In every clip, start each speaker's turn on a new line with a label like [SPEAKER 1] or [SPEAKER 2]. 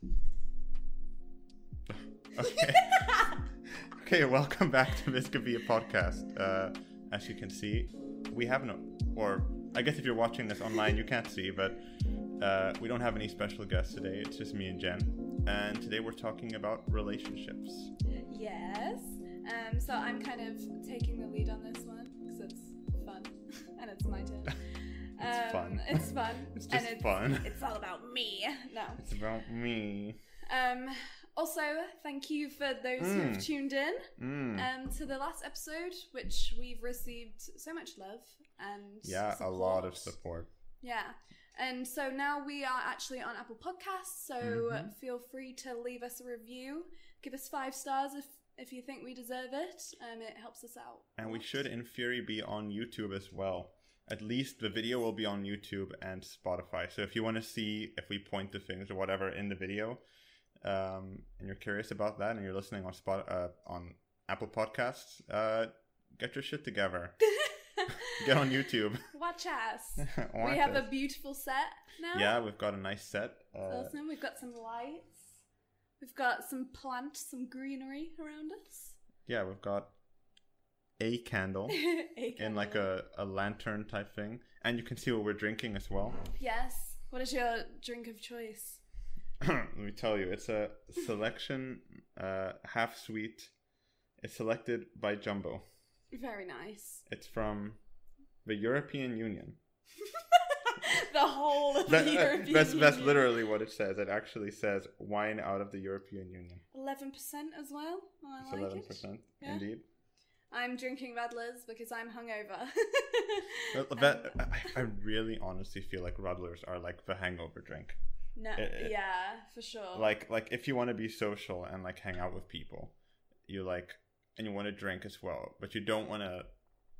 [SPEAKER 1] Okay. okay, welcome back to This Could Be a Podcast. Uh, as you can see, we have no, or I guess if you're watching this online, you can't see, but uh, we don't have any special guests today. It's just me and Jen. And today we're talking about relationships.
[SPEAKER 2] Yes. Um, so I'm kind of taking the lead on this one because it's fun and it's my turn.
[SPEAKER 1] It's
[SPEAKER 2] Um,
[SPEAKER 1] fun.
[SPEAKER 2] It's fun.
[SPEAKER 1] It's
[SPEAKER 2] and
[SPEAKER 1] just fun.
[SPEAKER 2] It's all about me. No.
[SPEAKER 1] It's about me.
[SPEAKER 2] Um, also, thank you for those who
[SPEAKER 1] Mm.
[SPEAKER 2] have tuned in
[SPEAKER 1] Mm.
[SPEAKER 2] um, to the last episode, which we've received so much love and
[SPEAKER 1] yeah, a lot of
[SPEAKER 2] support.
[SPEAKER 1] support.
[SPEAKER 2] Yeah. And so now we are actually on Apple Podcasts, so
[SPEAKER 1] Mhm.
[SPEAKER 2] feel free to leave us a review. Give us five stars if, if you think we deserve it. Um, it helps us out. a
[SPEAKER 1] And we
[SPEAKER 2] lot.
[SPEAKER 1] should, in theory, be on YouTube as well. At least the video will be on YouTube and Spotify. So if you want to see if we point to things or whatever in the video, um, and you're curious about that, and you're listening on spot uh, on Apple Podcasts, uh, get your shit together. Get on YouTube.
[SPEAKER 2] Watch us.
[SPEAKER 1] Watch
[SPEAKER 2] we have
[SPEAKER 1] us.
[SPEAKER 2] a beautiful set now.
[SPEAKER 1] yeah, we've got a nice set.
[SPEAKER 2] It's
[SPEAKER 1] Uh,
[SPEAKER 2] awesome. We've got some lights. We've got some plants, some greenery around us.
[SPEAKER 1] yeah, we've got a candle and Oh. like a, a lantern type thing, and you can see what we're drinking as well.
[SPEAKER 2] Yes. What is your drink of choice?
[SPEAKER 1] let me tell you, it's a selection uh, half sweet. It's selected by Jumbo.
[SPEAKER 2] Very nice.
[SPEAKER 1] It's from the European Union.
[SPEAKER 2] the whole of
[SPEAKER 1] That- uh,
[SPEAKER 2] the European
[SPEAKER 1] that's that's
[SPEAKER 2] Union.
[SPEAKER 1] literally what it says. It actually says wine out of the European Union.
[SPEAKER 2] Eleven percent as well. Oh,
[SPEAKER 1] It's
[SPEAKER 2] I like
[SPEAKER 1] eleven
[SPEAKER 2] it.
[SPEAKER 1] percent,
[SPEAKER 2] Yeah.
[SPEAKER 1] indeed.
[SPEAKER 2] I'm drinking Radlers because I'm hungover. Um,
[SPEAKER 1] But that- I, I really honestly feel like Ruddlers are like the hangover drink.
[SPEAKER 2] no,
[SPEAKER 1] it- it-
[SPEAKER 2] yeah, for sure.
[SPEAKER 1] Like like if you want to be social and like hang out with people, you like and you want to drink as well, but you don't want to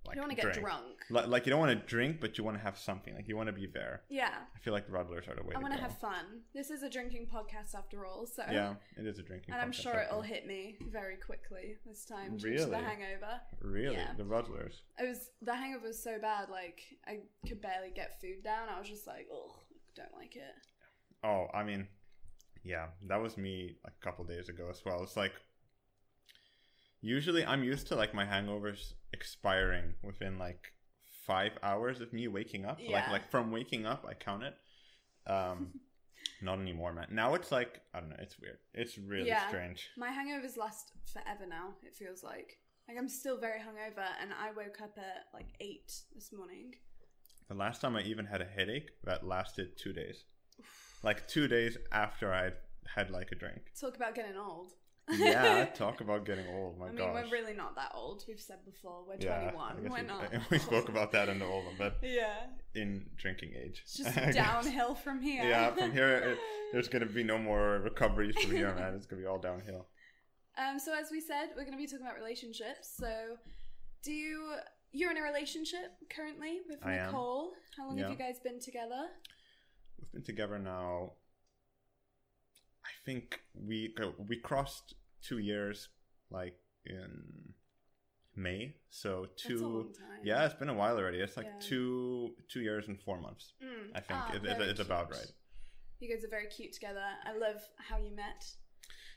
[SPEAKER 1] like
[SPEAKER 2] you don't want to get
[SPEAKER 1] drink.
[SPEAKER 2] drunk.
[SPEAKER 1] Like, like you don't want to drink, but you want to have something. Like you want to be there.
[SPEAKER 2] Yeah,
[SPEAKER 1] I feel like Ruddlers are the way.
[SPEAKER 2] I
[SPEAKER 1] to
[SPEAKER 2] want to
[SPEAKER 1] go.
[SPEAKER 2] have fun. This is a drinking podcast after all, so
[SPEAKER 1] Yeah, it is a drinking.
[SPEAKER 2] And I'm
[SPEAKER 1] podcast,
[SPEAKER 2] sure it'll
[SPEAKER 1] definitely.
[SPEAKER 2] hit me very quickly this time due to the
[SPEAKER 1] Really?
[SPEAKER 2] hangover.
[SPEAKER 1] Really,
[SPEAKER 2] yeah.
[SPEAKER 1] the Ruddlers.
[SPEAKER 2] It was the hangover was so bad, like I could barely get food down. I was just like, oh, don't like it.
[SPEAKER 1] Oh, I mean, yeah, that was me like, a couple days ago as well. It's like usually I'm used to like my hangovers expiring within like five hours of me waking up. Like
[SPEAKER 2] Yeah.
[SPEAKER 1] like from waking up, I count it. Um, not anymore, man. Now it's like I don't know. It's weird. It's really
[SPEAKER 2] Yeah.
[SPEAKER 1] strange.
[SPEAKER 2] My hangovers last forever now. It feels like like I'm still very hungover, and I woke up at like eight this morning.
[SPEAKER 1] The last time I even had a headache that lasted two days. Like two days after I had like a drink.
[SPEAKER 2] Talk about getting old.
[SPEAKER 1] Yeah, talk about getting old. My
[SPEAKER 2] I mean,
[SPEAKER 1] gosh.
[SPEAKER 2] we're really not that old. We've said before we're
[SPEAKER 1] yeah,
[SPEAKER 2] 21.
[SPEAKER 1] I
[SPEAKER 2] We're
[SPEAKER 1] guess
[SPEAKER 2] not.
[SPEAKER 1] we, we spoke about that in the old one, but
[SPEAKER 2] Yeah,
[SPEAKER 1] in drinking age.
[SPEAKER 2] it's just
[SPEAKER 1] I guess.
[SPEAKER 2] downhill from here.
[SPEAKER 1] Yeah, from here, it- There's gonna be no more recoveries from here, man. It's gonna be all downhill.
[SPEAKER 2] Um, so as we said, we're going to be talking about relationships. So, do you you're in a relationship currently with
[SPEAKER 1] I am.
[SPEAKER 2] Nicole? How long
[SPEAKER 1] Yeah.
[SPEAKER 2] have you guys been together?
[SPEAKER 1] We've been together now. I think we go- we crossed two years, like in May. So two.
[SPEAKER 2] That's a long time.
[SPEAKER 1] Yeah, it's been a while already. It's like
[SPEAKER 2] Yeah.
[SPEAKER 1] two two years and four months.
[SPEAKER 2] Mm.
[SPEAKER 1] I think
[SPEAKER 2] Ah,
[SPEAKER 1] it, it,
[SPEAKER 2] very
[SPEAKER 1] it's about
[SPEAKER 2] cute.
[SPEAKER 1] right.
[SPEAKER 2] You guys are very cute together. I love how you met.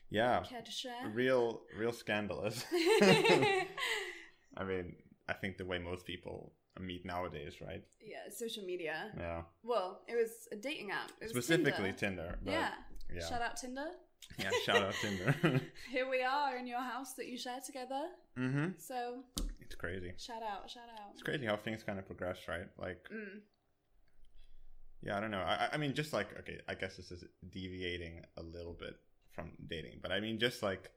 [SPEAKER 1] Yeah,
[SPEAKER 2] Care to share?
[SPEAKER 1] real real scandalous. I mean, I think the way most people meet nowadays, right?
[SPEAKER 2] yeah, social media.
[SPEAKER 1] Yeah,
[SPEAKER 2] Well, it was a dating app. It was
[SPEAKER 1] specifically
[SPEAKER 2] Tinder.
[SPEAKER 1] Tinder. but
[SPEAKER 2] yeah.
[SPEAKER 1] yeah,
[SPEAKER 2] Shout out Tinder.
[SPEAKER 1] yeah. Shout out Tinder.
[SPEAKER 2] Here we are in your house that you share together.
[SPEAKER 1] hmm
[SPEAKER 2] So
[SPEAKER 1] It's crazy.
[SPEAKER 2] shout out, shout out.
[SPEAKER 1] It's crazy how things kind of progress, right? Like,
[SPEAKER 2] Mm.
[SPEAKER 1] yeah, I don't know. I, I- I mean, just like, okay, I guess this is deviating a little bit from dating, but I mean, just like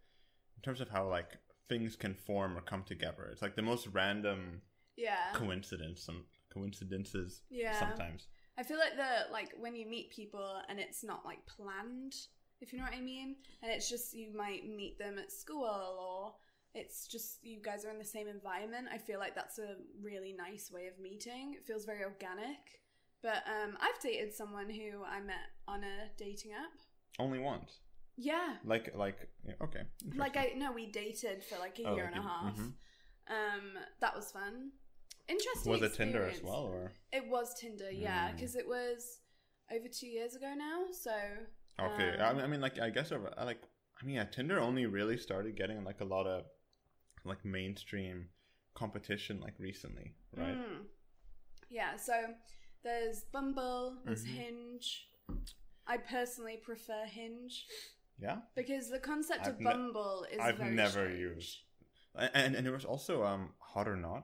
[SPEAKER 1] in terms of how like things can form or come together. It's like the most random
[SPEAKER 2] Yeah.
[SPEAKER 1] coincidence. Some coincidences.
[SPEAKER 2] Uh, Yeah.
[SPEAKER 1] Sometimes.
[SPEAKER 2] I feel like the like when you meet people and it's not like planned, if you know what I mean, and it's just you might meet them at school or it's just you guys are in the same environment. I feel like that's a really nice way of meeting. It feels very organic. But um, I've dated someone who I met on a dating app.
[SPEAKER 1] Only once.
[SPEAKER 2] Yeah,
[SPEAKER 1] Like, like, yeah, okay.
[SPEAKER 2] like
[SPEAKER 1] interesting.
[SPEAKER 2] I no, we dated for like a
[SPEAKER 1] Oh,
[SPEAKER 2] year
[SPEAKER 1] like
[SPEAKER 2] and a
[SPEAKER 1] you-
[SPEAKER 2] half.
[SPEAKER 1] mhm.
[SPEAKER 2] Um, that was fun. Interesting.
[SPEAKER 1] was it Tinder as
[SPEAKER 2] experience.
[SPEAKER 1] well, or
[SPEAKER 2] It was Tinder, yeah,
[SPEAKER 1] Mm.
[SPEAKER 2] because it was over two years ago now. So
[SPEAKER 1] okay?
[SPEAKER 2] Um,
[SPEAKER 1] I, mean, I mean, like, I guess over, I like I mean, yeah, Tinder only really started getting like a lot of like mainstream competition like recently, right?
[SPEAKER 2] Mm. Yeah, so there's Bumble, there's
[SPEAKER 1] Mhm.
[SPEAKER 2] Hinge. I personally prefer Hinge
[SPEAKER 1] Yeah.
[SPEAKER 2] because the concept
[SPEAKER 1] I've
[SPEAKER 2] of
[SPEAKER 1] ne-
[SPEAKER 2] Bumble is
[SPEAKER 1] I've
[SPEAKER 2] very
[SPEAKER 1] never
[SPEAKER 2] strange.
[SPEAKER 1] used. A- And and there was also um Hot or Not,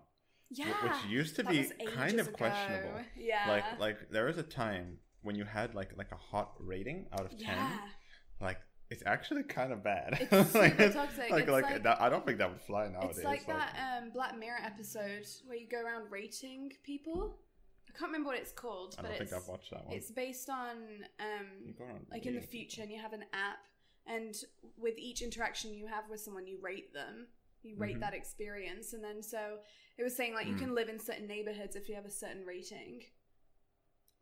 [SPEAKER 1] wh-
[SPEAKER 2] Yeah,
[SPEAKER 1] which used to
[SPEAKER 2] that
[SPEAKER 1] be
[SPEAKER 2] was ages
[SPEAKER 1] kind of
[SPEAKER 2] ago.
[SPEAKER 1] questionable.
[SPEAKER 2] Yeah,
[SPEAKER 1] Like like there was a time when you had like like a hot rating out of 10.
[SPEAKER 2] yeah,
[SPEAKER 1] Like it's actually kind of bad.
[SPEAKER 2] It's
[SPEAKER 1] like,
[SPEAKER 2] super toxic.
[SPEAKER 1] like
[SPEAKER 2] It's
[SPEAKER 1] like,
[SPEAKER 2] like-
[SPEAKER 1] that, I don't think that would fly nowadays.
[SPEAKER 2] it's like that um, Black Mirror episode where you go around rating people. I can't remember what it's called,
[SPEAKER 1] I
[SPEAKER 2] but
[SPEAKER 1] don't think
[SPEAKER 2] it's
[SPEAKER 1] I've watched that one.
[SPEAKER 2] it's based on um,
[SPEAKER 1] You go around
[SPEAKER 2] like in the
[SPEAKER 1] reading.
[SPEAKER 2] future and you have an app and with each interaction you have with someone you rate them you rate
[SPEAKER 1] Mhm.
[SPEAKER 2] that experience and then so it was saying like you
[SPEAKER 1] Mm.
[SPEAKER 2] can live in certain neighborhoods if you have a certain rating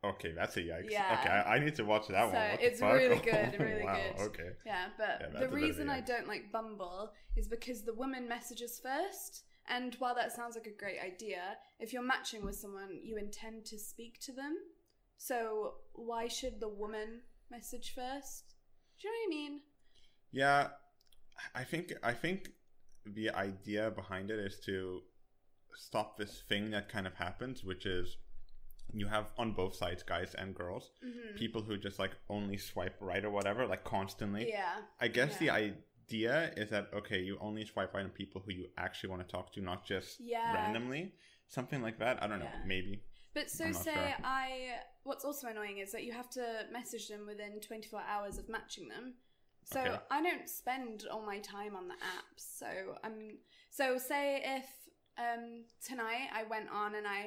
[SPEAKER 1] Okay, that's a yikes.
[SPEAKER 2] Yeah.
[SPEAKER 1] Okay, I, I need to watch that one.
[SPEAKER 2] So
[SPEAKER 1] What the
[SPEAKER 2] it's
[SPEAKER 1] fuck?
[SPEAKER 2] really good, really
[SPEAKER 1] wow,
[SPEAKER 2] good.
[SPEAKER 1] Okay.
[SPEAKER 2] yeah but
[SPEAKER 1] Yeah, that's a
[SPEAKER 2] the
[SPEAKER 1] bit of a
[SPEAKER 2] reason i
[SPEAKER 1] yikes.
[SPEAKER 2] don't like bumble is because the woman messages first and while that sounds like a great idea if you're matching with someone you intend to speak to them so why should the woman message first do you know what i mean
[SPEAKER 1] Yeah, I think I think the idea behind it is to stop this thing that kind of happens, which is you have on both sides, guys and girls,
[SPEAKER 2] Mhm.
[SPEAKER 1] people who just like only swipe right or whatever, like constantly.
[SPEAKER 2] yeah
[SPEAKER 1] I guess
[SPEAKER 2] Yeah.
[SPEAKER 1] the idea is that okay, you only swipe right on people who you actually want to talk to, not just
[SPEAKER 2] yeah
[SPEAKER 1] randomly. Something like that. I don't know.
[SPEAKER 2] Yeah.
[SPEAKER 1] Maybe.
[SPEAKER 2] But so
[SPEAKER 1] I'm not
[SPEAKER 2] say
[SPEAKER 1] sure.
[SPEAKER 2] I. What's also annoying is that you have to message them within 24 hours of matching them. So
[SPEAKER 1] Okay.
[SPEAKER 2] I don't spend all my time on the app. So I'm. So say if um, tonight I went on and I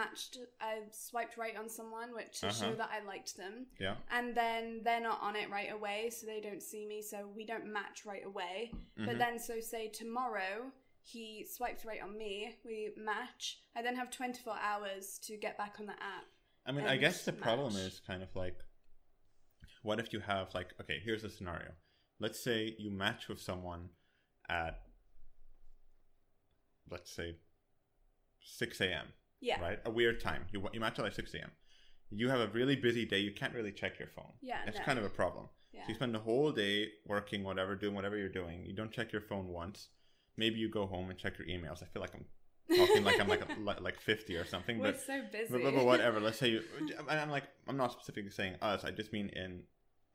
[SPEAKER 2] matched, I swiped right on someone, which to show
[SPEAKER 1] Uh-huh.
[SPEAKER 2] that I liked them,
[SPEAKER 1] Yeah.
[SPEAKER 2] and then they're not on it right away, so they don't see me, so we don't match right away. But
[SPEAKER 1] Mhm.
[SPEAKER 2] then, so say tomorrow, he swipes right on me, we match. I then have 24 hours to get back on the app.
[SPEAKER 1] I mean, I
[SPEAKER 2] and
[SPEAKER 1] guess the problem
[SPEAKER 2] match.
[SPEAKER 1] is kind of like, what if you have like, okay, here's a scenario. Let's say you match with someone at, let's say, 6 a.m.
[SPEAKER 2] Yeah.
[SPEAKER 1] Right, a weird time. You you match at like 6 a.m. You have a really busy day. You can't really check your phone.
[SPEAKER 2] Yeah,
[SPEAKER 1] that's
[SPEAKER 2] no.
[SPEAKER 1] kind of a problem. So you
[SPEAKER 2] Yeah.
[SPEAKER 1] spend the whole day working, whatever, doing whatever you're doing. You don't check your phone once. Maybe you go home and check your emails. I feel like I'm talking like I'm like a, like- like 50 or something.
[SPEAKER 2] We're
[SPEAKER 1] but
[SPEAKER 2] so busy.
[SPEAKER 1] but, but- but whatever. Let's say you. And I'm like, I'm not specifically saying us. I just mean in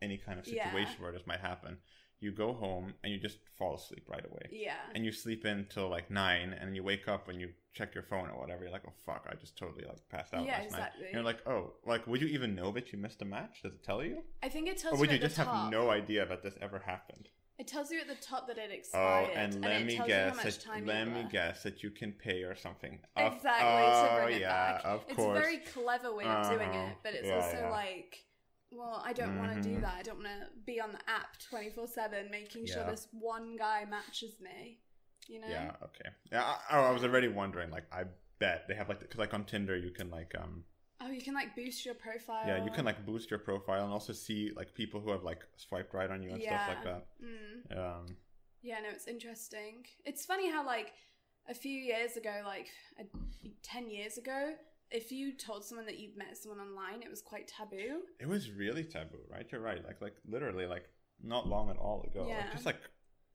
[SPEAKER 1] any kind of
[SPEAKER 2] Yeah.
[SPEAKER 1] situation where this might happen. You go home and you just fall asleep right away,
[SPEAKER 2] yeah.
[SPEAKER 1] and you sleep until like nine, and you wake up and you check your phone or whatever. You're like, oh fuck, I just totally like passed out
[SPEAKER 2] Yeah,
[SPEAKER 1] last night.
[SPEAKER 2] exactly.
[SPEAKER 1] And you're like, oh, like would you even know that you missed a match? Does it tell you,
[SPEAKER 2] I think it
[SPEAKER 1] or
[SPEAKER 2] tells
[SPEAKER 1] "Oh, would
[SPEAKER 2] you,
[SPEAKER 1] you
[SPEAKER 2] at the
[SPEAKER 1] just have
[SPEAKER 2] top-
[SPEAKER 1] no idea that this ever happened?
[SPEAKER 2] It tells you at the top that it
[SPEAKER 1] Oh,
[SPEAKER 2] expired.
[SPEAKER 1] and let
[SPEAKER 2] it
[SPEAKER 1] me
[SPEAKER 2] tells you
[SPEAKER 1] guess.
[SPEAKER 2] how much
[SPEAKER 1] that-
[SPEAKER 2] time you
[SPEAKER 1] let me
[SPEAKER 2] were.
[SPEAKER 1] guess that you can pay or something. Of-
[SPEAKER 2] Exactly.
[SPEAKER 1] Oh
[SPEAKER 2] to bring it
[SPEAKER 1] yeah,
[SPEAKER 2] back.
[SPEAKER 1] of
[SPEAKER 2] it's
[SPEAKER 1] course.
[SPEAKER 2] a very clever way of doing
[SPEAKER 1] Uh-huh.
[SPEAKER 2] it, but it's
[SPEAKER 1] Yeah,
[SPEAKER 2] also
[SPEAKER 1] yeah.
[SPEAKER 2] like, well, I don't want to do
[SPEAKER 1] Mhm.
[SPEAKER 2] that. I don't want to be on the app 24 7 making sure
[SPEAKER 1] Yeah.
[SPEAKER 2] this one guy matches me. You know?
[SPEAKER 1] Yeah. Okay. Yeah. I, oh, I I was already wondering. Like, I bet they have like because like on Tinder you can like um
[SPEAKER 2] Oh, you can like boost your profile.
[SPEAKER 1] yeah you can like boost your profile and also see like people who have like swiped right on you and stuff like that.
[SPEAKER 2] Mm.
[SPEAKER 1] Um.
[SPEAKER 2] Yeah, no, it's interesting. It's funny how like a few years ago, like a, ten years ago, if you told someone that you'd met someone online, it was quite taboo.
[SPEAKER 1] It was really taboo, right? You're right. Like like literally like not long at all ago. Like,
[SPEAKER 2] Yeah.
[SPEAKER 1] just like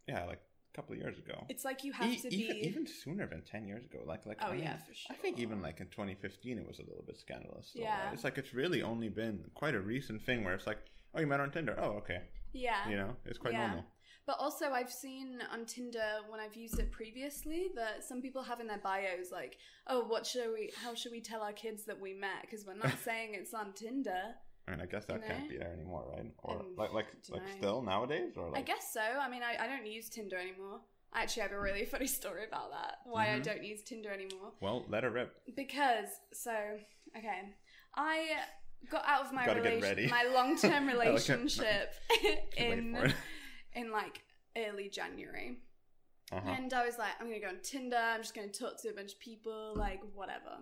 [SPEAKER 1] yeah, like a couple of years ago.
[SPEAKER 2] It's like you have
[SPEAKER 1] E-
[SPEAKER 2] to be.
[SPEAKER 1] even even sooner than ten years ago. Like like
[SPEAKER 2] oh
[SPEAKER 1] I
[SPEAKER 2] yeah,
[SPEAKER 1] mean,
[SPEAKER 2] for
[SPEAKER 1] I
[SPEAKER 2] sure.
[SPEAKER 1] think even like in 2015, it was a little bit scandalous. Still,
[SPEAKER 2] Yeah.
[SPEAKER 1] right? It's like it's really only been quite a recent thing where it's like, oh, you met on Tinder. Oh, okay.
[SPEAKER 2] yeah.
[SPEAKER 1] You know, it's quite
[SPEAKER 2] Yeah.
[SPEAKER 1] normal.
[SPEAKER 2] But also, I've seen on Tinder when I've used it previously that some people have in their bios like, "Oh, what should we? How should we tell our kids that we met? Because we're not saying it's on Tinder."
[SPEAKER 1] I mean, I guess that
[SPEAKER 2] You
[SPEAKER 1] can't
[SPEAKER 2] know?
[SPEAKER 1] be there anymore, right? Or
[SPEAKER 2] Um,
[SPEAKER 1] like, like,
[SPEAKER 2] dunno.
[SPEAKER 1] like still nowadays, or like,
[SPEAKER 2] I guess so. I mean, I, I don't use Tinder anymore. I actually have a really funny story about that. Why I
[SPEAKER 1] Mhm.
[SPEAKER 2] don't use Tinder anymore.
[SPEAKER 1] well, let her rip.
[SPEAKER 2] Because so okay, I got out of my
[SPEAKER 1] Gotta get
[SPEAKER 2] relation-
[SPEAKER 1] ready.
[SPEAKER 2] my long term
[SPEAKER 1] I like it.
[SPEAKER 2] relationship
[SPEAKER 1] Can't wait for
[SPEAKER 2] in
[SPEAKER 1] it.
[SPEAKER 2] in like early January,
[SPEAKER 1] Uh-huh.
[SPEAKER 2] and I was like, I'm gonna go on Tinder. I'm just gonna talk to a bunch of people, like whatever.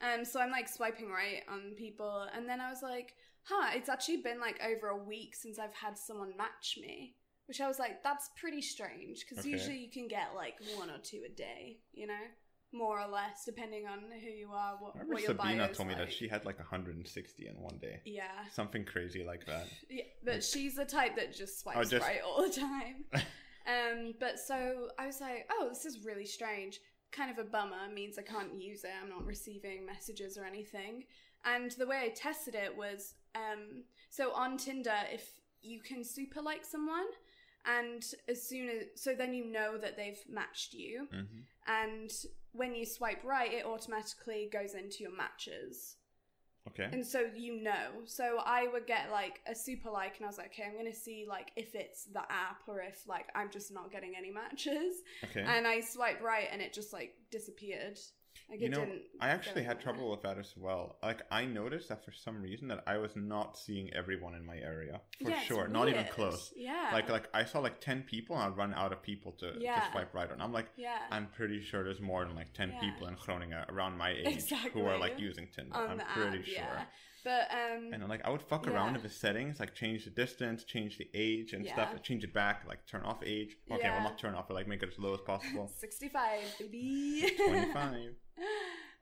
[SPEAKER 2] Um, so I'm like swiping right on people, and then I was like, huh, it's actually been like over a week since I've had someone match me. Which I was like, that's pretty strange because
[SPEAKER 1] Okay.
[SPEAKER 2] usually you can get like one or two a day, you know? more or less, depending on who you are, what,
[SPEAKER 1] I remember
[SPEAKER 2] what your
[SPEAKER 1] Sabina
[SPEAKER 2] bio
[SPEAKER 1] told me
[SPEAKER 2] like.
[SPEAKER 1] that she had like 160 in one day.
[SPEAKER 2] Yeah.
[SPEAKER 1] Something crazy like that.
[SPEAKER 2] Yeah, but she's the type that just swipes
[SPEAKER 1] just-
[SPEAKER 2] right all the time. um, but so I was like, oh, this is really strange. Kind of a bummer. Means I can't use it. I'm not receiving messages or anything. And the way I tested it was, um, so on Tinder, if you can super like someone, and as soon as so then you know that they've matched you,
[SPEAKER 1] Mhm.
[SPEAKER 2] and when you swipe right, it automatically goes into your matches.
[SPEAKER 1] Okay.
[SPEAKER 2] And so you know. So I would get like a super like, and I was like, okay, I'm gonna see like if it's the app or if like I'm just not getting any matches.
[SPEAKER 1] Okay.
[SPEAKER 2] And I swipe right, and it just like disappeared. Like
[SPEAKER 1] You
[SPEAKER 2] it
[SPEAKER 1] know,
[SPEAKER 2] didn't.
[SPEAKER 1] I actually
[SPEAKER 2] go
[SPEAKER 1] had
[SPEAKER 2] anywhere.
[SPEAKER 1] trouble with that as well. Like I noticed that for some reason that I was not seeing everyone in my area for
[SPEAKER 2] Yeah, it's
[SPEAKER 1] sure, not even
[SPEAKER 2] weird.
[SPEAKER 1] close.
[SPEAKER 2] Yeah.
[SPEAKER 1] Like like I saw like ten people and I'd run out of people to, to
[SPEAKER 2] Yeah.
[SPEAKER 1] swipe right on. I'm like
[SPEAKER 2] yeah.
[SPEAKER 1] I'm pretty sure there's more than like ten
[SPEAKER 2] Yeah.
[SPEAKER 1] people in Groningen around my age who are like
[SPEAKER 2] Exactly.
[SPEAKER 1] using Tinder.
[SPEAKER 2] on
[SPEAKER 1] I'm
[SPEAKER 2] the
[SPEAKER 1] pretty
[SPEAKER 2] app,
[SPEAKER 1] sure.
[SPEAKER 2] yeah. But um,
[SPEAKER 1] And like I would fuck around with
[SPEAKER 2] Yeah.
[SPEAKER 1] the settings, like change the distance, change the age and
[SPEAKER 2] Yeah.
[SPEAKER 1] stuff, change it back, like turn off age. Okay,
[SPEAKER 2] Yeah.
[SPEAKER 1] well not turn off, but like make it as low as possible.
[SPEAKER 2] 65 baby.
[SPEAKER 1] Twenty five.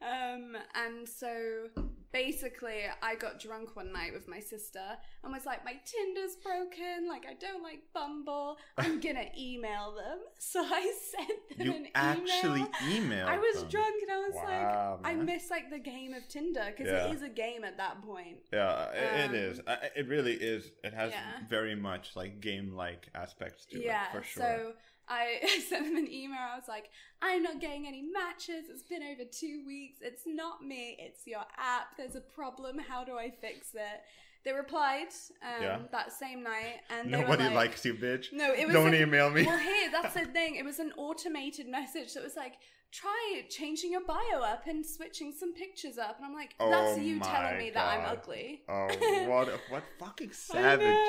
[SPEAKER 2] um, and so basically, I got drunk one night with my sister and was like, "My Tinder's broken. Like, I don't like Bumble. I'm gonna email them." So I sent them
[SPEAKER 1] You
[SPEAKER 2] an
[SPEAKER 1] actually
[SPEAKER 2] email.
[SPEAKER 1] emailed
[SPEAKER 2] I was
[SPEAKER 1] them.
[SPEAKER 2] drunk and I was
[SPEAKER 1] Wow,
[SPEAKER 2] like, "I
[SPEAKER 1] man.
[SPEAKER 2] miss like the game of Tinder because
[SPEAKER 1] Yeah.
[SPEAKER 2] it is a game at that point."
[SPEAKER 1] Yeah, i it
[SPEAKER 2] Um,
[SPEAKER 1] is. I- I- It really is. It has
[SPEAKER 2] Yeah.
[SPEAKER 1] very much like game-like aspects to
[SPEAKER 2] yeah,
[SPEAKER 1] it for sure.
[SPEAKER 2] so I sent them an email. I was like, I'm not getting any matches. It's been over two weeks. It's not me. It's your app. There's a problem. How do I fix it? They replied um,
[SPEAKER 1] Yeah.
[SPEAKER 2] that same night, and they were
[SPEAKER 1] Nobody
[SPEAKER 2] like,
[SPEAKER 1] likes you, bitch.
[SPEAKER 2] No, it was
[SPEAKER 1] Don't
[SPEAKER 2] an-
[SPEAKER 1] email me.
[SPEAKER 2] Well, here that's the thing. It was an automated message that was like, "Try changing your bio up and switching some pictures up." And I'm like,
[SPEAKER 1] Oh
[SPEAKER 2] "That's you
[SPEAKER 1] my
[SPEAKER 2] telling me that I'm
[SPEAKER 1] God.
[SPEAKER 2] ugly."
[SPEAKER 1] oh, what a- what fucking
[SPEAKER 2] I know.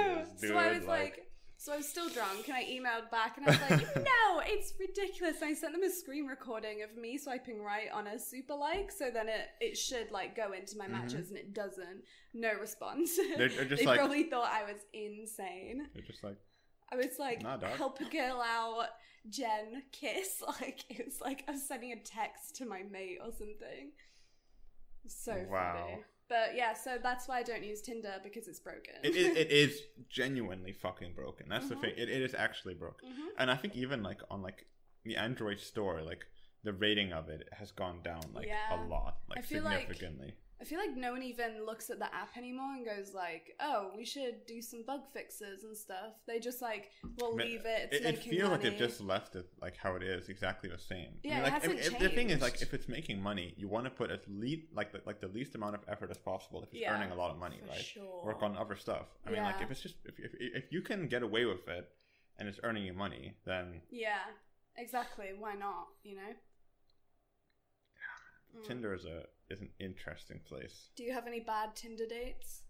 [SPEAKER 1] savages, dude!
[SPEAKER 2] So I was like, so I was still drunk, and I emailed back, and I was like, no, it's ridiculous. And I sent them a screen recording of me swiping right on a super like, so then it it should like go into my
[SPEAKER 1] Mhm.
[SPEAKER 2] matches, and it doesn't. No response.
[SPEAKER 1] they're, they're just
[SPEAKER 2] they
[SPEAKER 1] like
[SPEAKER 2] probably thought I was insane.
[SPEAKER 1] they're just like
[SPEAKER 2] I was like,
[SPEAKER 1] Nah, dog.
[SPEAKER 2] help a girl out, Jen, kiss. Like it was like I was sending a text to my mate or something. So
[SPEAKER 1] Wow.
[SPEAKER 2] funny. But yeah, so that's why I don't use Tinder because it's broken.
[SPEAKER 1] it, it, it is genuinely fucking broken. That's
[SPEAKER 2] Mhm.
[SPEAKER 1] the thing. It, it is actually broken.
[SPEAKER 2] Mhm.
[SPEAKER 1] And I think even like on like the Android store, like the rating of it has gone down like
[SPEAKER 2] Yeah.
[SPEAKER 1] a lot, like
[SPEAKER 2] I feel like-
[SPEAKER 1] significantly.
[SPEAKER 2] I feel like no one even looks at the app anymore and goes like, "Oh, we should do some bug fixes and stuff." They just like, "We'll
[SPEAKER 1] Ma-
[SPEAKER 2] leave it." It's
[SPEAKER 1] it, it
[SPEAKER 2] making
[SPEAKER 1] feels
[SPEAKER 2] money.
[SPEAKER 1] like they've just left it like how it is, exactly the same. I
[SPEAKER 2] Yeah,
[SPEAKER 1] mean,
[SPEAKER 2] it
[SPEAKER 1] like,
[SPEAKER 2] hasn't
[SPEAKER 1] if, if the thing is like
[SPEAKER 2] changed.
[SPEAKER 1] if it's making money, you want to put as least like the, like the least amount of effort as possible if it's
[SPEAKER 2] Yeah,
[SPEAKER 1] earning a lot of money,
[SPEAKER 2] For
[SPEAKER 1] right?
[SPEAKER 2] Sure.
[SPEAKER 1] Work on other stuff. I mean, like
[SPEAKER 2] Yeah.
[SPEAKER 1] if it's just if, if if you can get away with it and it's earning you money, then
[SPEAKER 2] Yeah, exactly. Why not? You know. Mm.
[SPEAKER 1] Tinder is a is an interesting place.
[SPEAKER 2] Do you have any bad Tinder dates?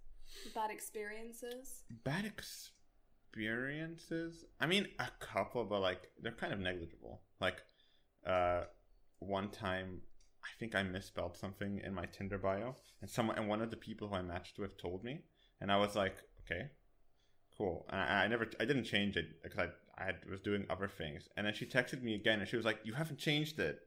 [SPEAKER 2] Bad experiences?
[SPEAKER 1] Bad experiences. I mean, a couple, but like they're kind of negligible. Like, uh, one time. I think I misspelled something in my Tinder bio, and someone and one of the people who I matched with told me, and I was like, okay, cool. And I, I never, I didn't change it because I, I had, was doing other things. And then she texted me again, and she was like, "You haven't changed it."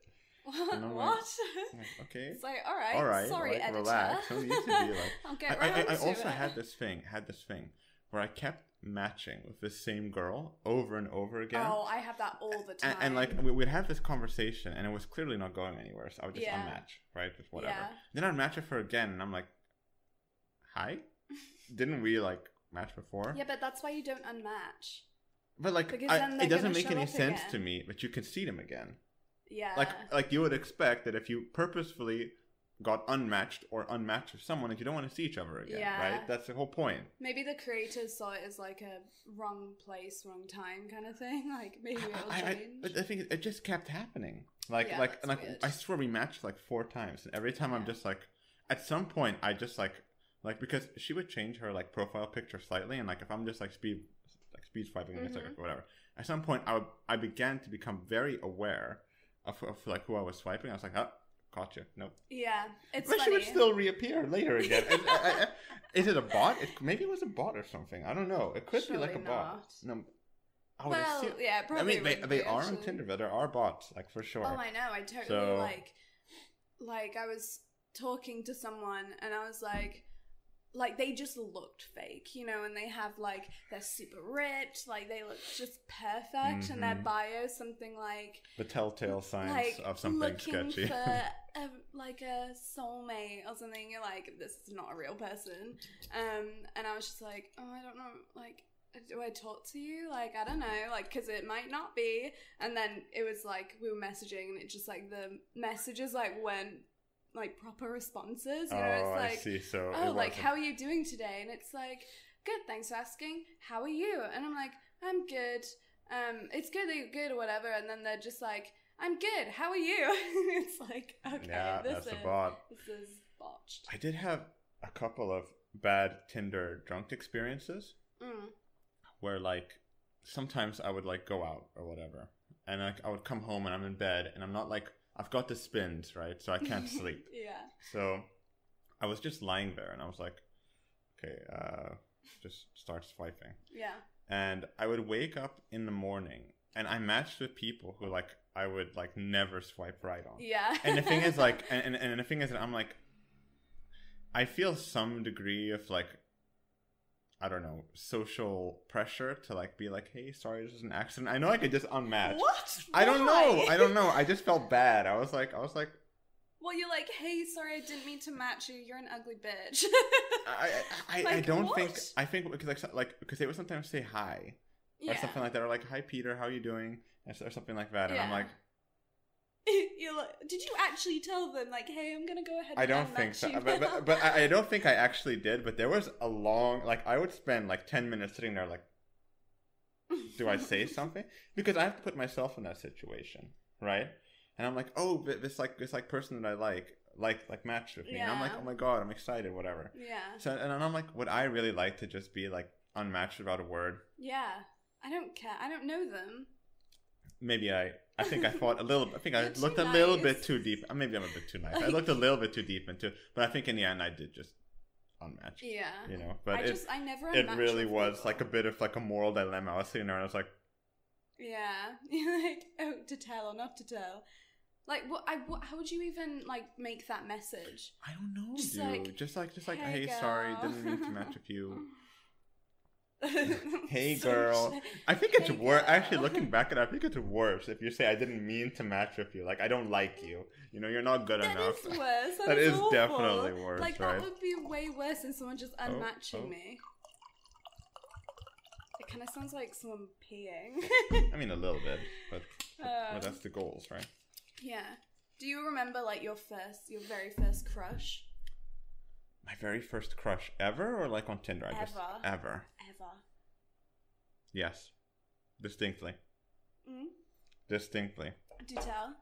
[SPEAKER 2] What?
[SPEAKER 1] No, like-
[SPEAKER 2] what?
[SPEAKER 1] I'm like, okay,
[SPEAKER 2] it's like, all right,
[SPEAKER 1] All right,
[SPEAKER 2] sorry,
[SPEAKER 1] like,
[SPEAKER 2] editor.
[SPEAKER 1] relax. Don't need to be like-
[SPEAKER 2] I'll
[SPEAKER 1] I,
[SPEAKER 2] get
[SPEAKER 1] I-
[SPEAKER 2] right
[SPEAKER 1] I, I
[SPEAKER 2] onto
[SPEAKER 1] also
[SPEAKER 2] it.
[SPEAKER 1] had this thing, had this thing where I kept matching with the same girl over and over again.
[SPEAKER 2] Oh, I have that all the time.
[SPEAKER 1] and, and like we- we'd have this conversation, and it was clearly not going anywhere. So I would just
[SPEAKER 2] Yeah.
[SPEAKER 1] unmatch, right, with whatever.
[SPEAKER 2] Yeah.
[SPEAKER 1] Then I'd match with her again, and I'm like, "Hi, didn't we like match before?"
[SPEAKER 2] yeah, but that's why you don't unmatch.
[SPEAKER 1] But like,
[SPEAKER 2] Because
[SPEAKER 1] I-
[SPEAKER 2] then they're
[SPEAKER 1] it doesn't
[SPEAKER 2] gonna
[SPEAKER 1] make
[SPEAKER 2] show
[SPEAKER 1] any
[SPEAKER 2] up
[SPEAKER 1] sense
[SPEAKER 2] again.
[SPEAKER 1] to me. But you can see them again.
[SPEAKER 2] Yeah.
[SPEAKER 1] Like, like you would expect that if you purposefully got unmatched or unmatched with someone, that you don't want to see each other again,
[SPEAKER 2] Yeah.
[SPEAKER 1] right? That's the whole point.
[SPEAKER 2] Maybe the creators saw it as like a wrong place, wrong time kind of thing. Like maybe it'll
[SPEAKER 1] I, I,
[SPEAKER 2] change.
[SPEAKER 1] I- I think it just kept happening. Like
[SPEAKER 2] Yeah,
[SPEAKER 1] like
[SPEAKER 2] that's
[SPEAKER 1] like
[SPEAKER 2] weird.
[SPEAKER 1] I swear we matched like four times, and every time I'm
[SPEAKER 2] Yeah.
[SPEAKER 1] just like, at some point I just like like because she would change her like profile picture slightly, and like if I'm just like speed like speed swiping on Instagram
[SPEAKER 2] Mhm.
[SPEAKER 1] or whatever, at some point I would, I began to become very aware of, of like who I was swiping. I was like, oh, caught you, nope.
[SPEAKER 2] yeah, it's
[SPEAKER 1] but she
[SPEAKER 2] funny.
[SPEAKER 1] would still reappear later again. And I- I- I- is it a bot? It, maybe it was a bot or something. I don't know. It could be like a
[SPEAKER 2] Surely
[SPEAKER 1] bot.
[SPEAKER 2] not.
[SPEAKER 1] No, I would
[SPEAKER 2] well,
[SPEAKER 1] assume-
[SPEAKER 2] yeah,
[SPEAKER 1] I
[SPEAKER 2] probably.
[SPEAKER 1] mean, they,
[SPEAKER 2] wouldn't
[SPEAKER 1] they
[SPEAKER 2] be,
[SPEAKER 1] are on
[SPEAKER 2] actually.
[SPEAKER 1] Tinder, but there are bots, like for sure.
[SPEAKER 2] Oh, I know. I totally
[SPEAKER 1] So-
[SPEAKER 2] like, like I was talking to someone and I was like, like they just looked fake, you know, and they have like they're super rich, like they look just perfect, and their
[SPEAKER 1] Mhm.
[SPEAKER 2] bio something like
[SPEAKER 1] the telltale signs
[SPEAKER 2] like
[SPEAKER 1] of something
[SPEAKER 2] looking
[SPEAKER 1] sketchy.
[SPEAKER 2] for a, like a soulmate or something. You're like, this is not a real person. Um, and I was just like, oh, I don't know, like. Do I talk to you? Like I don't know, like because it might not be. And then it was like we were messaging, and it just like the messages like weren't like proper responses. You know,
[SPEAKER 1] oh,
[SPEAKER 2] it's like
[SPEAKER 1] I see. So,
[SPEAKER 2] oh
[SPEAKER 1] it
[SPEAKER 2] like
[SPEAKER 1] wasn't-
[SPEAKER 2] how are you doing today and it's like good thanks for asking how are you and i'm like i'm good um it's good that you're good or whatever and then they're just like i'm good how are you it's like okay
[SPEAKER 1] yeah,
[SPEAKER 2] this
[SPEAKER 1] that's
[SPEAKER 2] is
[SPEAKER 1] a bot.
[SPEAKER 2] this is botched
[SPEAKER 1] I did have a couple of bad Tinder drunk experiences
[SPEAKER 2] mm.
[SPEAKER 1] where like sometimes I would like go out or whatever, and like I would come home and I'm in bed and I'm not like I've got the spins right, so I can't sleep.
[SPEAKER 2] yeah
[SPEAKER 1] So I was just lying there and I was like, okay, uh, just start swiping.
[SPEAKER 2] yeah
[SPEAKER 1] And I would wake up in the morning and I matched with people who like I would like never swipe right on.
[SPEAKER 2] yeah
[SPEAKER 1] And the thing is like and, and, and the thing is that I'm like I feel some degree of like I don't know, social pressure to like be like, hey, sorry, this was an accident. I know I could just unmatch.
[SPEAKER 2] what
[SPEAKER 1] I don't know.
[SPEAKER 2] Why?
[SPEAKER 1] I don't know. I just felt bad. I was like I was like
[SPEAKER 2] well you're like hey sorry i didn't mean to match you you're an ugly bitch
[SPEAKER 1] I I, I, I
[SPEAKER 2] Like,
[SPEAKER 1] don't think
[SPEAKER 2] what?
[SPEAKER 1] I think because like so- like because they would sometimes say hi or
[SPEAKER 2] yeah
[SPEAKER 1] something like that or like hi Peter how you doing or so- or something like that and I'm
[SPEAKER 2] Yeah.
[SPEAKER 1] like
[SPEAKER 2] you're like, did you actually tell them like hey i'm gonna go ahead
[SPEAKER 1] I
[SPEAKER 2] and
[SPEAKER 1] don't think
[SPEAKER 2] unmatch
[SPEAKER 1] so
[SPEAKER 2] you
[SPEAKER 1] but
[SPEAKER 2] now?"
[SPEAKER 1] but, but I, I don't think I actually did but there was a long like I would spend like ten minutes sitting there like do I say something because I have to put myself in that situation right and I'm like oh but this like this like person that I like like like matched with me and I'm like
[SPEAKER 2] Yeah.
[SPEAKER 1] oh my god I'm excited whatever
[SPEAKER 2] Yeah.
[SPEAKER 1] so and I'm like would I really like to just be like unmatched without a word
[SPEAKER 2] Yeah. I don't care. I don't know them.
[SPEAKER 1] maybe I I think I thought a little I think I
[SPEAKER 2] You're too
[SPEAKER 1] looked a little bit
[SPEAKER 2] nice.
[SPEAKER 1] too deep. Uh, Maybe I'm a bit too nice. I
[SPEAKER 2] Like-
[SPEAKER 1] looked a little bit too deep into but I think in the end I did just unmatch.
[SPEAKER 2] Yeah.
[SPEAKER 1] You know. But
[SPEAKER 2] I
[SPEAKER 1] it
[SPEAKER 2] just I never
[SPEAKER 1] it
[SPEAKER 2] unmatch
[SPEAKER 1] really
[SPEAKER 2] with
[SPEAKER 1] was
[SPEAKER 2] people.
[SPEAKER 1] like a bit of like a moral dilemma. I was sitting there and I was like,
[SPEAKER 2] Yeah. You're like, oh, to tell or not to tell. Like what I what, how would you even like make that message?
[SPEAKER 1] I don't know,
[SPEAKER 2] Just
[SPEAKER 1] dude.
[SPEAKER 2] like,
[SPEAKER 1] just like just like hey,
[SPEAKER 2] "Hey,
[SPEAKER 1] sorry,
[SPEAKER 2] girl."
[SPEAKER 1] didn't mean to match with you.
[SPEAKER 2] hey
[SPEAKER 1] girl. I think it's
[SPEAKER 2] Hey,
[SPEAKER 1] worse.
[SPEAKER 2] girl.
[SPEAKER 1] Actually, looking back at it, I think it's worse if you say I didn't mean to match with you. Like I don't like you. You know, you're not good
[SPEAKER 2] That
[SPEAKER 1] enough.
[SPEAKER 2] is worse.
[SPEAKER 1] That is
[SPEAKER 2] awful.
[SPEAKER 1] definitely worse,
[SPEAKER 2] Like
[SPEAKER 1] right?
[SPEAKER 2] that would be way worse than someone just unmatching
[SPEAKER 1] oh.
[SPEAKER 2] me. It kind of sounds like someone peeing.
[SPEAKER 1] I mean, a little bit, but, but, but
[SPEAKER 2] Um,
[SPEAKER 1] that's the goals, right?
[SPEAKER 2] Yeah. Do you remember like your first, your very first crush
[SPEAKER 1] My very first crush ever, or like on Tinder? I just
[SPEAKER 2] Ever.
[SPEAKER 1] ever.
[SPEAKER 2] ever?
[SPEAKER 1] Yes, distinctly,
[SPEAKER 2] Mm?
[SPEAKER 1] distinctly.
[SPEAKER 2] Do tell.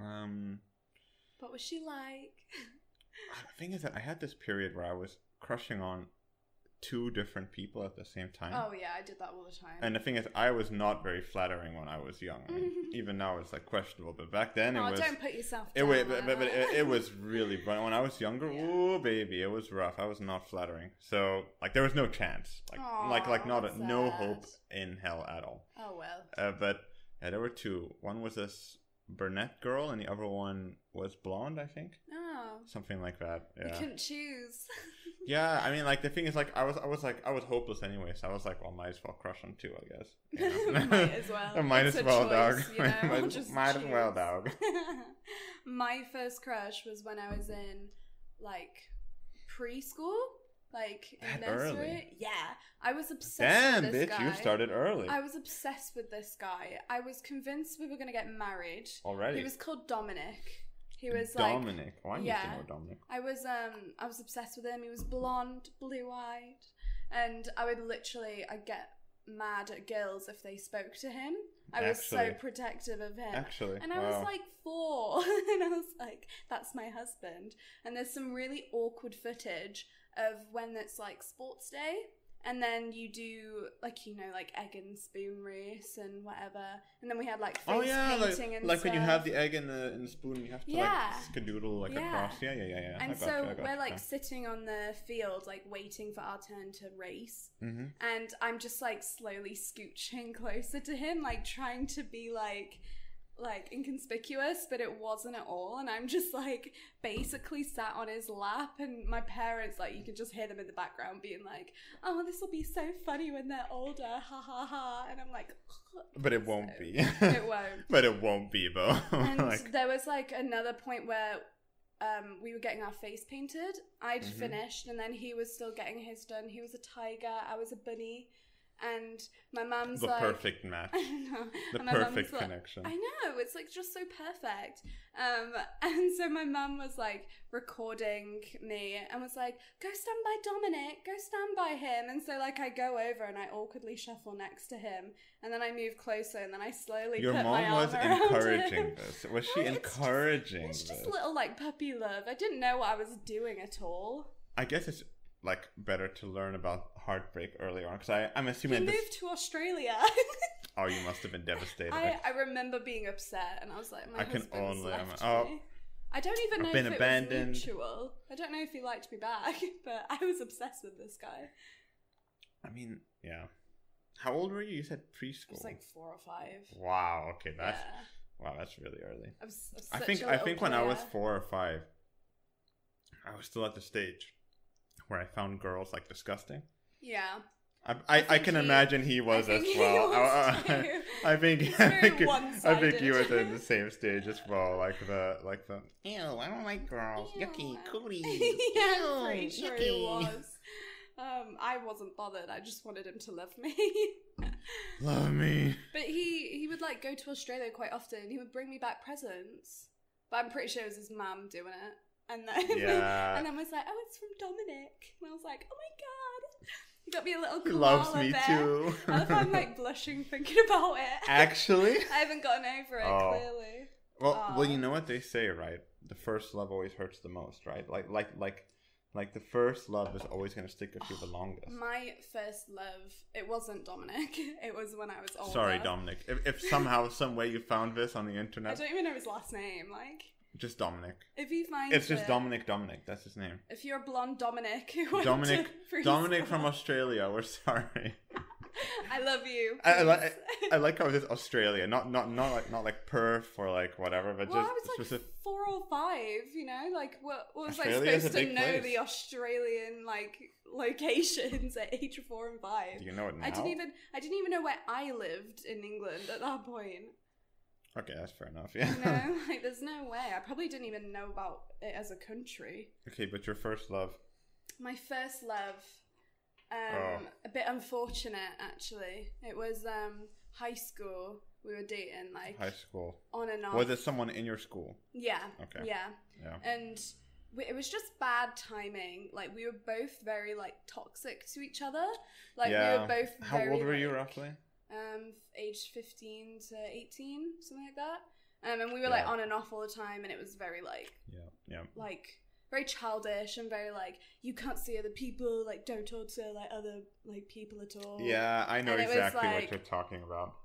[SPEAKER 1] Um,
[SPEAKER 2] What was she like?
[SPEAKER 1] the thing is that I had this period where I was crushing on two different people at the same time.
[SPEAKER 2] Oh yeah, I did that all the time.
[SPEAKER 1] And the thing is, I was not very flattering when I was young. I mean,
[SPEAKER 2] Mhm.
[SPEAKER 1] even now it's like questionable, but back then
[SPEAKER 2] oh,
[SPEAKER 1] it was.
[SPEAKER 2] don't put yourself.
[SPEAKER 1] It
[SPEAKER 2] down
[SPEAKER 1] wait, but, but, but
[SPEAKER 2] like
[SPEAKER 1] it,
[SPEAKER 2] that.
[SPEAKER 1] it was really but when I was younger,
[SPEAKER 2] Yeah.
[SPEAKER 1] ooh baby, it was rough. I was not flattering, so like there was no chance, like
[SPEAKER 2] Aw,
[SPEAKER 1] like like not a,
[SPEAKER 2] that's
[SPEAKER 1] no
[SPEAKER 2] sad.
[SPEAKER 1] hope in hell at all.
[SPEAKER 2] oh well.
[SPEAKER 1] Uh, but yeah, there were two. One was this brunette girl, and the other one was blonde, I think,
[SPEAKER 2] Oh,
[SPEAKER 1] something like that.
[SPEAKER 2] you
[SPEAKER 1] Yeah,
[SPEAKER 2] couldn't choose.
[SPEAKER 1] yeah. I mean, like the thing is, like I was, I was like, I was hopeless anyway, so I was like, well, might as well crush on two, I guess. You know?
[SPEAKER 2] might as well.
[SPEAKER 1] might
[SPEAKER 2] It's
[SPEAKER 1] as
[SPEAKER 2] a
[SPEAKER 1] well, dog.
[SPEAKER 2] choice, you know?
[SPEAKER 1] might
[SPEAKER 2] Just
[SPEAKER 1] might as well,
[SPEAKER 2] choose.
[SPEAKER 1] dog.
[SPEAKER 2] My first crush was when I was in like preschool, like in
[SPEAKER 1] That
[SPEAKER 2] nursery.
[SPEAKER 1] early?
[SPEAKER 2] Yeah, I was obsessed.
[SPEAKER 1] Damn,
[SPEAKER 2] with this
[SPEAKER 1] bitch,
[SPEAKER 2] guy.
[SPEAKER 1] you started early
[SPEAKER 2] I was obsessed with this guy. I was convinced we were gonna get married.
[SPEAKER 1] already.
[SPEAKER 2] He was called Dominic. He was like
[SPEAKER 1] Dominic. Why need
[SPEAKER 2] yeah.
[SPEAKER 1] to know Dominic?
[SPEAKER 2] I was um I was obsessed with him. He was blonde, blue eyed, and I would literally I get mad at girls if they spoke to him. I was so
[SPEAKER 1] Actually.
[SPEAKER 2] protective of him.
[SPEAKER 1] Actually,
[SPEAKER 2] And I
[SPEAKER 1] wow.
[SPEAKER 2] was like four, and I was like, "That's my husband." And there's some really awkward footage of when it's like sports day, and then you do like you know like egg and spoon race and whatever and then we had like face
[SPEAKER 1] Oh yeah, like,
[SPEAKER 2] painting and
[SPEAKER 1] like when you
[SPEAKER 2] stuff.
[SPEAKER 1] have the egg and the, and the spoon, you have to
[SPEAKER 2] Yeah.
[SPEAKER 1] like skadoodle like
[SPEAKER 2] Yeah.
[SPEAKER 1] across. Yeah, yeah, yeah, yeah. I
[SPEAKER 2] and
[SPEAKER 1] gotcha,
[SPEAKER 2] so
[SPEAKER 1] I gotcha.
[SPEAKER 2] we're like sitting on the field like waiting for our turn to race
[SPEAKER 1] hmm
[SPEAKER 2] and i'm just like slowly scooching closer to him like trying to be like like inconspicuous but it wasn't at all and i'm just like basically sat on his lap and my parents like you can just hear them in the background being like oh this will be so funny when they're older ha ha ha and i'm like
[SPEAKER 1] but it won't
[SPEAKER 2] So,
[SPEAKER 1] be.
[SPEAKER 2] it won't
[SPEAKER 1] but it won't be though.
[SPEAKER 2] and
[SPEAKER 1] like,
[SPEAKER 2] there was like another point where um, we were getting our face painted. I'd
[SPEAKER 1] Mhm.
[SPEAKER 2] finished, and then he was still getting his done. He was a tiger. I was a bunny, and my mum's
[SPEAKER 1] the
[SPEAKER 2] like,
[SPEAKER 1] perfect match,
[SPEAKER 2] I don't know.
[SPEAKER 1] the
[SPEAKER 2] And my mum's
[SPEAKER 1] perfect
[SPEAKER 2] like-
[SPEAKER 1] connection.
[SPEAKER 2] I know it's like just so perfect. Um, and so my mum was like recording me and was like, "Go stand by Dominic. Go stand by him." And so like I go over and I awkwardly shuffle next to him, and then I move closer, and then I slowly
[SPEAKER 1] Your
[SPEAKER 2] put
[SPEAKER 1] mom
[SPEAKER 2] my
[SPEAKER 1] was
[SPEAKER 2] arm around him.
[SPEAKER 1] encouraging this. Was she
[SPEAKER 2] Well, it's just-
[SPEAKER 1] encouraging
[SPEAKER 2] It's just
[SPEAKER 1] this?
[SPEAKER 2] little like puppy love. I didn't know what I was doing at all.
[SPEAKER 1] I guess it's like better to learn about heartbreak early on because I'm
[SPEAKER 2] We
[SPEAKER 1] assuming
[SPEAKER 2] moved
[SPEAKER 1] this.
[SPEAKER 2] to Australia.
[SPEAKER 1] Oh, you must have been devastated.
[SPEAKER 2] I, I remember being upset, and I was like, my
[SPEAKER 1] I can
[SPEAKER 2] husband's
[SPEAKER 1] only-
[SPEAKER 2] left
[SPEAKER 1] oh.
[SPEAKER 2] me. I don't even know
[SPEAKER 1] I've been
[SPEAKER 2] if
[SPEAKER 1] abandoned.
[SPEAKER 2] it was mutual. I don't know if he liked me back, but I was obsessed with this guy.
[SPEAKER 1] I mean, yeah. How old were you? You said
[SPEAKER 2] I was
[SPEAKER 1] preschool.
[SPEAKER 2] like four or five.
[SPEAKER 1] wow. Okay, that's
[SPEAKER 2] yeah.
[SPEAKER 1] wow. That's really early.
[SPEAKER 2] I was, I was
[SPEAKER 1] I
[SPEAKER 2] such
[SPEAKER 1] think
[SPEAKER 2] a
[SPEAKER 1] I
[SPEAKER 2] little
[SPEAKER 1] think when I was
[SPEAKER 2] player.
[SPEAKER 1] four or five, I was still at the stage where I found girls like disgusting.
[SPEAKER 2] Yeah.
[SPEAKER 1] I I, I,
[SPEAKER 2] think
[SPEAKER 1] can
[SPEAKER 2] he-
[SPEAKER 1] imagine he was
[SPEAKER 2] I
[SPEAKER 1] as
[SPEAKER 2] think he
[SPEAKER 1] well.
[SPEAKER 2] was
[SPEAKER 1] I- I-
[SPEAKER 2] too.
[SPEAKER 1] I think
[SPEAKER 2] It's
[SPEAKER 1] I
[SPEAKER 2] very
[SPEAKER 1] think, it- I think you
[SPEAKER 2] one-sided.
[SPEAKER 1] were in the same stage as well, like the like the ew, I don't like girls, yucky,
[SPEAKER 2] Ew.
[SPEAKER 1] cooties,
[SPEAKER 2] yeah,
[SPEAKER 1] ew,
[SPEAKER 2] I'm pretty sure he was. Um, I wasn't bothered. I just wanted him to love me.
[SPEAKER 1] Love me.
[SPEAKER 2] But he he would like go to Australia quite often. and He would bring me back presents, but I'm pretty sure it was his mum doing it. And then
[SPEAKER 1] Yeah.
[SPEAKER 2] and then I was like, oh, it's from Dominic, and I was like, oh my god, he got me a little
[SPEAKER 1] He
[SPEAKER 2] koala
[SPEAKER 1] loves me
[SPEAKER 2] bear.
[SPEAKER 1] too.
[SPEAKER 2] I love how I'm like blushing thinking about it.
[SPEAKER 1] Actually,
[SPEAKER 2] I haven't gotten over it
[SPEAKER 1] Oh.
[SPEAKER 2] clearly.
[SPEAKER 1] well, well,
[SPEAKER 2] Aw.
[SPEAKER 1] you know what they say, right? The first love always hurts the most, right? Like, like, like, like the first love is always gonna stick with you the longest.
[SPEAKER 2] Oh, My first love, it wasn't Dominic. It was when I was older.
[SPEAKER 1] Sorry, Dominic. If, if somehow, some way you found this on the
[SPEAKER 2] I
[SPEAKER 1] internet,
[SPEAKER 2] don't even know his last name. Like,
[SPEAKER 1] just Dominic.
[SPEAKER 2] if you find
[SPEAKER 1] It's just
[SPEAKER 2] it-
[SPEAKER 1] Dominic. Dominic. That's his name.
[SPEAKER 2] If you're a blonde Dominic, who went
[SPEAKER 1] Dominic-
[SPEAKER 2] to preschool-
[SPEAKER 1] Dominic from Australia. We're sorry.
[SPEAKER 2] I love you.
[SPEAKER 1] I- I like-
[SPEAKER 2] please.
[SPEAKER 1] I like how it is Australia, not not not like not like Perth or like whatever, but
[SPEAKER 2] well, I
[SPEAKER 1] just
[SPEAKER 2] was like
[SPEAKER 1] specific.
[SPEAKER 2] four or five, you know, like what, what was
[SPEAKER 1] Australia
[SPEAKER 2] I
[SPEAKER 1] is a
[SPEAKER 2] supposed to
[SPEAKER 1] big
[SPEAKER 2] know
[SPEAKER 1] place.
[SPEAKER 2] the Australian like locations at age four and five?
[SPEAKER 1] Do you know it now?
[SPEAKER 2] I didn't even I didn't even know where I lived in England at that point.
[SPEAKER 1] Okay, that's fair enough. Yeah.
[SPEAKER 2] You know, like there's no way. I probably didn't even know about it as a country.
[SPEAKER 1] okay, but your first love.
[SPEAKER 2] My first love,
[SPEAKER 1] Oh.
[SPEAKER 2] um, a bit unfortunate actually. It was um high school. We were dating like
[SPEAKER 1] High school.
[SPEAKER 2] on and off.
[SPEAKER 1] Was it someone in your school?
[SPEAKER 2] Yeah.
[SPEAKER 1] Okay.
[SPEAKER 2] Yeah.
[SPEAKER 1] Yeah.
[SPEAKER 2] And we, it was just bad timing. Like we were both very like toxic to each other. Like we
[SPEAKER 1] Yeah.
[SPEAKER 2] were both.
[SPEAKER 1] How
[SPEAKER 2] very,
[SPEAKER 1] old were you
[SPEAKER 2] like,
[SPEAKER 1] roughly?
[SPEAKER 2] Um, age fifteen to eighteen, something like that. Um, and we were like
[SPEAKER 1] Yeah.
[SPEAKER 2] on and off all the time, and it was very like
[SPEAKER 1] Yeah. Yeah.
[SPEAKER 2] like very childish and very like you can't see other people. Like don't talk to like other like people at all.
[SPEAKER 1] Yeah, I know
[SPEAKER 2] And it was
[SPEAKER 1] exactly what
[SPEAKER 2] like-
[SPEAKER 1] you're talking about.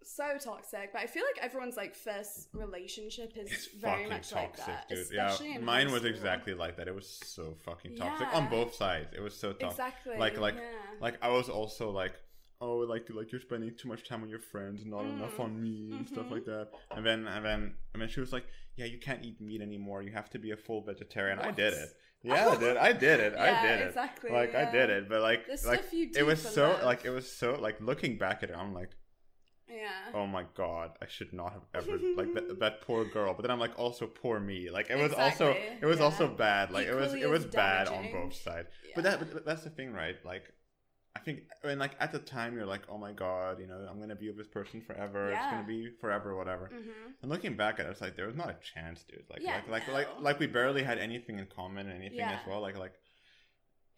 [SPEAKER 2] So toxic, but I feel like everyone's like first relationship is
[SPEAKER 1] It's
[SPEAKER 2] very
[SPEAKER 1] fucking
[SPEAKER 2] much
[SPEAKER 1] toxic,
[SPEAKER 2] like that.
[SPEAKER 1] dude. Yeah,
[SPEAKER 2] especially in
[SPEAKER 1] mine
[SPEAKER 2] high
[SPEAKER 1] was
[SPEAKER 2] school.
[SPEAKER 1] exactly like that. It was so fucking toxic on
[SPEAKER 2] Yeah.
[SPEAKER 1] both sides. It was so toxic.
[SPEAKER 2] Exactly.
[SPEAKER 1] Like- like-
[SPEAKER 2] yeah.
[SPEAKER 1] Like I was also like, oh, like like you're spending too much time on your friends, not enough
[SPEAKER 2] Mm.
[SPEAKER 1] on me and stuff
[SPEAKER 2] Mhm.
[SPEAKER 1] like that. And then and then and then she was like, yeah, you can't eat meat anymore. You have to be a full vegetarian. I did
[SPEAKER 2] What?
[SPEAKER 1] it. Yeah, I did. I did it. I
[SPEAKER 2] Yeah,
[SPEAKER 1] did it.
[SPEAKER 2] Exactly.
[SPEAKER 1] Like I did it. But like
[SPEAKER 2] The
[SPEAKER 1] like
[SPEAKER 2] stuff you do
[SPEAKER 1] it was
[SPEAKER 2] for
[SPEAKER 1] so
[SPEAKER 2] love.
[SPEAKER 1] like it was so like looking back at it, I'm like,
[SPEAKER 2] Yeah.
[SPEAKER 1] oh my god, I should not have ever like that, that poor girl. But then I'm like, also poor me. Like it was also
[SPEAKER 2] Exactly,
[SPEAKER 1] it was
[SPEAKER 2] yeah.
[SPEAKER 1] also bad. Like it was
[SPEAKER 2] Equally
[SPEAKER 1] it was
[SPEAKER 2] as
[SPEAKER 1] bad on
[SPEAKER 2] damaging.
[SPEAKER 1] both sides.
[SPEAKER 2] yeah.
[SPEAKER 1] But that but that's the thing, right? Like, I think and like at the time you're like, oh my god, you know, I'm gonna be with this person forever. It's
[SPEAKER 2] Yeah.
[SPEAKER 1] gonna be forever, whatever.
[SPEAKER 2] Mhm.
[SPEAKER 1] And looking back at it, it's like there was not a chance, dude. Like
[SPEAKER 2] Yeah,
[SPEAKER 1] like like
[SPEAKER 2] no.
[SPEAKER 1] like like we barely had anything in common, and anything as
[SPEAKER 2] Yeah.
[SPEAKER 1] well. Like like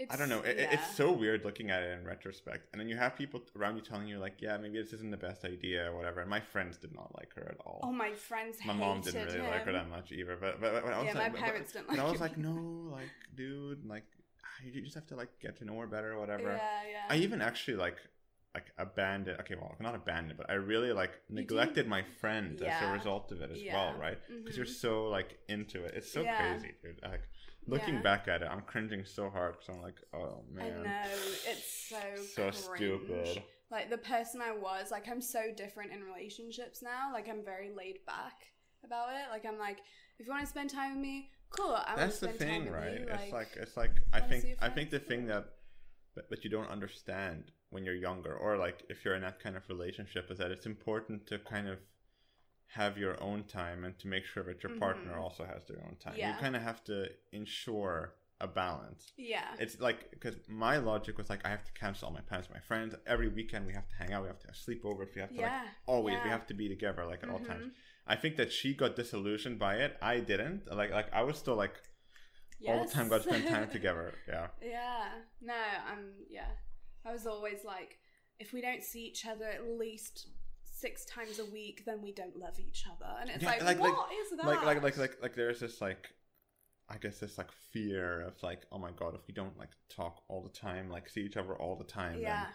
[SPEAKER 2] It's,
[SPEAKER 1] I don't know. It, it-
[SPEAKER 2] yeah.
[SPEAKER 1] It's so weird looking at it in retrospect. And then you have people around you telling you like, yeah, maybe this isn't the best idea or whatever. And my friends did not like her at all.
[SPEAKER 2] Oh, my friends.
[SPEAKER 1] my mom didn't
[SPEAKER 2] hated
[SPEAKER 1] really like her
[SPEAKER 2] him.
[SPEAKER 1] that much either. But but, but, but I was
[SPEAKER 2] Yeah,
[SPEAKER 1] like,
[SPEAKER 2] my
[SPEAKER 1] but- but-
[SPEAKER 2] parents didn't like.
[SPEAKER 1] and I was
[SPEAKER 2] him.
[SPEAKER 1] like, no, like, dude, like, you just have to like get to know her better or whatever.
[SPEAKER 2] Yeah, yeah.
[SPEAKER 1] I even actually like like abandoned. Okay, well, not abandoned, but I really like
[SPEAKER 2] You
[SPEAKER 1] neglected
[SPEAKER 2] did-
[SPEAKER 1] my friend as a
[SPEAKER 2] Yeah.
[SPEAKER 1] result of it as
[SPEAKER 2] Yeah.
[SPEAKER 1] well, right? Because you're
[SPEAKER 2] Mhm.
[SPEAKER 1] so like into it. It's so
[SPEAKER 2] Yeah.
[SPEAKER 1] crazy, dude. Like looking
[SPEAKER 2] Mm-hmm. Yeah.
[SPEAKER 1] back at it, I'm cringing so hard because I'm like, oh
[SPEAKER 2] I
[SPEAKER 1] man,
[SPEAKER 2] know it's so
[SPEAKER 1] so
[SPEAKER 2] cringe.
[SPEAKER 1] stupid.
[SPEAKER 2] Like the person I was, like I'm so different in relationships now. Like I'm very laid back about it. Like I'm like, if you want to spend time with me, cool. I want to
[SPEAKER 1] That's the
[SPEAKER 2] spend time
[SPEAKER 1] thing,
[SPEAKER 2] with
[SPEAKER 1] right?
[SPEAKER 2] you.
[SPEAKER 1] it's like it's like I
[SPEAKER 2] wanna see
[SPEAKER 1] think
[SPEAKER 2] your
[SPEAKER 1] I think the
[SPEAKER 2] friends?
[SPEAKER 1] thing
[SPEAKER 2] Yeah.
[SPEAKER 1] that that that you don't understand when you're younger, or like if you're in that kind of relationship, is that it's important to kind of have your own time and to make sure that your partner
[SPEAKER 2] Mhm.
[SPEAKER 1] also has their own time. You
[SPEAKER 2] Yeah.
[SPEAKER 1] kind of have to ensure a balance.
[SPEAKER 2] yeah,
[SPEAKER 1] It's like because my logic was like I have to cancel all my plans with my friends every weekend. We have to hang out. We have to have sleepovers. We have to
[SPEAKER 2] yeah,
[SPEAKER 1] like always. We
[SPEAKER 2] yeah.
[SPEAKER 1] have to be together like at all times.
[SPEAKER 2] Mhm.
[SPEAKER 1] I think that she got disillusioned by it. I didn't. Like like I was still like all the time got to spend time
[SPEAKER 2] Mm-hmm. Yes.
[SPEAKER 1] together. Yeah.
[SPEAKER 2] Yeah. No, I'm yeah. I was always like, if we don't see each other at least six times a week, then we don't love each other. And it's
[SPEAKER 1] Yeah,
[SPEAKER 2] like, what
[SPEAKER 1] like- like-
[SPEAKER 2] is that?
[SPEAKER 1] Like like like like like there's this like I guess this like fear of like, oh my god, if we don't like talk all the time, like see each other all the time,
[SPEAKER 2] Yeah.
[SPEAKER 1] then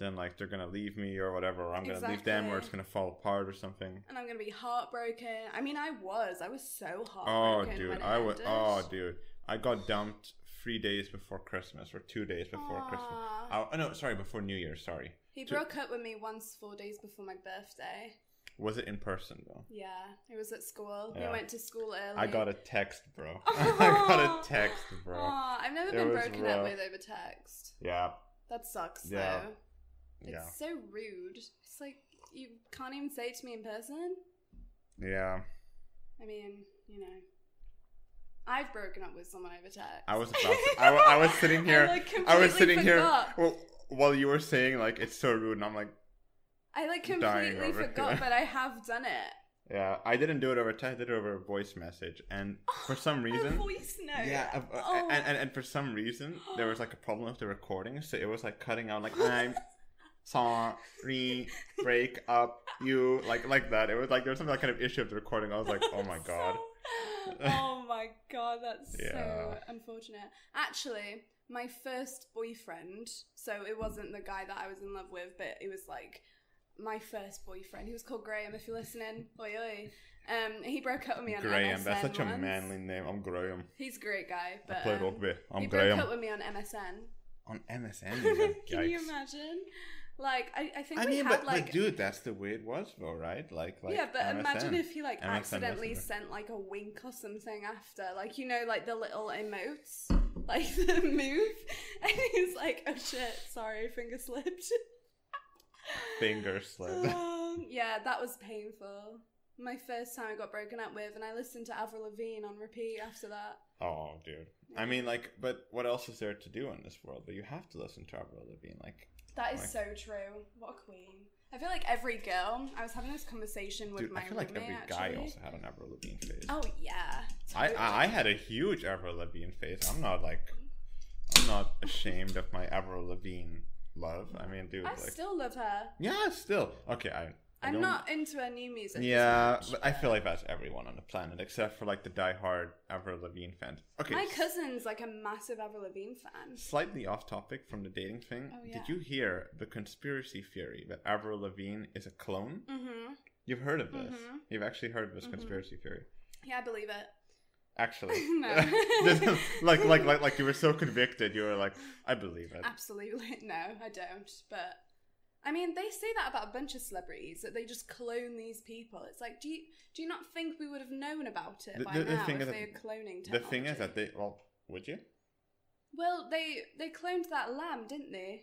[SPEAKER 1] then like they're gonna leave me or whatever, or I'm gonna leave them or
[SPEAKER 2] Exactly.
[SPEAKER 1] it's gonna fall apart or something.
[SPEAKER 2] And I'm gonna be heartbroken. I mean, I was. I was so
[SPEAKER 1] Oh
[SPEAKER 2] heartbroken. when
[SPEAKER 1] dude,
[SPEAKER 2] it
[SPEAKER 1] I was
[SPEAKER 2] ended.
[SPEAKER 1] oh dude. I got dumped three days before Christmas or two days before Christmas.
[SPEAKER 2] Aw.
[SPEAKER 1] Oh no, sorry, before New Year, sorry.
[SPEAKER 2] He
[SPEAKER 1] to-
[SPEAKER 2] broke up with me once four days before my birthday.
[SPEAKER 1] Was it in person though?
[SPEAKER 2] Yeah, it was at school.
[SPEAKER 1] Yeah.
[SPEAKER 2] We went to school early.
[SPEAKER 1] I got a text, bro. I got
[SPEAKER 2] Aw.
[SPEAKER 1] a text, bro.
[SPEAKER 2] Aw, I've never
[SPEAKER 1] It
[SPEAKER 2] been
[SPEAKER 1] was
[SPEAKER 2] broken up
[SPEAKER 1] rough.
[SPEAKER 2] with over text.
[SPEAKER 1] Yeah.
[SPEAKER 2] That sucks
[SPEAKER 1] Yeah.
[SPEAKER 2] though. It's
[SPEAKER 1] Yeah.
[SPEAKER 2] so rude. It's like you can't even say it to me in person.
[SPEAKER 1] Yeah.
[SPEAKER 2] I mean, you know, I've broken up with someone over text.
[SPEAKER 1] I was about to- I wa- I was sitting here-
[SPEAKER 2] like,
[SPEAKER 1] I was
[SPEAKER 2] completely
[SPEAKER 1] sitting here
[SPEAKER 2] forgot.
[SPEAKER 1] well, while you were saying like it's so rude, and I'm like,
[SPEAKER 2] I like
[SPEAKER 1] dying
[SPEAKER 2] completely
[SPEAKER 1] over
[SPEAKER 2] forgot,
[SPEAKER 1] here.
[SPEAKER 2] but I have done it.
[SPEAKER 1] yeah, I didn't do it over text. I did it over a voice message, and for some
[SPEAKER 2] A
[SPEAKER 1] reason,
[SPEAKER 2] voice note.
[SPEAKER 1] yeah, a- a-
[SPEAKER 2] Oh.
[SPEAKER 1] and, and and for some reason there was like a problem with the recording, so it was like cutting out like I'm sorry, break up you like like that. It was like there was some like, kind of issue of the recording. I was like, oh my god,
[SPEAKER 2] So- oh my god, that's so
[SPEAKER 1] Yeah.
[SPEAKER 2] unfortunate. Actually, my first boyfriend, so it wasn't the guy that I was in love with, but it was like my first boyfriend. He was called Graham, if you're listening. Oi oi. Um, he broke up with me on
[SPEAKER 1] Graham.
[SPEAKER 2] MSN.
[SPEAKER 1] That's such a
[SPEAKER 2] once.
[SPEAKER 1] manly name. I'm Graham.
[SPEAKER 2] He's a great
[SPEAKER 1] I
[SPEAKER 2] guy, but
[SPEAKER 1] played
[SPEAKER 2] um,
[SPEAKER 1] rugby. I'm
[SPEAKER 2] he broke up
[SPEAKER 1] Graham
[SPEAKER 2] with me on MSN.
[SPEAKER 1] on MSN.
[SPEAKER 2] Can
[SPEAKER 1] even.
[SPEAKER 2] you
[SPEAKER 1] Yikes.
[SPEAKER 2] imagine? Like, I, I think
[SPEAKER 1] I
[SPEAKER 2] we
[SPEAKER 1] mean,
[SPEAKER 2] had
[SPEAKER 1] but,
[SPEAKER 2] like
[SPEAKER 1] but dude, that's the way it was, though, right? Like, like
[SPEAKER 2] yeah, but imagine
[SPEAKER 1] MSN.
[SPEAKER 2] if he like
[SPEAKER 1] MSN
[SPEAKER 2] accidentally
[SPEAKER 1] Messenger.
[SPEAKER 2] sent like a wink or something after, like you know, like the little emotes, like the move, and he's like, "Oh shit, sorry, finger slipped."
[SPEAKER 1] finger slip.
[SPEAKER 2] Um, yeah, that was painful. My first time I got broken up with, and I listened to Avril Lavigne on repeat after that.
[SPEAKER 1] oh, dude. I mean, like, but what else is there to do in this world? But you have to listen to Avril Lavigne. Like,
[SPEAKER 2] that is
[SPEAKER 1] like-
[SPEAKER 2] so true. What a queen! I feel like every girl. I was having this conversation with
[SPEAKER 1] dude,
[SPEAKER 2] my
[SPEAKER 1] I feel like
[SPEAKER 2] roommate
[SPEAKER 1] every
[SPEAKER 2] actually.
[SPEAKER 1] guy also had an Avril Lavigne phase.
[SPEAKER 2] Oh yeah,
[SPEAKER 1] I,
[SPEAKER 2] totally.
[SPEAKER 1] I I had a huge Avril Lavigne phase. I'm not like, I'm not ashamed of my Avril Lavigne love. I mean, dude,
[SPEAKER 2] I
[SPEAKER 1] like,
[SPEAKER 2] still love her.
[SPEAKER 1] yeah, still okay. I, I
[SPEAKER 2] I'm
[SPEAKER 1] don't-
[SPEAKER 2] not into her new music. as
[SPEAKER 1] Yeah,
[SPEAKER 2] much,
[SPEAKER 1] but I feel like that's everyone on the planet except for like the diehard Avril Lavigne fans. Okay,
[SPEAKER 2] my
[SPEAKER 1] s-
[SPEAKER 2] cousin's like a massive Avril Lavigne fan.
[SPEAKER 1] Slightly off topic from the dating thing.
[SPEAKER 2] Oh, yeah.
[SPEAKER 1] Did you hear the conspiracy theory that Avril Lavigne is a clone?
[SPEAKER 2] Mm-hmm.
[SPEAKER 1] You've heard of this.
[SPEAKER 2] Mhm.
[SPEAKER 1] You've actually heard of this
[SPEAKER 2] Mhm.
[SPEAKER 1] conspiracy theory.
[SPEAKER 2] Yeah, I believe it.
[SPEAKER 1] Actually,
[SPEAKER 2] No.
[SPEAKER 1] This- like like like like you were so convicted. You were like, I believe it.
[SPEAKER 2] Absolutely no, I don't. But I mean, they say that about a bunch of celebrities that they just clone these people. It's like, do you do you not think we would have known about it
[SPEAKER 1] The-
[SPEAKER 2] by
[SPEAKER 1] the- the
[SPEAKER 2] now
[SPEAKER 1] thing
[SPEAKER 2] if
[SPEAKER 1] is
[SPEAKER 2] they
[SPEAKER 1] that-
[SPEAKER 2] are cloning? Technology?
[SPEAKER 1] The thing is that they well, would you?
[SPEAKER 2] well, they they cloned that lamb, didn't they?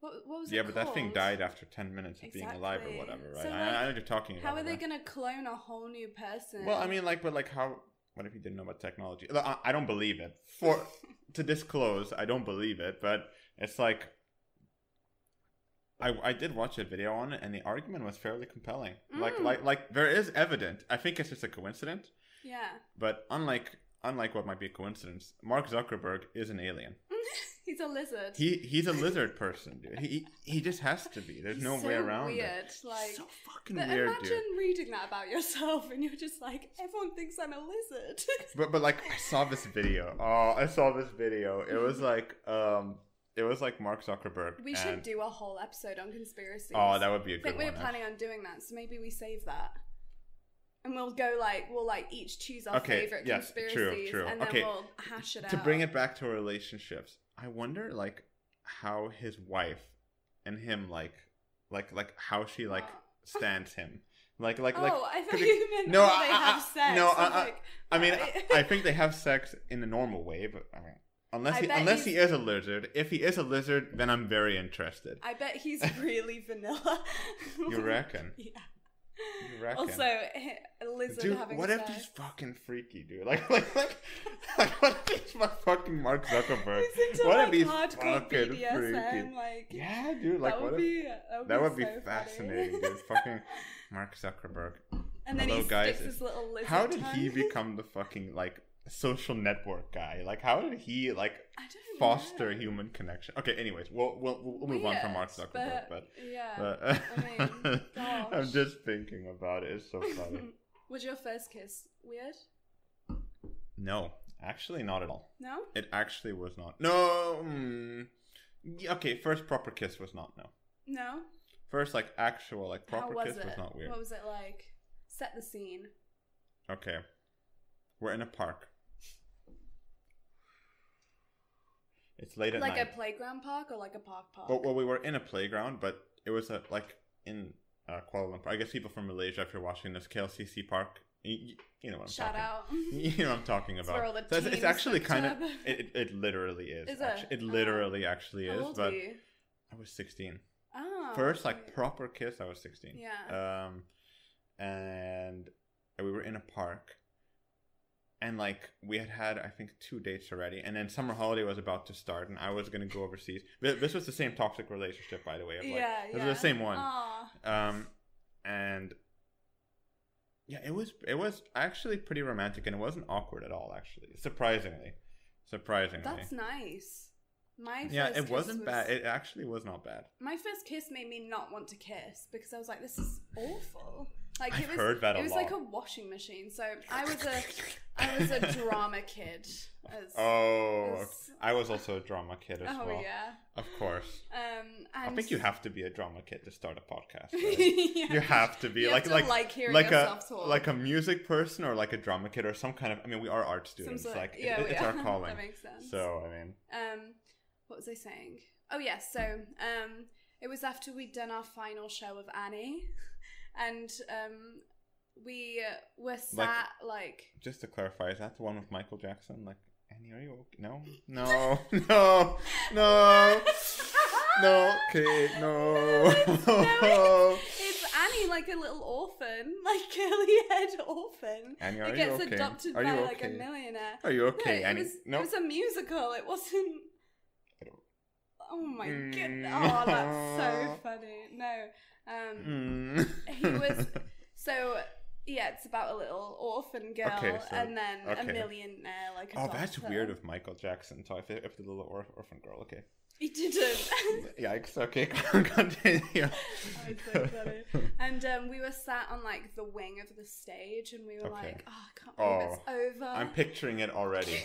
[SPEAKER 2] What what was
[SPEAKER 1] yeah,
[SPEAKER 2] it
[SPEAKER 1] but that thing
[SPEAKER 2] called?
[SPEAKER 1] died after ten minutes of being alive or
[SPEAKER 2] Exactly.
[SPEAKER 1] whatever, right?
[SPEAKER 2] So,
[SPEAKER 1] I, I
[SPEAKER 2] like,
[SPEAKER 1] know what you're talking about.
[SPEAKER 2] How are they
[SPEAKER 1] right?
[SPEAKER 2] going to clone a whole new person?
[SPEAKER 1] Well, I mean, like, but like, how? What if you didn't know about technology? Look, I, I don't believe it. For to disclose, I don't believe it. But it's like, I I did watch a video on it, and the argument was fairly compelling. Like,
[SPEAKER 2] Mm.
[SPEAKER 1] like, like, there is evidence. I think it's just a coincidence.
[SPEAKER 2] yeah.
[SPEAKER 1] But unlike unlike what might be a coincidence, Mark Zuckerberg is an alien.
[SPEAKER 2] He's a lizard.
[SPEAKER 1] He he's a lizard person, dude. He he just has to be. There's
[SPEAKER 2] He's
[SPEAKER 1] no
[SPEAKER 2] so
[SPEAKER 1] way around
[SPEAKER 2] Weird,
[SPEAKER 1] it.
[SPEAKER 2] like.
[SPEAKER 1] so fucking
[SPEAKER 2] but
[SPEAKER 1] weird,
[SPEAKER 2] imagine
[SPEAKER 1] dude.
[SPEAKER 2] reading that about yourself, and you're just like, everyone thinks I'm a lizard.
[SPEAKER 1] But but like I saw this video. Oh, I saw this video. It was like um, it was like Mark Zuckerberg.
[SPEAKER 2] Mm-hmm. we should
[SPEAKER 1] and-
[SPEAKER 2] do a whole episode on conspiracies.
[SPEAKER 1] Oh, that would be a
[SPEAKER 2] I
[SPEAKER 1] good
[SPEAKER 2] think we were
[SPEAKER 1] one.
[SPEAKER 2] planning on doing that, so maybe we save that. And we'll go like we'll like each choose our
[SPEAKER 1] Okay,
[SPEAKER 2] favorite
[SPEAKER 1] yes, true,
[SPEAKER 2] conspiracies,
[SPEAKER 1] true.
[SPEAKER 2] and then
[SPEAKER 1] Okay,
[SPEAKER 2] we'll hash it out.
[SPEAKER 1] to bring it back to relationships i wonder like how his wife and him like like like how she like
[SPEAKER 2] Oh.
[SPEAKER 1] stands him like like
[SPEAKER 2] oh,
[SPEAKER 1] like
[SPEAKER 2] I thought
[SPEAKER 1] could it-
[SPEAKER 2] you meant
[SPEAKER 1] No,
[SPEAKER 2] how they
[SPEAKER 1] I- I-
[SPEAKER 2] have sex.
[SPEAKER 1] no, uh,
[SPEAKER 2] I, was
[SPEAKER 1] I- I-
[SPEAKER 2] like,
[SPEAKER 1] i mean
[SPEAKER 2] I-
[SPEAKER 1] I, I think they have sex in a normal way but i mean unless
[SPEAKER 2] I
[SPEAKER 1] he,
[SPEAKER 2] bet
[SPEAKER 1] unless
[SPEAKER 2] he's-
[SPEAKER 1] he is a lizard if he is a lizard then i'm very interested
[SPEAKER 2] I bet he's really vanilla.
[SPEAKER 1] you reckon
[SPEAKER 2] Yeah.
[SPEAKER 1] you reckon
[SPEAKER 2] Also, eh, a lizard
[SPEAKER 1] Dude,
[SPEAKER 2] having
[SPEAKER 1] what
[SPEAKER 2] sex.
[SPEAKER 1] if he's fucking freaky, dude? Like, like, like, like what if he's my fucking Mark Zuckerberg?
[SPEAKER 2] He's into
[SPEAKER 1] what
[SPEAKER 2] like
[SPEAKER 1] if he's
[SPEAKER 2] hardcore
[SPEAKER 1] fucking
[SPEAKER 2] BDSM,
[SPEAKER 1] freaky?
[SPEAKER 2] like
[SPEAKER 1] Yeah, dude. Like,
[SPEAKER 2] that
[SPEAKER 1] what
[SPEAKER 2] would
[SPEAKER 1] if
[SPEAKER 2] be that would
[SPEAKER 1] That
[SPEAKER 2] be,
[SPEAKER 1] would be
[SPEAKER 2] so funny.
[SPEAKER 1] fascinating, dude. Fucking Mark Zuckerberg.
[SPEAKER 2] and then
[SPEAKER 1] Hello,
[SPEAKER 2] he
[SPEAKER 1] guys.
[SPEAKER 2] sticks his little lizard.
[SPEAKER 1] How did
[SPEAKER 2] tongue.
[SPEAKER 1] he become the fucking like social network guy? Like, how did he like
[SPEAKER 2] I don't
[SPEAKER 1] foster
[SPEAKER 2] know.
[SPEAKER 1] human connection? Okay, anyways, we'll we'll we'll we'll move on from Mark
[SPEAKER 2] Weird,
[SPEAKER 1] Zuckerberg, but.
[SPEAKER 2] yeah.
[SPEAKER 1] but uh,
[SPEAKER 2] mean,
[SPEAKER 1] I'm
[SPEAKER 2] gosh.
[SPEAKER 1] just thinking about it. It's so funny.
[SPEAKER 2] Was your first kiss weird?
[SPEAKER 1] no, actually, not at all.
[SPEAKER 2] No?
[SPEAKER 1] It actually was not. No. mm, yeah, okay, first proper kiss was not no.
[SPEAKER 2] No?
[SPEAKER 1] First, like actual like proper
[SPEAKER 2] How was
[SPEAKER 1] kiss
[SPEAKER 2] it?
[SPEAKER 1] was not weird.
[SPEAKER 2] What was it like? Set the scene.
[SPEAKER 1] Okay. We're in a park. It's late at
[SPEAKER 2] like
[SPEAKER 1] night.
[SPEAKER 2] a playground park or like a park park?
[SPEAKER 1] well, well, we were in a playground, but it was a, like in uh, Kuala Lumpur. I guess people from Malaysia, if you're watching this, KLCC Park, you, you know what I'm
[SPEAKER 2] Shout
[SPEAKER 1] talking
[SPEAKER 2] out.
[SPEAKER 1] You know what I'm talking
[SPEAKER 2] It's
[SPEAKER 1] about.
[SPEAKER 2] where all the
[SPEAKER 1] So it's, it's
[SPEAKER 2] teens
[SPEAKER 1] actually
[SPEAKER 2] hooked
[SPEAKER 1] kind of.
[SPEAKER 2] up.
[SPEAKER 1] It, it, it literally is.
[SPEAKER 2] Is
[SPEAKER 1] actu-
[SPEAKER 2] it?
[SPEAKER 1] It
[SPEAKER 2] Oh.
[SPEAKER 1] literally actually
[SPEAKER 2] How
[SPEAKER 1] is.
[SPEAKER 2] old
[SPEAKER 1] But
[SPEAKER 2] were you?
[SPEAKER 1] I was 16.
[SPEAKER 2] Oh,
[SPEAKER 1] First, like
[SPEAKER 2] okay.
[SPEAKER 1] proper kiss, I was 16.
[SPEAKER 2] Yeah.
[SPEAKER 1] Um, and we were in a park, and like we had had I think two dates already, and then summer holiday was about to start, and I was gonna go overseas. Th- This was the same toxic relationship, by the way. Of, like,
[SPEAKER 2] yeah,
[SPEAKER 1] This
[SPEAKER 2] yeah. Oh.
[SPEAKER 1] was the same one.
[SPEAKER 2] Aw.
[SPEAKER 1] Um, and yeah, it was it was actually pretty romantic, and it wasn't awkward at all. Actually, surprisingly, surprisingly.
[SPEAKER 2] that's nice. My
[SPEAKER 1] yeah,
[SPEAKER 2] first
[SPEAKER 1] it
[SPEAKER 2] kiss
[SPEAKER 1] wasn't
[SPEAKER 2] was-
[SPEAKER 1] bad. It actually was not bad.
[SPEAKER 2] my first kiss made me not want to kiss because I was like, this is awful. Like
[SPEAKER 1] I've
[SPEAKER 2] it was,
[SPEAKER 1] heard that a
[SPEAKER 2] it was
[SPEAKER 1] lot.
[SPEAKER 2] like a washing machine. So I was a, I was a drama kid. As,
[SPEAKER 1] Oh,
[SPEAKER 2] as-
[SPEAKER 1] I was also a drama kid as
[SPEAKER 2] oh
[SPEAKER 1] well.
[SPEAKER 2] yeah.
[SPEAKER 1] Of course.
[SPEAKER 2] Um, and
[SPEAKER 1] I think you have to be a drama kid to start a podcast. right?
[SPEAKER 2] yeah.
[SPEAKER 1] You have to be
[SPEAKER 2] You have
[SPEAKER 1] like
[SPEAKER 2] to
[SPEAKER 1] like
[SPEAKER 2] like hearing
[SPEAKER 1] like a
[SPEAKER 2] yourself talk.
[SPEAKER 1] like a music person or like a drama kid or some kind of. I mean, we are art
[SPEAKER 2] Some
[SPEAKER 1] students.
[SPEAKER 2] sort-
[SPEAKER 1] like it-
[SPEAKER 2] yeah,
[SPEAKER 1] it- it's
[SPEAKER 2] yeah.
[SPEAKER 1] our calling.
[SPEAKER 2] that makes sense.
[SPEAKER 1] so I mean,
[SPEAKER 2] um, what was I saying? Oh yes, so um, it was after we'd done our final show of Annie, and um, we uh, were sat like
[SPEAKER 1] just to clarify, is that the one with Michael Jackson? Like, Annie, are you okay? No, no, no, no, no. Okay,
[SPEAKER 2] No,
[SPEAKER 1] no.
[SPEAKER 2] it's- no, It's Annie, like a little orphan, like curly haired orphan.
[SPEAKER 1] Annie, are
[SPEAKER 2] That
[SPEAKER 1] you
[SPEAKER 2] gets
[SPEAKER 1] okay?
[SPEAKER 2] adopted
[SPEAKER 1] are
[SPEAKER 2] by
[SPEAKER 1] you okay?
[SPEAKER 2] like a millionaire.
[SPEAKER 1] Are you okay,
[SPEAKER 2] no, it
[SPEAKER 1] Annie?
[SPEAKER 2] was,
[SPEAKER 1] no.
[SPEAKER 2] it was a musical. It wasn't.
[SPEAKER 1] I don't-
[SPEAKER 2] Oh my
[SPEAKER 1] Mm.
[SPEAKER 2] goodness! Oh, that's so funny. No, um,
[SPEAKER 1] Mm.
[SPEAKER 2] he was- so yeah, it's about a little orphan girl
[SPEAKER 1] Okay, so-
[SPEAKER 2] and then
[SPEAKER 1] okay.
[SPEAKER 2] a millionaire. Like,
[SPEAKER 1] Oh, that's
[SPEAKER 2] adopts her.
[SPEAKER 1] weird with Michael Jackson. So if, if the little orph- orphan girl, okay.
[SPEAKER 2] He didn't.
[SPEAKER 1] Yikes. Okay, continue.
[SPEAKER 2] It's so funny. And um, we were sat on like the wing of the stage, and we were
[SPEAKER 1] Okay.
[SPEAKER 2] like, "Oh, I can't believe it's over."
[SPEAKER 1] I'm picturing it already.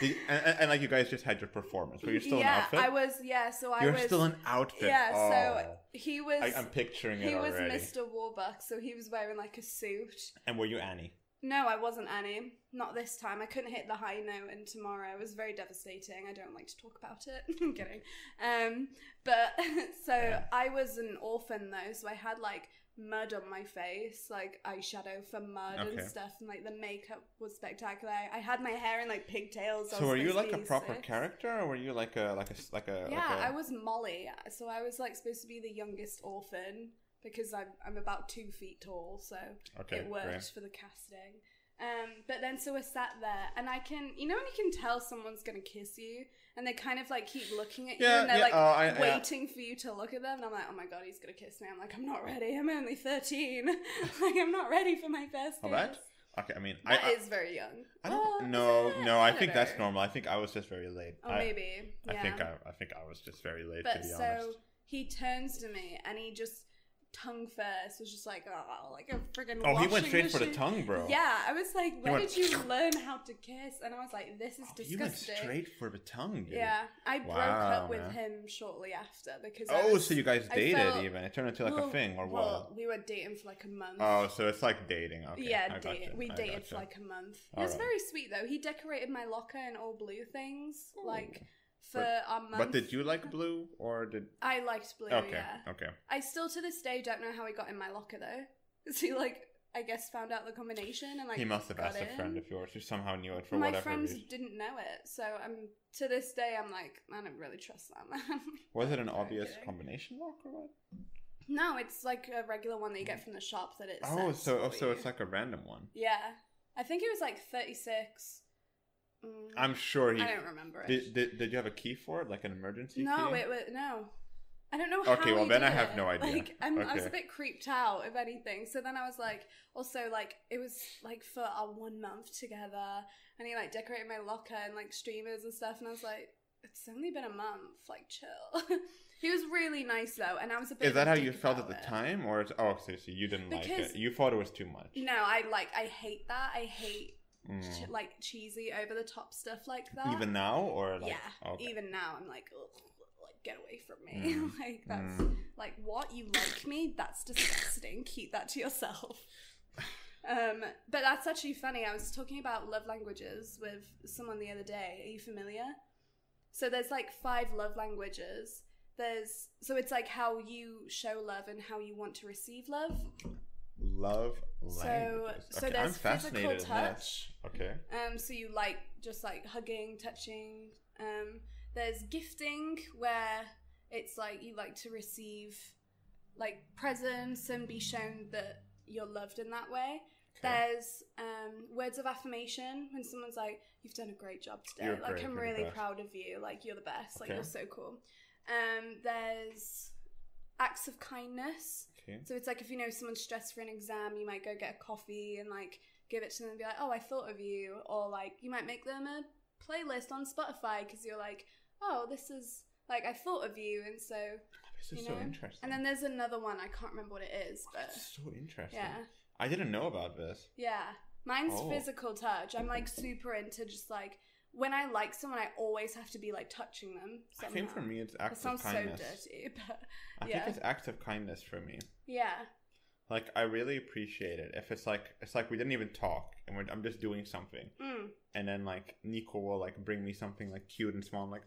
[SPEAKER 1] Did- and, and, and, like you guys just had your performance, but you're still
[SPEAKER 2] yeah,
[SPEAKER 1] an outfit.
[SPEAKER 2] I was. Yeah, so I
[SPEAKER 1] you're
[SPEAKER 2] was.
[SPEAKER 1] still an outfit.
[SPEAKER 2] yeah,
[SPEAKER 1] Oh.
[SPEAKER 2] so he was.
[SPEAKER 1] I, I'm picturing it
[SPEAKER 2] he was
[SPEAKER 1] already.
[SPEAKER 2] Mr. Warbuck, so he was wearing like a suit.
[SPEAKER 1] And were you Annie?
[SPEAKER 2] No, I wasn't Annie. Not this time. I couldn't hit the high note, and tomorrow it was very devastating. I don't like to talk about it. I'm kidding. Um, but so
[SPEAKER 1] Yeah.
[SPEAKER 2] I was an orphan though, so I had like mud on my face, like eyeshadow for mud
[SPEAKER 1] Okay.
[SPEAKER 2] and stuff, and like the makeup was spectacular. I had my hair in like pigtails. I
[SPEAKER 1] So
[SPEAKER 2] was
[SPEAKER 1] were you
[SPEAKER 2] supposed
[SPEAKER 1] like
[SPEAKER 2] to
[SPEAKER 1] a
[SPEAKER 2] be
[SPEAKER 1] proper
[SPEAKER 2] six.
[SPEAKER 1] character, or were you like a like a s- like a?
[SPEAKER 2] Yeah,
[SPEAKER 1] like a,
[SPEAKER 2] I was Molly, so I was like supposed to be the youngest orphan because I'm I'm about two feet tall, so
[SPEAKER 1] Okay,
[SPEAKER 2] it worked
[SPEAKER 1] great.
[SPEAKER 2] for the casting. Um, but then so I sat there, and I can, you know, when you can tell someone's gonna kiss you, and they kind of like keep looking at you,
[SPEAKER 1] Yeah,
[SPEAKER 2] and they're
[SPEAKER 1] yeah,
[SPEAKER 2] like
[SPEAKER 1] oh, I- I-
[SPEAKER 2] waiting for you to look at them, and I'm like, oh my god, he's gonna kiss me. I'm like, I'm not ready. I'm only thirteen. like I'm not ready for my first kiss.
[SPEAKER 1] All right. Okay, I mean, I,
[SPEAKER 2] That
[SPEAKER 1] I,
[SPEAKER 2] is very young.
[SPEAKER 1] I don't
[SPEAKER 2] Oh,
[SPEAKER 1] no,
[SPEAKER 2] is it?
[SPEAKER 1] no. I
[SPEAKER 2] don't
[SPEAKER 1] think that's
[SPEAKER 2] know.
[SPEAKER 1] normal. I think I was just very late.
[SPEAKER 2] Oh,
[SPEAKER 1] I,
[SPEAKER 2] maybe.
[SPEAKER 1] I
[SPEAKER 2] yeah.
[SPEAKER 1] think I, I think I was just very late to
[SPEAKER 2] But
[SPEAKER 1] be
[SPEAKER 2] so
[SPEAKER 1] honest.
[SPEAKER 2] he turns to me and he just tongue first was just like oh like a freaking.
[SPEAKER 1] Oh, he went
[SPEAKER 2] washing
[SPEAKER 1] straight for the
[SPEAKER 2] machine."
[SPEAKER 1] tongue, bro.
[SPEAKER 2] Yeah, I was like, where
[SPEAKER 1] went-
[SPEAKER 2] did you learn how to kiss? And I was like, this is
[SPEAKER 1] Oh,
[SPEAKER 2] disgusting.
[SPEAKER 1] you went straight for the tongue, dude.
[SPEAKER 2] Yeah, I broke
[SPEAKER 1] Wow,
[SPEAKER 2] up with
[SPEAKER 1] man.
[SPEAKER 2] him shortly after because. I
[SPEAKER 1] Oh,
[SPEAKER 2] was-
[SPEAKER 1] so you guys
[SPEAKER 2] I
[SPEAKER 1] dated
[SPEAKER 2] felt-
[SPEAKER 1] even? It turned into like
[SPEAKER 2] well,
[SPEAKER 1] a thing or
[SPEAKER 2] Well, we were dating for like a month.
[SPEAKER 1] what? Oh, so it's like dating. Okay,
[SPEAKER 2] yeah,
[SPEAKER 1] I
[SPEAKER 2] date-
[SPEAKER 1] gotcha,
[SPEAKER 2] we
[SPEAKER 1] I
[SPEAKER 2] dated
[SPEAKER 1] gotcha.
[SPEAKER 2] for like a month.
[SPEAKER 1] All
[SPEAKER 2] it was
[SPEAKER 1] right.
[SPEAKER 2] very sweet though. He decorated my locker in all blue things, like for
[SPEAKER 1] But-
[SPEAKER 2] our month.
[SPEAKER 1] But did you like blue or did?
[SPEAKER 2] I liked blue.
[SPEAKER 1] okay,
[SPEAKER 2] Yeah,
[SPEAKER 1] okay.
[SPEAKER 2] I still to this day don't know how he got in my locker though. 'Cause he like I guess found out the combination and like
[SPEAKER 1] he must have
[SPEAKER 2] got
[SPEAKER 1] asked a friend
[SPEAKER 2] in.
[SPEAKER 1] of yours who somehow knew it for
[SPEAKER 2] my
[SPEAKER 1] whatever
[SPEAKER 2] friends
[SPEAKER 1] reason.
[SPEAKER 2] didn't know it, so I'm to this day I'm like I don't really trust that man.
[SPEAKER 1] Was it an
[SPEAKER 2] No,
[SPEAKER 1] obvious
[SPEAKER 2] kidding.
[SPEAKER 1] combination lock or what?
[SPEAKER 2] no, it's like a regular one that you get from the shop that it's.
[SPEAKER 1] Oh, so oh, so it's
[SPEAKER 2] like.
[SPEAKER 1] like a random one.
[SPEAKER 2] Yeah, I think it was like thirty six. Mm,
[SPEAKER 1] I'm sure he.
[SPEAKER 2] I don't remember it.
[SPEAKER 1] Did, did, did you have a key for it, like an emergency
[SPEAKER 2] no,
[SPEAKER 1] key?
[SPEAKER 2] it was no. I don't know.
[SPEAKER 1] Okay,
[SPEAKER 2] how
[SPEAKER 1] well,
[SPEAKER 2] he
[SPEAKER 1] then I
[SPEAKER 2] did
[SPEAKER 1] have
[SPEAKER 2] it.
[SPEAKER 1] no idea.
[SPEAKER 2] Like I'm, I was
[SPEAKER 1] Okay.
[SPEAKER 2] a bit creeped out, if anything. So then I was like, also like it was like for our one month together, and he like decorated my locker and like streamers and stuff, and I was like, it's only been a month, like chill. he was really nice though, and I was a bit.
[SPEAKER 1] Is that how
[SPEAKER 2] dick
[SPEAKER 1] you felt at
[SPEAKER 2] about
[SPEAKER 1] the
[SPEAKER 2] it.
[SPEAKER 1] time, or it's, oh, so, so you didn't like
[SPEAKER 2] Because-
[SPEAKER 1] it? You thought it was too much.
[SPEAKER 2] No, I like I hate that. I hate
[SPEAKER 1] Mm.
[SPEAKER 2] ch- like cheesy over the top stuff like that.
[SPEAKER 1] Even now, or like
[SPEAKER 2] yeah,
[SPEAKER 1] okay.
[SPEAKER 2] even now I'm like, "Ugh, like get away from me.
[SPEAKER 1] Mm.
[SPEAKER 2] like that's like what you like me? That's disgusting. Keep that to yourself. Um, but that's actually funny. I was talking about love languages with someone the other day. Are you familiar? So there's like five love languages. There's so it's like how you show love and how you want to receive love.
[SPEAKER 1] love
[SPEAKER 2] So
[SPEAKER 1] languages.
[SPEAKER 2] so
[SPEAKER 1] Okay,
[SPEAKER 2] there's
[SPEAKER 1] I'm fascinated
[SPEAKER 2] physical
[SPEAKER 1] in this.
[SPEAKER 2] touch.
[SPEAKER 1] Okay.
[SPEAKER 2] Um, so you like just like hugging, touching. Um, there's gifting where it's like you like to receive like presents and be shown that you're loved in that way.
[SPEAKER 1] okay.
[SPEAKER 2] There's um, words of affirmation when someone's like, "You've done a great job today.
[SPEAKER 1] You're
[SPEAKER 2] like
[SPEAKER 1] great,
[SPEAKER 2] I'm
[SPEAKER 1] you're the
[SPEAKER 2] really
[SPEAKER 1] best."
[SPEAKER 2] proud of you. Like you're the best. Like
[SPEAKER 1] Okay.
[SPEAKER 2] you're so cool." Um, there's acts of kindness.
[SPEAKER 1] Okay.
[SPEAKER 2] So it's like if you know someone's stressed for an exam, you might go get a coffee and like give it to them and be like, "Oh, I thought of you," or like you might make them a playlist on Spotify because you're like, "Oh, this is like I thought of you," and so
[SPEAKER 1] This is
[SPEAKER 2] you
[SPEAKER 1] so
[SPEAKER 2] know,
[SPEAKER 1] interesting.
[SPEAKER 2] and then there's another one I can't remember what it is, but
[SPEAKER 1] That's so interesting.
[SPEAKER 2] yeah,
[SPEAKER 1] I didn't know about this.
[SPEAKER 2] yeah. Mine's
[SPEAKER 1] Oh.
[SPEAKER 2] physical touch. I'm like super into just like when I like someone, I always have to be like touching them.
[SPEAKER 1] I
[SPEAKER 2] Somehow.
[SPEAKER 1] think for me, it's
[SPEAKER 2] that
[SPEAKER 1] acts of
[SPEAKER 2] sounds so
[SPEAKER 1] kindness.
[SPEAKER 2] dirty, but
[SPEAKER 1] I
[SPEAKER 2] yeah.
[SPEAKER 1] think it's acts of kindness for me.
[SPEAKER 2] yeah,
[SPEAKER 1] Like I really appreciate it. If it's like it's like we didn't even talk, and we're, I'm just doing something,
[SPEAKER 2] mm.
[SPEAKER 1] and then like Nico will like bring me something like cute and small. I'm like,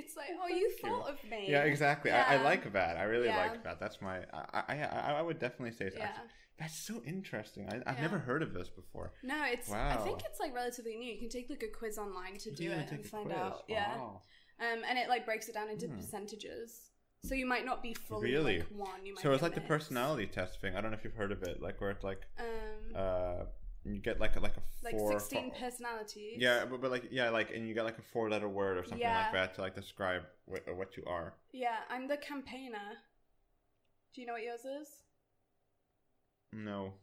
[SPEAKER 2] it's like, "Oh, you
[SPEAKER 1] Thank you.
[SPEAKER 2] thought of me."
[SPEAKER 1] yeah, exactly. I, I
[SPEAKER 2] Yeah.
[SPEAKER 1] like that. I really
[SPEAKER 2] Yeah.
[SPEAKER 1] like that. That's my. I I, I I would definitely say it's.
[SPEAKER 2] Yeah.
[SPEAKER 1] Acts, that's so interesting. I, I've
[SPEAKER 2] Yeah.
[SPEAKER 1] never heard of this before.
[SPEAKER 2] No, it's. I think
[SPEAKER 1] Wow.
[SPEAKER 2] it's like relatively new. You can take like a quiz online to
[SPEAKER 1] You
[SPEAKER 2] do
[SPEAKER 1] didn't even
[SPEAKER 2] it
[SPEAKER 1] take
[SPEAKER 2] and
[SPEAKER 1] a
[SPEAKER 2] find
[SPEAKER 1] quiz.
[SPEAKER 2] out. Yeah.
[SPEAKER 1] Wow.
[SPEAKER 2] Um, and it like breaks it down into
[SPEAKER 1] Hmm.
[SPEAKER 2] percentages. So you might not be fully
[SPEAKER 1] Really?
[SPEAKER 2] like one. You might
[SPEAKER 1] So it's
[SPEAKER 2] be a
[SPEAKER 1] like the
[SPEAKER 2] mix.
[SPEAKER 1] personality test thing. I don't know if you've heard of it. Like where it's like
[SPEAKER 2] Um,
[SPEAKER 1] uh you get like a, like a
[SPEAKER 2] like
[SPEAKER 1] four
[SPEAKER 2] sixteen
[SPEAKER 1] fo-
[SPEAKER 2] personalities.
[SPEAKER 1] Yeah, but, but like yeah, like and you get like a four letter word or something
[SPEAKER 2] Yeah.
[SPEAKER 1] like that to like describe what, what you are.
[SPEAKER 2] Yeah, I'm the campaigner. Do you know what yours is?
[SPEAKER 1] No,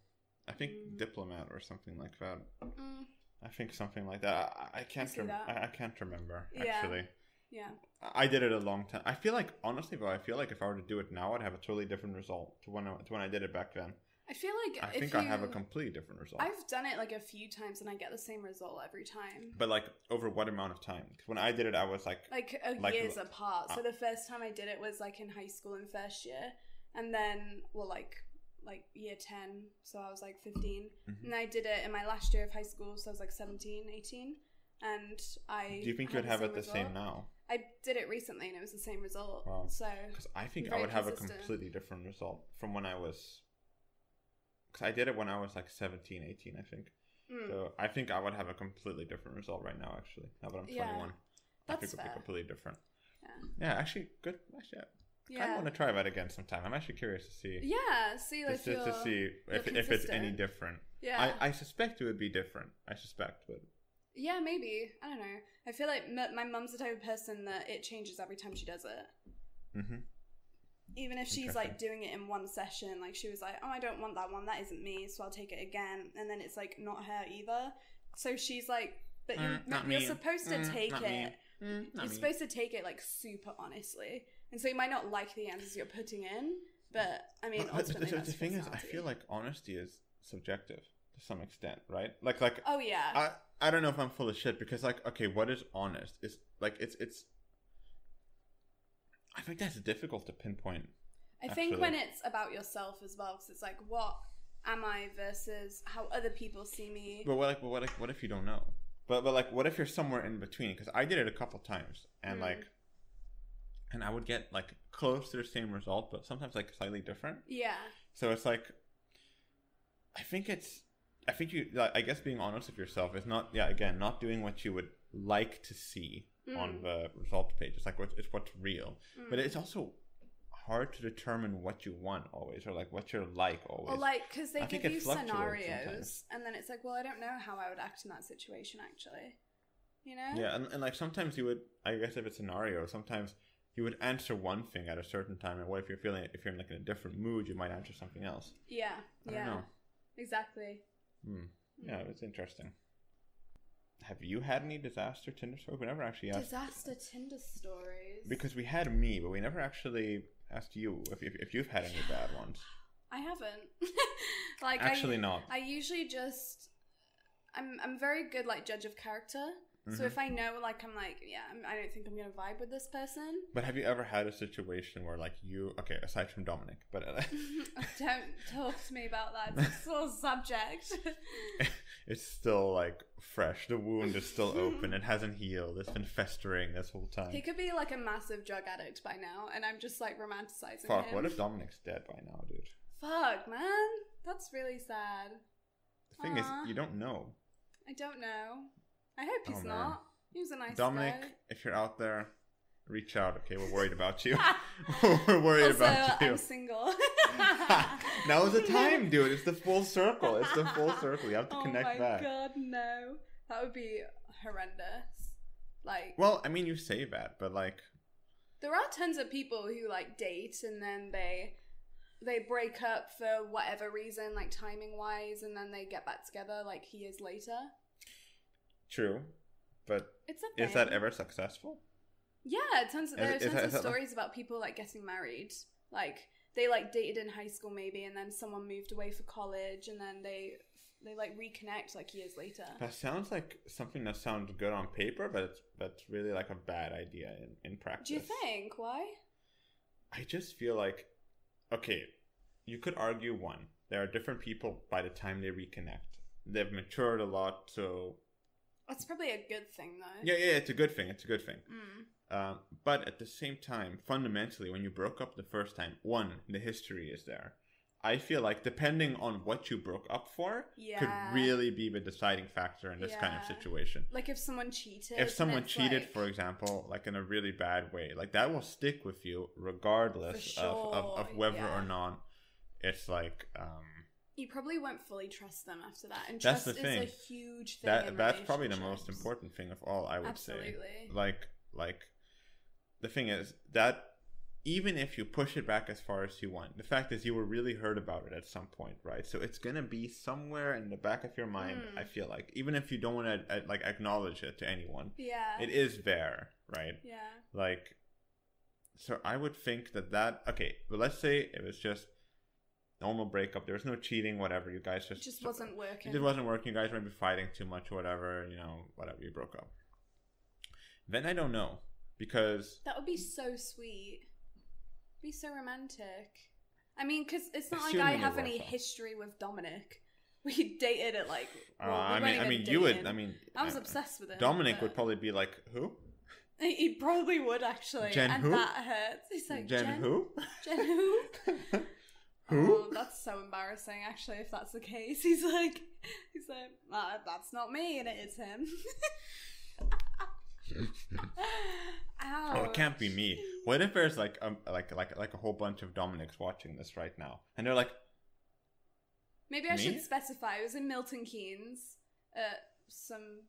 [SPEAKER 1] I think
[SPEAKER 2] Mm.
[SPEAKER 1] diplomat or something like that.
[SPEAKER 2] Mm,
[SPEAKER 1] I think something like that. I- I, I can't.
[SPEAKER 2] see
[SPEAKER 1] Rem-
[SPEAKER 2] that.
[SPEAKER 1] I, I can't remember
[SPEAKER 2] Yeah.
[SPEAKER 1] actually.
[SPEAKER 2] yeah.
[SPEAKER 1] I- I did it a long time. I feel like honestly, though, I feel like if I were to do it now, I'd have a totally different result to when I, to when I did it back then.
[SPEAKER 2] I feel like
[SPEAKER 1] I
[SPEAKER 2] if
[SPEAKER 1] think
[SPEAKER 2] you,
[SPEAKER 1] I have a completely different result.
[SPEAKER 2] I've done it like a few times and I get the same result every time.
[SPEAKER 1] But like over what amount of time? 'Cause when I did it, I was like,
[SPEAKER 2] like, a
[SPEAKER 1] Like,
[SPEAKER 2] years
[SPEAKER 1] uh,
[SPEAKER 2] apart. So the first time I did it was like in high school in first year, and then well, like like year 10 so i was like 15
[SPEAKER 1] Mhm.
[SPEAKER 2] and i did it in my last year of high school so i was like 17 18 and i
[SPEAKER 1] do you think you would have
[SPEAKER 2] had
[SPEAKER 1] it the same
[SPEAKER 2] result.
[SPEAKER 1] now?
[SPEAKER 2] i did it recently and it was the same result
[SPEAKER 1] Wow.
[SPEAKER 2] so mm,
[SPEAKER 1] Because I think I
[SPEAKER 2] Very
[SPEAKER 1] would have a
[SPEAKER 2] consistent.
[SPEAKER 1] completely different result from when I was. Because I did it when I was like 17, 18, I think.
[SPEAKER 2] mm,
[SPEAKER 1] So I think I would have a completely different result right now, actually. Now that I'm 21.
[SPEAKER 2] Yeah,
[SPEAKER 1] I
[SPEAKER 2] that's
[SPEAKER 1] think it would be
[SPEAKER 2] fair.
[SPEAKER 1] completely different.
[SPEAKER 2] Yeah.
[SPEAKER 1] Yeah, actually, good. Actually, I kind
[SPEAKER 2] yeah
[SPEAKER 1] of want to try that again sometime. I'm actually curious to see.
[SPEAKER 2] yeah see like
[SPEAKER 1] Just, just to
[SPEAKER 2] your-
[SPEAKER 1] see if, if it's any
[SPEAKER 2] consistent.
[SPEAKER 1] different.
[SPEAKER 2] yeah
[SPEAKER 1] I, I suspect it would be different. I suspect, but
[SPEAKER 2] yeah maybe i don't know i feel like m- my mum's the type of person that it changes every time she does it
[SPEAKER 1] hmm
[SPEAKER 2] even if she's like doing it in one session, like she was like, "Oh, I don't want that one. That isn't me. So I'll take it again." And then it's like not her either. So she's like, "But you're,
[SPEAKER 1] Mm, not
[SPEAKER 2] you're
[SPEAKER 1] me.
[SPEAKER 2] supposed to
[SPEAKER 1] Mm,
[SPEAKER 2] take
[SPEAKER 1] not
[SPEAKER 2] it.
[SPEAKER 1] me.
[SPEAKER 2] you're supposed to take it like super honestly." And so you might not like the answers you're putting in, but I mean,
[SPEAKER 1] But- but the-
[SPEAKER 2] ultimately,
[SPEAKER 1] the,
[SPEAKER 2] that's
[SPEAKER 1] the thing is, I feel like honesty is subjective to some extent, right? Like, like
[SPEAKER 2] oh yeah,
[SPEAKER 1] I I don't know if I'm full of shit because like okay, what is honest? It's like it's it's. I think that's difficult to pinpoint.
[SPEAKER 2] I think when
[SPEAKER 1] Actually.
[SPEAKER 2] it's about yourself as well, because it's like, what am I versus how other people see me?
[SPEAKER 1] But what like what like what if you don't know? But but like what if you're somewhere in between? Because I did it a couple times and
[SPEAKER 2] Mm.
[SPEAKER 1] like, and I would get like close to the same result, but sometimes like slightly different.
[SPEAKER 2] yeah,
[SPEAKER 1] So it's like, I think it's, I think you, like, I guess being honest with yourself is not, yeah, again, not doing what you would like to see on
[SPEAKER 2] Mm.
[SPEAKER 1] the results page. It's like what, it's what's real, but
[SPEAKER 2] Mm.
[SPEAKER 1] it's also hard to determine what you want always, or like what you're like always.
[SPEAKER 2] Or like, because they
[SPEAKER 1] I think
[SPEAKER 2] give
[SPEAKER 1] it
[SPEAKER 2] you
[SPEAKER 1] fluctuates
[SPEAKER 2] scenarios,
[SPEAKER 1] sometimes.
[SPEAKER 2] and then it's like, well, I don't know how I would act in that situation, actually. You know?
[SPEAKER 1] yeah, and, and like sometimes you would, I guess, if it's scenario, sometimes you would answer one thing at a certain time, and what if you're feeling, if you're in like in a different mood, you might answer something else.
[SPEAKER 2] Yeah.
[SPEAKER 1] I
[SPEAKER 2] yeah.
[SPEAKER 1] don't know.
[SPEAKER 2] Exactly.
[SPEAKER 1] Hmm. Yeah,
[SPEAKER 2] Mm.
[SPEAKER 1] it's interesting. Have you had any disaster Tinder stories? We never actually asked
[SPEAKER 2] Disaster Tinder stories.
[SPEAKER 1] Because we had me, but we never actually asked you if, if, if you've had any bad ones.
[SPEAKER 2] I haven't. like,
[SPEAKER 1] actually,
[SPEAKER 2] I,
[SPEAKER 1] not.
[SPEAKER 2] I usually just. I'm, I'm very good, like, judge of character. So
[SPEAKER 1] Mhm.
[SPEAKER 2] if I know, like, I'm like, yeah, I'm, I don't think I'm going to vibe with this person.
[SPEAKER 1] But have you ever had a situation where, like, you, okay, aside from Dominic, but uh,
[SPEAKER 2] don't talk to me about that. It's a sore subject.
[SPEAKER 1] it's still, like, fresh. The wound is still open. It hasn't healed. It's been festering this whole time.
[SPEAKER 2] he could be like a massive drug addict by now, and I'm just like romanticizing
[SPEAKER 1] Fuck,
[SPEAKER 2] him.
[SPEAKER 1] what if Dominic's dead by now, dude?
[SPEAKER 2] Fuck, man, that's really sad.
[SPEAKER 1] The thing
[SPEAKER 2] Aw.
[SPEAKER 1] is, you don't know.
[SPEAKER 2] I don't know. I hope
[SPEAKER 1] Oh,
[SPEAKER 2] he's
[SPEAKER 1] man.
[SPEAKER 2] not. He was a nice
[SPEAKER 1] Dominic,
[SPEAKER 2] guy.
[SPEAKER 1] if you're out there, reach out, okay? We're worried about you.
[SPEAKER 2] also,
[SPEAKER 1] We're worried about you.
[SPEAKER 2] I'm single.
[SPEAKER 1] Now's the time, dude. It's the full circle. It's the full circle. You have to
[SPEAKER 2] oh my
[SPEAKER 1] connect back.
[SPEAKER 2] god, no, that would be horrendous. Like,
[SPEAKER 1] Well, I mean, you say that, but like,
[SPEAKER 2] there are tons of people who like date and then they they break up for whatever reason like timing wise and then they get back together like years later
[SPEAKER 1] true, but
[SPEAKER 2] it's a thing.
[SPEAKER 1] is that ever successful?
[SPEAKER 2] yeah tons of, there are
[SPEAKER 1] Is-
[SPEAKER 2] tons
[SPEAKER 1] is that-
[SPEAKER 2] of
[SPEAKER 1] is that like-
[SPEAKER 2] stories about people like getting married like they like dated in high school maybe and then someone moved away for college and then they they like reconnect like years later
[SPEAKER 1] That sounds like something that sounds good on paper, but it's that's really like a bad idea in, in practice.
[SPEAKER 2] do you think why
[SPEAKER 1] I just feel like, okay, you could argue one. There are different people by the time they reconnect. They've matured a lot, so
[SPEAKER 2] that's probably a good thing though
[SPEAKER 1] yeah, yeah, it's a good thing. It's a good thing.
[SPEAKER 2] mm.
[SPEAKER 1] Um, but at the same time, fundamentally, when you broke up the first time, one, the history is there. I feel like depending on what you broke up for,
[SPEAKER 2] Yeah.
[SPEAKER 1] could really be the deciding factor in this kind of
[SPEAKER 2] Yeah.
[SPEAKER 1] situation.
[SPEAKER 2] like if someone cheated and
[SPEAKER 1] If someone
[SPEAKER 2] it's,
[SPEAKER 1] cheated,
[SPEAKER 2] like-
[SPEAKER 1] for example, like in a really bad way, like that will stick with you regardless
[SPEAKER 2] For
[SPEAKER 1] of, of, of
[SPEAKER 2] sure,
[SPEAKER 1] whether
[SPEAKER 2] yeah.
[SPEAKER 1] or not it's like um,
[SPEAKER 2] you probably won't fully trust them after that. And
[SPEAKER 1] That's
[SPEAKER 2] trust
[SPEAKER 1] the thing.
[SPEAKER 2] is a huge thing.
[SPEAKER 1] that.
[SPEAKER 2] in
[SPEAKER 1] That's probably the
[SPEAKER 2] relationships.
[SPEAKER 1] most important thing of all. I would
[SPEAKER 2] Absolutely.
[SPEAKER 1] say. like like the thing is that even if you push it back as far as you want the fact is you were really hurt about it at some point right so it's gonna be somewhere in the back of your mind
[SPEAKER 2] Mm.
[SPEAKER 1] i feel like even if you don't want to like acknowledge it to anyone
[SPEAKER 2] Yeah.
[SPEAKER 1] it is there right
[SPEAKER 2] Yeah.
[SPEAKER 1] like so i would think that that okay but let's say it was just normal breakup there was no cheating whatever you guys
[SPEAKER 2] It
[SPEAKER 1] just
[SPEAKER 2] just wasn't working.
[SPEAKER 1] it just wasn't working. You guys might be fighting too much or whatever, you know, whatever. You broke up. Then I don't know because
[SPEAKER 2] That would be so sweet. Be so romantic. I mean, because it's not
[SPEAKER 1] Assuming
[SPEAKER 2] like I
[SPEAKER 1] it
[SPEAKER 2] have any
[SPEAKER 1] works out.
[SPEAKER 2] history with Dominic. We dated at like.
[SPEAKER 1] uh,
[SPEAKER 2] Well, we
[SPEAKER 1] I
[SPEAKER 2] weren't
[SPEAKER 1] mean, I
[SPEAKER 2] even
[SPEAKER 1] mean, you would.
[SPEAKER 2] dating.
[SPEAKER 1] I mean,
[SPEAKER 2] I was
[SPEAKER 1] uh,
[SPEAKER 2] obsessed with him.
[SPEAKER 1] Dominic
[SPEAKER 2] but-
[SPEAKER 1] would probably be like, who?
[SPEAKER 2] He probably would actually.
[SPEAKER 1] Jen
[SPEAKER 2] and
[SPEAKER 1] who?
[SPEAKER 2] that hurts. He's like
[SPEAKER 1] Jen,
[SPEAKER 2] Jen,
[SPEAKER 1] who?
[SPEAKER 2] Jen who?
[SPEAKER 1] who?
[SPEAKER 2] Oh, that's so embarrassing, actually, if that's the case. He's like, he's like, "Ah, that's not me, and it is him. Ow.
[SPEAKER 1] Oh, it can't be me. What if there's like um, like like like a whole bunch of Dominics watching this right now, and they're like,
[SPEAKER 2] Maybe I
[SPEAKER 1] Me?
[SPEAKER 2] should specify. It was in Milton Keynes, uh, some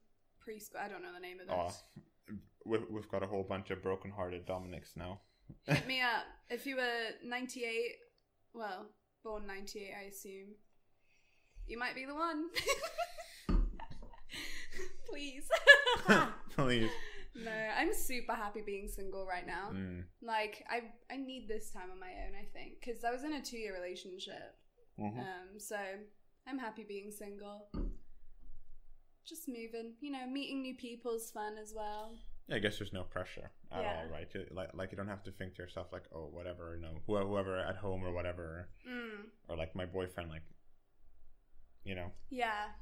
[SPEAKER 2] preschool. I don't know the name of it.
[SPEAKER 1] oh, we've, we've got a whole bunch of broken-hearted Dominics now.
[SPEAKER 2] Hit me up. If you were 98, well, born 98, I assume, you might be the one. Please.
[SPEAKER 1] Please.
[SPEAKER 2] no, I'm super happy being single right now.
[SPEAKER 1] Mm.
[SPEAKER 2] Like, I, I need this time on my own, I think, because I was in a two year relationship.
[SPEAKER 1] Mhm.
[SPEAKER 2] Um, so I'm happy being single. Just moving, you know, meeting new people's fun as well.
[SPEAKER 1] Yeah, I guess there's no pressure at
[SPEAKER 2] Yeah.
[SPEAKER 1] all, right? You- Like, like you don't have to think to yourself like, oh, whatever, no, whoever, whoever at home or whatever,
[SPEAKER 2] Mm.
[SPEAKER 1] or like my boyfriend, like, you know,
[SPEAKER 2] Yeah.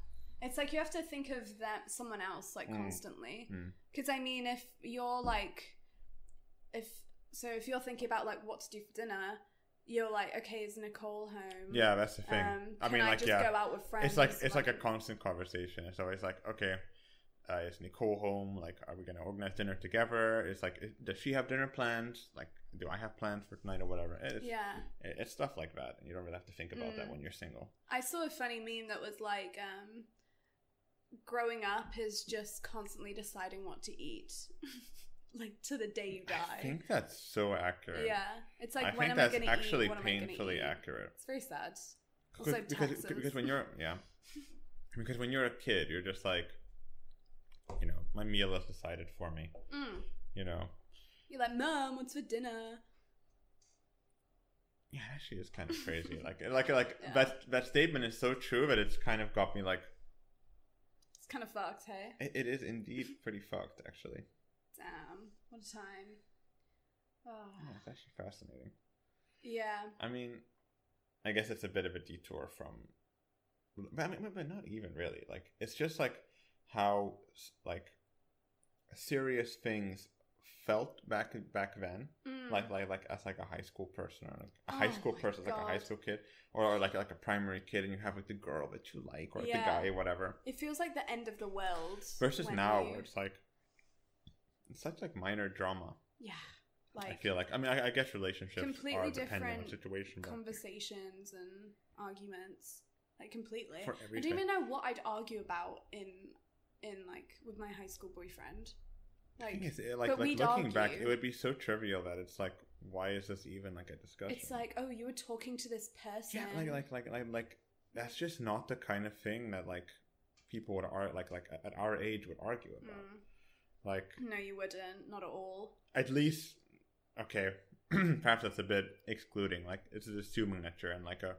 [SPEAKER 2] It's like you have to think of that someone else like
[SPEAKER 1] Mm.
[SPEAKER 2] constantly.
[SPEAKER 1] Mm.
[SPEAKER 2] Cuz I mean if you're like if so if you're thinking about like what to do for dinner, you're like okay, is Nicole home?
[SPEAKER 1] yeah, that's the thing.
[SPEAKER 2] Um,
[SPEAKER 1] I
[SPEAKER 2] can
[SPEAKER 1] mean,
[SPEAKER 2] I
[SPEAKER 1] like,
[SPEAKER 2] just
[SPEAKER 1] yeah,
[SPEAKER 2] go out with friends.
[SPEAKER 1] it's like it's like a constant conversation. It's always like, okay, uh, is Nicole home? Like, are we gonna organize dinner together? It's like, i- does she have dinner plans? Like, do I have plans for tonight or whatever? It's,
[SPEAKER 2] Yeah.
[SPEAKER 1] it- it's stuff like that, and you don't really have to think about that
[SPEAKER 2] Mm.
[SPEAKER 1] when you're single.
[SPEAKER 2] I saw a funny meme that was like um growing up is just constantly deciding what to eat like to the day you die.
[SPEAKER 1] I think that's so accurate.
[SPEAKER 2] yeah. It's
[SPEAKER 1] I
[SPEAKER 2] like when
[SPEAKER 1] think
[SPEAKER 2] am I
[SPEAKER 1] that's
[SPEAKER 2] going to eat?
[SPEAKER 1] actually
[SPEAKER 2] What am I gonna
[SPEAKER 1] painfully
[SPEAKER 2] eat?
[SPEAKER 1] accurate.
[SPEAKER 2] It's very sad.
[SPEAKER 1] Because,
[SPEAKER 2] Also
[SPEAKER 1] because,
[SPEAKER 2] taxes.
[SPEAKER 1] because when you're yeah, because when you're a kid, you're just like, you know, my meal is decided for me.
[SPEAKER 2] Mm.
[SPEAKER 1] You know,
[SPEAKER 2] You're like, Mum, what's for dinner?
[SPEAKER 1] yeah, it actually, it's kind of crazy. like like like
[SPEAKER 2] Yeah.
[SPEAKER 1] that that statement is so true that it's kind of got me like
[SPEAKER 2] It's kind of fucked, hey?
[SPEAKER 1] it, it is indeed pretty fucked actually.
[SPEAKER 2] Damn, um, what a time. Oh.
[SPEAKER 1] Yeah, it's actually fascinating.
[SPEAKER 2] Yeah.
[SPEAKER 1] I mean, I guess it's a bit of a detour from, but I mean, but not even really. Like it's just like how s- like serious things felt back back then.
[SPEAKER 2] Mm.
[SPEAKER 1] Like like like as like a high school person or like a high
[SPEAKER 2] Oh
[SPEAKER 1] school
[SPEAKER 2] my
[SPEAKER 1] person, like a high
[SPEAKER 2] God.
[SPEAKER 1] school kid, or, or like like a primary kid, and you have like the girl that you like or
[SPEAKER 2] Yeah.
[SPEAKER 1] the guy, whatever.
[SPEAKER 2] it feels like the end of the world.
[SPEAKER 1] Versus
[SPEAKER 2] when
[SPEAKER 1] now,
[SPEAKER 2] you-
[SPEAKER 1] where it's like it's such like minor drama.
[SPEAKER 2] Yeah.
[SPEAKER 1] I
[SPEAKER 2] Like
[SPEAKER 1] feel like I mean I, I guess relationships
[SPEAKER 2] Completely
[SPEAKER 1] are depending on
[SPEAKER 2] different
[SPEAKER 1] situation. but-
[SPEAKER 2] conversations and arguments. Like completely.
[SPEAKER 1] For
[SPEAKER 2] I
[SPEAKER 1] everything.
[SPEAKER 2] don't even know what I'd argue about in in like with my high school boyfriend.
[SPEAKER 1] I
[SPEAKER 2] Like
[SPEAKER 1] think it's, uh, like
[SPEAKER 2] but
[SPEAKER 1] like
[SPEAKER 2] we'd
[SPEAKER 1] looking back, it
[SPEAKER 2] argue.
[SPEAKER 1] would be so trivial that it's like, why is this even like a discussion?
[SPEAKER 2] it's like, oh, you were talking to this person.
[SPEAKER 1] yeah, like like like like like that's just not the kind of thing that like people would ar- like like at our age would argue about.
[SPEAKER 2] Mm.
[SPEAKER 1] Like
[SPEAKER 2] No, you wouldn't. Not at all.
[SPEAKER 1] at least, okay, perhaps that's a bit excluding. Like it's just assuming that you're in like a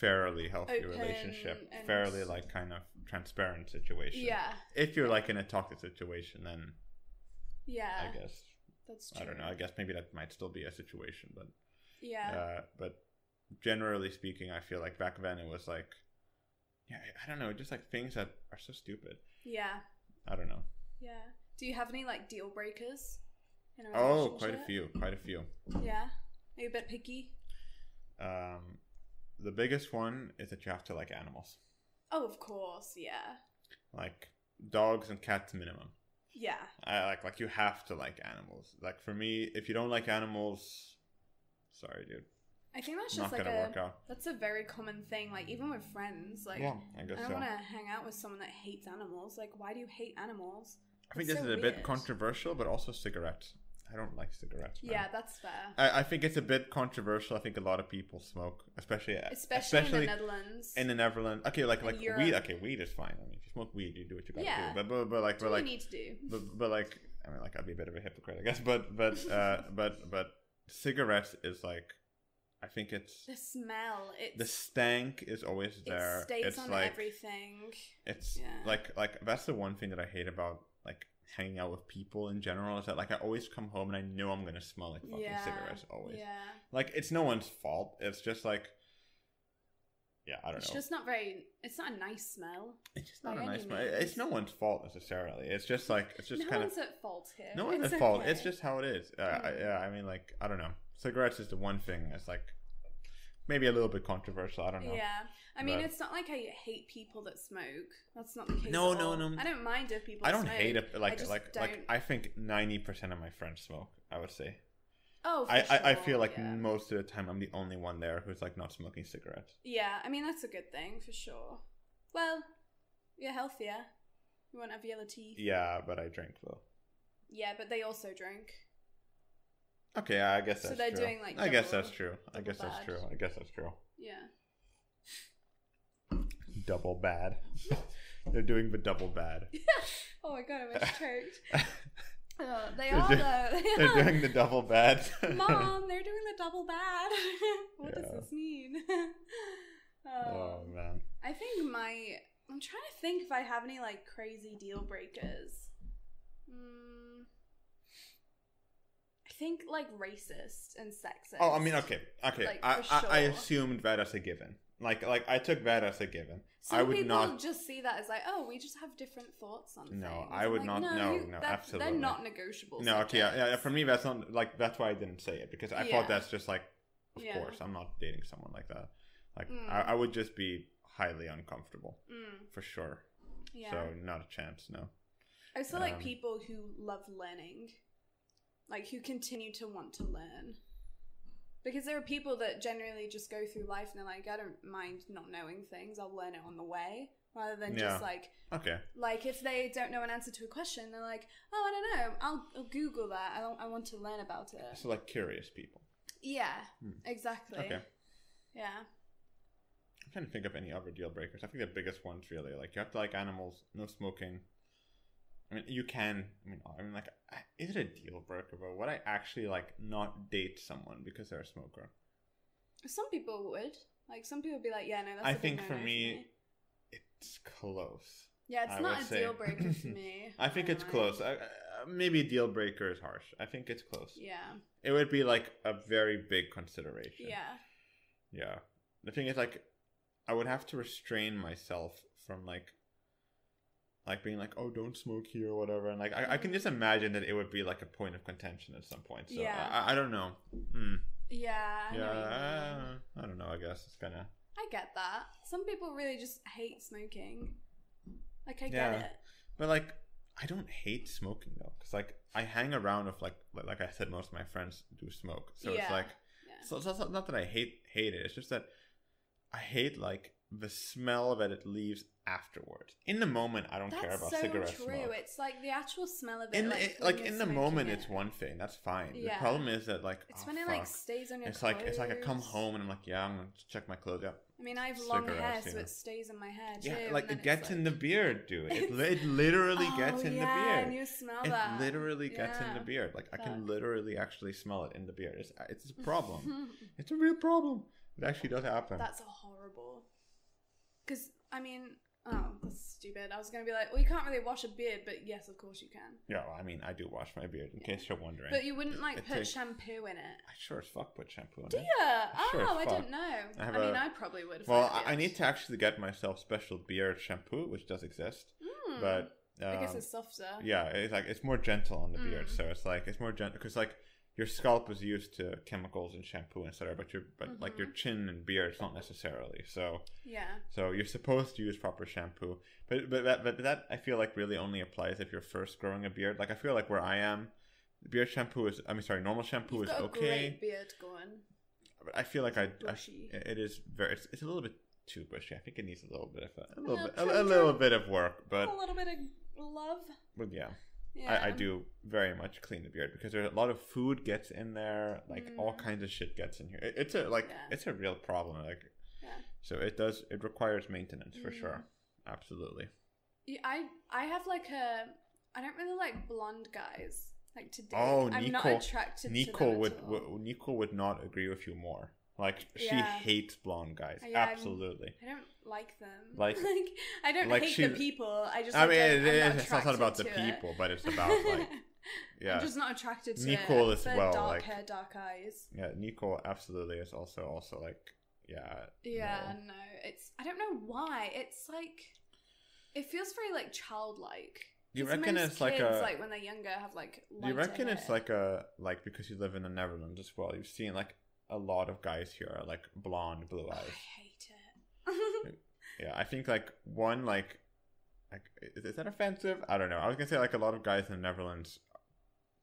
[SPEAKER 1] fairly healthy
[SPEAKER 2] Open
[SPEAKER 1] relationship,
[SPEAKER 2] and-
[SPEAKER 1] fairly like kind of transparent situation.
[SPEAKER 2] Yeah.
[SPEAKER 1] If you're like in a toxic situation, then
[SPEAKER 2] Yeah.
[SPEAKER 1] I guess
[SPEAKER 2] That's true.
[SPEAKER 1] I don't know. I guess maybe that might still be a situation, but.
[SPEAKER 2] Yeah.
[SPEAKER 1] Uh, but generally speaking, I feel like back then it was like, yeah, I- I don't know, just like things that are so stupid.
[SPEAKER 2] yeah.
[SPEAKER 1] I don't know.
[SPEAKER 2] Yeah. Do you have any like deal breakers? In a
[SPEAKER 1] Oh, quite a
[SPEAKER 2] relationship?
[SPEAKER 1] few, quite a few.
[SPEAKER 2] Yeah. Are you a bit picky?
[SPEAKER 1] Um, the biggest one is that you have to like animals,
[SPEAKER 2] Oh, of course. Yeah.
[SPEAKER 1] like dogs and cats minimum.
[SPEAKER 2] Yeah.
[SPEAKER 1] I like like you have to like animals. Like for me, if you don't like animals, sorry, dude,
[SPEAKER 2] I think that's
[SPEAKER 1] not
[SPEAKER 2] just like
[SPEAKER 1] gonna work
[SPEAKER 2] a
[SPEAKER 1] out.
[SPEAKER 2] that's a very common thing. Like even with friends, like
[SPEAKER 1] yeah, I
[SPEAKER 2] I
[SPEAKER 1] guess
[SPEAKER 2] don't
[SPEAKER 1] so.
[SPEAKER 2] want to hang out with someone that hates animals. Like, why do you hate animals?
[SPEAKER 1] I think
[SPEAKER 2] it's
[SPEAKER 1] this
[SPEAKER 2] so
[SPEAKER 1] is a bit
[SPEAKER 2] weird.
[SPEAKER 1] controversial, but also cigarettes. I don't like cigarettes. man.
[SPEAKER 2] Yeah, that's fair.
[SPEAKER 1] I, I think it's a bit controversial. I think a lot of people smoke, especially
[SPEAKER 2] Especially, in the
[SPEAKER 1] in,
[SPEAKER 2] Netherlands.
[SPEAKER 1] the Netherlands. Okay, like
[SPEAKER 2] And
[SPEAKER 1] like
[SPEAKER 2] Europe.
[SPEAKER 1] weed. Okay, weed is fine. I mean, if you smoke weed, you do what you gotta
[SPEAKER 2] Yeah.
[SPEAKER 1] do. But but, but like
[SPEAKER 2] That's
[SPEAKER 1] but
[SPEAKER 2] all
[SPEAKER 1] like
[SPEAKER 2] you need to do.
[SPEAKER 1] but, but like I mean like I'd be a bit of a hypocrite, I guess. But but uh, but but cigarettes is like I think it's
[SPEAKER 2] The smell. It's
[SPEAKER 1] the stank is always there.
[SPEAKER 2] It stays
[SPEAKER 1] it's
[SPEAKER 2] on
[SPEAKER 1] like
[SPEAKER 2] everything.
[SPEAKER 1] it's
[SPEAKER 2] Yeah.
[SPEAKER 1] like like that's the one thing that I hate about like hanging out with people in general is that like I always come home and I know I'm gonna smell like fucking
[SPEAKER 2] Yeah.
[SPEAKER 1] cigarettes always.
[SPEAKER 2] Yeah.
[SPEAKER 1] Like it's no one's fault. It's just like, yeah, I don't
[SPEAKER 2] It's
[SPEAKER 1] know.
[SPEAKER 2] just not very. It's not a nice smell.
[SPEAKER 1] it's just not
[SPEAKER 2] by
[SPEAKER 1] a nice.
[SPEAKER 2] any
[SPEAKER 1] mo- It's
[SPEAKER 2] means.
[SPEAKER 1] no one's fault necessarily. It's just like it's just
[SPEAKER 2] no
[SPEAKER 1] kind
[SPEAKER 2] one's
[SPEAKER 1] of
[SPEAKER 2] at fault here.
[SPEAKER 1] no one's
[SPEAKER 2] It's
[SPEAKER 1] at fault.
[SPEAKER 2] okay.
[SPEAKER 1] It's just how it is. Uh, I,
[SPEAKER 2] Mm.
[SPEAKER 1] yeah, I mean, like I don't know. Cigarettes is the one thing that's like maybe a little bit controversial. I don't know.
[SPEAKER 2] Yeah, I mean,
[SPEAKER 1] But-
[SPEAKER 2] it's not like I hate people that smoke. That's not the case.
[SPEAKER 1] No,
[SPEAKER 2] at
[SPEAKER 1] no,
[SPEAKER 2] all.
[SPEAKER 1] no.
[SPEAKER 2] I don't mind if people.
[SPEAKER 1] I don't
[SPEAKER 2] smoke.
[SPEAKER 1] hate it. Like
[SPEAKER 2] just
[SPEAKER 1] like like
[SPEAKER 2] don't-
[SPEAKER 1] I think ninety percent of my friends smoke. I would say.
[SPEAKER 2] Oh, for
[SPEAKER 1] I, I I
[SPEAKER 2] sure,
[SPEAKER 1] feel like
[SPEAKER 2] yeah.
[SPEAKER 1] most of the time I'm the only one there who's like not smoking cigarettes.
[SPEAKER 2] Yeah, I mean that's a good thing for sure. Well, you're healthier. You won't have yellow teeth.
[SPEAKER 1] Yeah, but I drink though.
[SPEAKER 2] Yeah, but they also drink.
[SPEAKER 1] Okay, I guess
[SPEAKER 2] So
[SPEAKER 1] that's
[SPEAKER 2] they're
[SPEAKER 1] true.
[SPEAKER 2] doing, like,
[SPEAKER 1] I guess
[SPEAKER 2] double-
[SPEAKER 1] that's true. I
[SPEAKER 2] double
[SPEAKER 1] guess that's
[SPEAKER 2] bad.
[SPEAKER 1] true. I guess that's true.
[SPEAKER 2] Yeah.
[SPEAKER 1] Double bad. they're doing the double bad.
[SPEAKER 2] Oh my god, I was choked. Oh, they
[SPEAKER 1] They're
[SPEAKER 2] are
[SPEAKER 1] doing-
[SPEAKER 2] though. They
[SPEAKER 1] they're
[SPEAKER 2] are.
[SPEAKER 1] doing the double bad.
[SPEAKER 2] Mom, they're doing the double bad. what
[SPEAKER 1] Yeah.
[SPEAKER 2] does this mean?
[SPEAKER 1] oh
[SPEAKER 2] Um,
[SPEAKER 1] man.
[SPEAKER 2] I think my. I'm trying to think if I have any like crazy deal breakers. Mm, I think like racist and sexist.
[SPEAKER 1] Oh, I mean, okay, okay.
[SPEAKER 2] Like,
[SPEAKER 1] I,
[SPEAKER 2] for
[SPEAKER 1] I, I
[SPEAKER 2] sure.
[SPEAKER 1] assumed that as a given. Like, like I took that as a given.
[SPEAKER 2] Some
[SPEAKER 1] I would
[SPEAKER 2] people
[SPEAKER 1] not-
[SPEAKER 2] just see that as like, oh, we just have different thoughts on
[SPEAKER 1] No,
[SPEAKER 2] things.
[SPEAKER 1] I
[SPEAKER 2] I'm
[SPEAKER 1] would
[SPEAKER 2] like,
[SPEAKER 1] not- no,
[SPEAKER 2] you-
[SPEAKER 1] no,
[SPEAKER 2] that's-
[SPEAKER 1] absolutely.
[SPEAKER 2] They're not negotiable.
[SPEAKER 1] No, okay, yeah, yeah, yeah,
[SPEAKER 2] subjects.
[SPEAKER 1] For me, that's not like that's why I didn't say it because I
[SPEAKER 2] Yeah.
[SPEAKER 1] thought that's just like, of
[SPEAKER 2] Yeah.
[SPEAKER 1] course, I'm not dating someone like that. Like,
[SPEAKER 2] Mm.
[SPEAKER 1] I, I would just be highly uncomfortable
[SPEAKER 2] Mm,
[SPEAKER 1] for sure.
[SPEAKER 2] yeah.
[SPEAKER 1] So not a chance. No.
[SPEAKER 2] I also like
[SPEAKER 1] Um,
[SPEAKER 2] people who love learning, like who continue to want to learn. Because there are people that generally just go through life and they're like, I don't mind not knowing things, I'll learn it on the way. Rather than
[SPEAKER 1] Yeah.
[SPEAKER 2] just like,
[SPEAKER 1] Okay.
[SPEAKER 2] like if they don't know an answer to a question, they're like, oh, I don't know, I'll, I'll Google that, I, don't, I want to learn about it.
[SPEAKER 1] So like curious people.
[SPEAKER 2] Yeah,
[SPEAKER 1] Hmm.
[SPEAKER 2] exactly.
[SPEAKER 1] Okay.
[SPEAKER 2] Yeah.
[SPEAKER 1] I'm trying to think of any other deal breakers. I think the biggest ones really like you have to like animals, no smoking. I mean, you can. I mean, I mean, like, I- is it a deal breaker? But would I actually like not date someone because they're a smoker?
[SPEAKER 2] Some people would. Like some people would be like, yeah, no, that's
[SPEAKER 1] I
[SPEAKER 2] a big
[SPEAKER 1] think for
[SPEAKER 2] no-no
[SPEAKER 1] me, it's close.
[SPEAKER 2] Yeah, it's
[SPEAKER 1] I
[SPEAKER 2] not
[SPEAKER 1] would
[SPEAKER 2] a
[SPEAKER 1] say-
[SPEAKER 2] deal breaker for me.
[SPEAKER 1] I think it's
[SPEAKER 2] don't know.
[SPEAKER 1] close. I, uh, maybe deal breaker is harsh. I think it's close.
[SPEAKER 2] Yeah.
[SPEAKER 1] It would be like a very big consideration.
[SPEAKER 2] Yeah.
[SPEAKER 1] Yeah. The thing is, like, I would have to restrain myself from like, like being like, oh, don't smoke here or whatever, and like, I, I can just imagine that it would be like a point of contention at some point. So
[SPEAKER 2] Yeah.
[SPEAKER 1] I, I- I don't know. Hmm.
[SPEAKER 2] Yeah. I, know
[SPEAKER 1] yeah.
[SPEAKER 2] what you mean.
[SPEAKER 1] I don't know. I guess it's kind of.
[SPEAKER 2] I get that. Some people really just hate smoking. Like I
[SPEAKER 1] Yeah.
[SPEAKER 2] get it.
[SPEAKER 1] But like, I don't hate smoking though, because like I hang around with like like like I said, most of my friends do smoke, so it's
[SPEAKER 2] Yeah.
[SPEAKER 1] like
[SPEAKER 2] Yeah.
[SPEAKER 1] so, so it's not- not that I hate hate it. It's just that I hate like the smell that it leaves afterwards. In the moment, I don't care
[SPEAKER 2] That's
[SPEAKER 1] about
[SPEAKER 2] so
[SPEAKER 1] cigarette
[SPEAKER 2] true.
[SPEAKER 1] smoke.
[SPEAKER 2] It's like the actual smell of it.
[SPEAKER 1] in
[SPEAKER 2] like,
[SPEAKER 1] it,
[SPEAKER 2] when
[SPEAKER 1] like
[SPEAKER 2] you're
[SPEAKER 1] in the
[SPEAKER 2] smoking
[SPEAKER 1] moment,
[SPEAKER 2] it.
[SPEAKER 1] it's one thing. That's fine. The
[SPEAKER 2] Yeah.
[SPEAKER 1] problem is that like
[SPEAKER 2] It's
[SPEAKER 1] oh,
[SPEAKER 2] when it like
[SPEAKER 1] fuck.
[SPEAKER 2] stays on your.
[SPEAKER 1] It's like it's like I come
[SPEAKER 2] clothes.
[SPEAKER 1] home and I'm like, yeah, I'm gonna check my clothes out.
[SPEAKER 2] I mean, I have long hair,
[SPEAKER 1] cigarettes,
[SPEAKER 2] so
[SPEAKER 1] yeah.
[SPEAKER 2] it stays in my hair too.
[SPEAKER 1] Yeah,
[SPEAKER 2] and
[SPEAKER 1] like
[SPEAKER 2] then
[SPEAKER 1] it
[SPEAKER 2] it's
[SPEAKER 1] gets in the
[SPEAKER 2] like-
[SPEAKER 1] beard, dude. It,
[SPEAKER 2] It's-
[SPEAKER 1] li- it literally gets
[SPEAKER 2] Oh,
[SPEAKER 1] in
[SPEAKER 2] yeah,
[SPEAKER 1] the beard.
[SPEAKER 2] And you smell
[SPEAKER 1] It
[SPEAKER 2] that.
[SPEAKER 1] literally gets in the
[SPEAKER 2] Yeah.
[SPEAKER 1] beard. Like I can
[SPEAKER 2] Fuck.
[SPEAKER 1] literally actually smell it in the beard. It's it's a problem. it's a real problem. It actually does happen.
[SPEAKER 2] That's a horrible. Because I mean, oh, that's stupid. I was gonna be like, well, you can't really wash a beard, but yes, of course you can.
[SPEAKER 1] yeah, well, I mean, I do wash my beard in
[SPEAKER 2] Yeah.
[SPEAKER 1] case you're wondering.
[SPEAKER 2] But you wouldn't like
[SPEAKER 1] It
[SPEAKER 2] put
[SPEAKER 1] takes-
[SPEAKER 2] shampoo in it.
[SPEAKER 1] I sure as fuck put shampoo in
[SPEAKER 2] Do
[SPEAKER 1] it.
[SPEAKER 2] you?
[SPEAKER 1] Sure as
[SPEAKER 2] Oh, I
[SPEAKER 1] fuck.
[SPEAKER 2] didn't know.
[SPEAKER 1] I
[SPEAKER 2] I,
[SPEAKER 1] have
[SPEAKER 2] mean,
[SPEAKER 1] a-
[SPEAKER 2] I probably would. if
[SPEAKER 1] Well,
[SPEAKER 2] had a
[SPEAKER 1] I, I
[SPEAKER 2] beard.
[SPEAKER 1] need to actually get myself special beard shampoo, which does exist.
[SPEAKER 2] Mm.
[SPEAKER 1] But um,
[SPEAKER 2] I guess it's softer.
[SPEAKER 1] yeah, it's like it's more gentle on the beard,
[SPEAKER 2] Mm.
[SPEAKER 1] so it's like it's more gentle because like your scalp is used to chemicals and shampoo and stuff, but your but like
[SPEAKER 2] Mm-hmm.
[SPEAKER 1] your chin and beard, not necessarily. So
[SPEAKER 2] Yeah.
[SPEAKER 1] So you're supposed to use proper shampoo, but but that, but that I feel like really only applies if you're first growing a beard. Like I feel like where I am, beard shampoo is I mean sorry, normal shampoo
[SPEAKER 2] You've
[SPEAKER 1] is
[SPEAKER 2] got a
[SPEAKER 1] okay,
[SPEAKER 2] great beard going.
[SPEAKER 1] but I feel like I, I
[SPEAKER 2] Bushy.
[SPEAKER 1] it is very it's, it's a little bit too bushy. I think it needs a little bit of a, a
[SPEAKER 2] A
[SPEAKER 1] little
[SPEAKER 2] little
[SPEAKER 1] bit a, a
[SPEAKER 2] trim,
[SPEAKER 1] little
[SPEAKER 2] trim.
[SPEAKER 1] bit of work, but
[SPEAKER 2] a little bit of love.
[SPEAKER 1] but yeah,
[SPEAKER 2] Yeah.
[SPEAKER 1] I, I do very much clean the beard because there a lot of food gets in there, like all
[SPEAKER 2] Mm.
[SPEAKER 1] kinds of shit gets in here. It, it's a like
[SPEAKER 2] Yeah.
[SPEAKER 1] it's a real problem. Like
[SPEAKER 2] Yeah.
[SPEAKER 1] so it does it requires maintenance for
[SPEAKER 2] Mm.
[SPEAKER 1] sure, absolutely.
[SPEAKER 2] Yeah, I I have like a I don't really like blonde guys. Like today,
[SPEAKER 1] Oh,
[SPEAKER 2] I'm not
[SPEAKER 1] Nico-
[SPEAKER 2] attracted to
[SPEAKER 1] Nico
[SPEAKER 2] them at
[SPEAKER 1] would
[SPEAKER 2] all.
[SPEAKER 1] w- Nico would not agree with you more. Like she
[SPEAKER 2] Yeah.
[SPEAKER 1] hates blonde guys.
[SPEAKER 2] Yeah, I'm-
[SPEAKER 1] Absolutely.
[SPEAKER 2] I don't like them.
[SPEAKER 1] Like-
[SPEAKER 2] Like, I don't
[SPEAKER 1] like
[SPEAKER 2] hate
[SPEAKER 1] she's-
[SPEAKER 2] the people. I just
[SPEAKER 1] I mean,
[SPEAKER 2] don't,
[SPEAKER 1] it
[SPEAKER 2] I'm
[SPEAKER 1] is, it's not
[SPEAKER 2] attracted
[SPEAKER 1] about the
[SPEAKER 2] to it.
[SPEAKER 1] people, but it's about like yeah,
[SPEAKER 2] I'm just not attracted to
[SPEAKER 1] Nicole
[SPEAKER 2] it.
[SPEAKER 1] as
[SPEAKER 2] They're
[SPEAKER 1] well,
[SPEAKER 2] Dark
[SPEAKER 1] like-
[SPEAKER 2] hair, dark eyes.
[SPEAKER 1] yeah. Nico absolutely is also also like yeah.
[SPEAKER 2] Yeah,
[SPEAKER 1] no.
[SPEAKER 2] no. it's I don't know why. It's like it feels very like childlike.
[SPEAKER 1] Do you
[SPEAKER 2] 'Cause
[SPEAKER 1] reckon
[SPEAKER 2] most
[SPEAKER 1] it's like
[SPEAKER 2] kids,
[SPEAKER 1] a-
[SPEAKER 2] like when they're younger have like.
[SPEAKER 1] Do you
[SPEAKER 2] lighter
[SPEAKER 1] reckon it's
[SPEAKER 2] hair.
[SPEAKER 1] like a like because you live in the Netherlands as well? You've seen like a lot of guys here are like blonde, blue
[SPEAKER 2] Oh, I
[SPEAKER 1] eyes.
[SPEAKER 2] hate it.
[SPEAKER 1] Yeah, I think like one like like is, is that offensive? I don't know. I was gonna say like a lot of guys in the Netherlands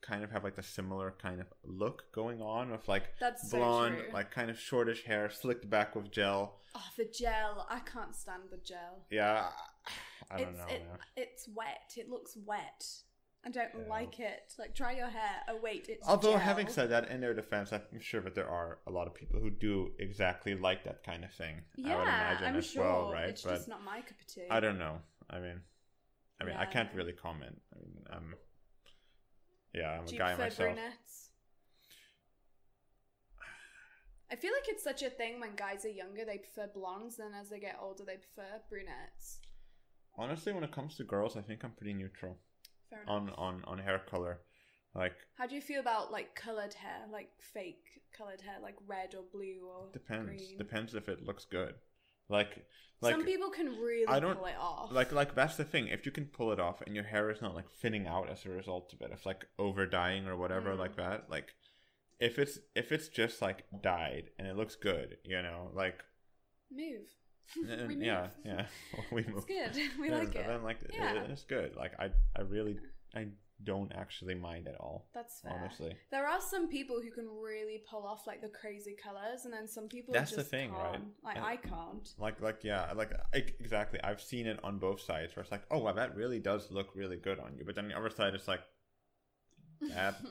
[SPEAKER 1] kind of have like the similar kind of look going on with like
[SPEAKER 2] That's
[SPEAKER 1] blonde,
[SPEAKER 2] so true.
[SPEAKER 1] like kind of shortish hair, slicked back with gel.
[SPEAKER 2] oh, the gel. I can't stand the gel.
[SPEAKER 1] Yeah, I don't
[SPEAKER 2] it's,
[SPEAKER 1] know.
[SPEAKER 2] it-
[SPEAKER 1] man.
[SPEAKER 2] it's wet. It looks wet. I don't
[SPEAKER 3] Yeah.
[SPEAKER 2] like it. Like, dry your hair. Oh, wait, it's.
[SPEAKER 1] Although,
[SPEAKER 2] gel.
[SPEAKER 1] having said that, in their defense, I'm sure that there are a lot of people who do exactly like that kind of thing. I would
[SPEAKER 2] Yeah,
[SPEAKER 1] imagine
[SPEAKER 2] I'm
[SPEAKER 1] as
[SPEAKER 2] sure.
[SPEAKER 1] well, right?
[SPEAKER 2] It's
[SPEAKER 1] but
[SPEAKER 2] just not my cup of tea.
[SPEAKER 1] I don't know. I mean, I mean, I can't
[SPEAKER 2] Yeah.
[SPEAKER 1] really comment. I mean, I'm, yeah, I'm
[SPEAKER 2] Do
[SPEAKER 1] a
[SPEAKER 2] you
[SPEAKER 1] guy
[SPEAKER 2] prefer
[SPEAKER 1] myself.
[SPEAKER 2] brunettes? I feel like it's such a thing when guys are younger, they prefer blondes, and as they get older, they prefer brunettes.
[SPEAKER 1] Honestly, when it comes to girls, I think I'm pretty neutral
[SPEAKER 2] Fair enough.
[SPEAKER 1] on on on hair color. Like,
[SPEAKER 2] How do you feel about like colored hair, like fake colored hair, like red or blue or
[SPEAKER 1] depends.
[SPEAKER 2] green?
[SPEAKER 1] Depends if it looks good. Like, like
[SPEAKER 2] Some people can really
[SPEAKER 1] I don't-
[SPEAKER 2] pull it off.
[SPEAKER 1] like like that's the thing if you can pull it off and your hair is not like thinning out as a result of it if like over dyeing or whatever
[SPEAKER 2] Mm.
[SPEAKER 1] like that like if it's if it's just like dyed and it looks good you know like
[SPEAKER 2] move.
[SPEAKER 1] and-
[SPEAKER 2] we move.
[SPEAKER 1] yeah yeah we
[SPEAKER 2] It's
[SPEAKER 1] move
[SPEAKER 2] good. We
[SPEAKER 1] And-
[SPEAKER 2] like it.
[SPEAKER 1] and then like it-
[SPEAKER 2] Yeah.
[SPEAKER 1] it's good like i i really i don't actually mind at all
[SPEAKER 2] That's fair.
[SPEAKER 1] honestly
[SPEAKER 2] There are some people who can really pull off like the crazy colors, and then some people
[SPEAKER 1] That's the
[SPEAKER 2] just
[SPEAKER 1] thing, right?
[SPEAKER 2] can't. Like
[SPEAKER 1] Yeah.
[SPEAKER 2] I can't.
[SPEAKER 1] like like yeah like I, exactly i've seen it on both sides where it's like oh wow that really does look really good on you but then the other side is like That-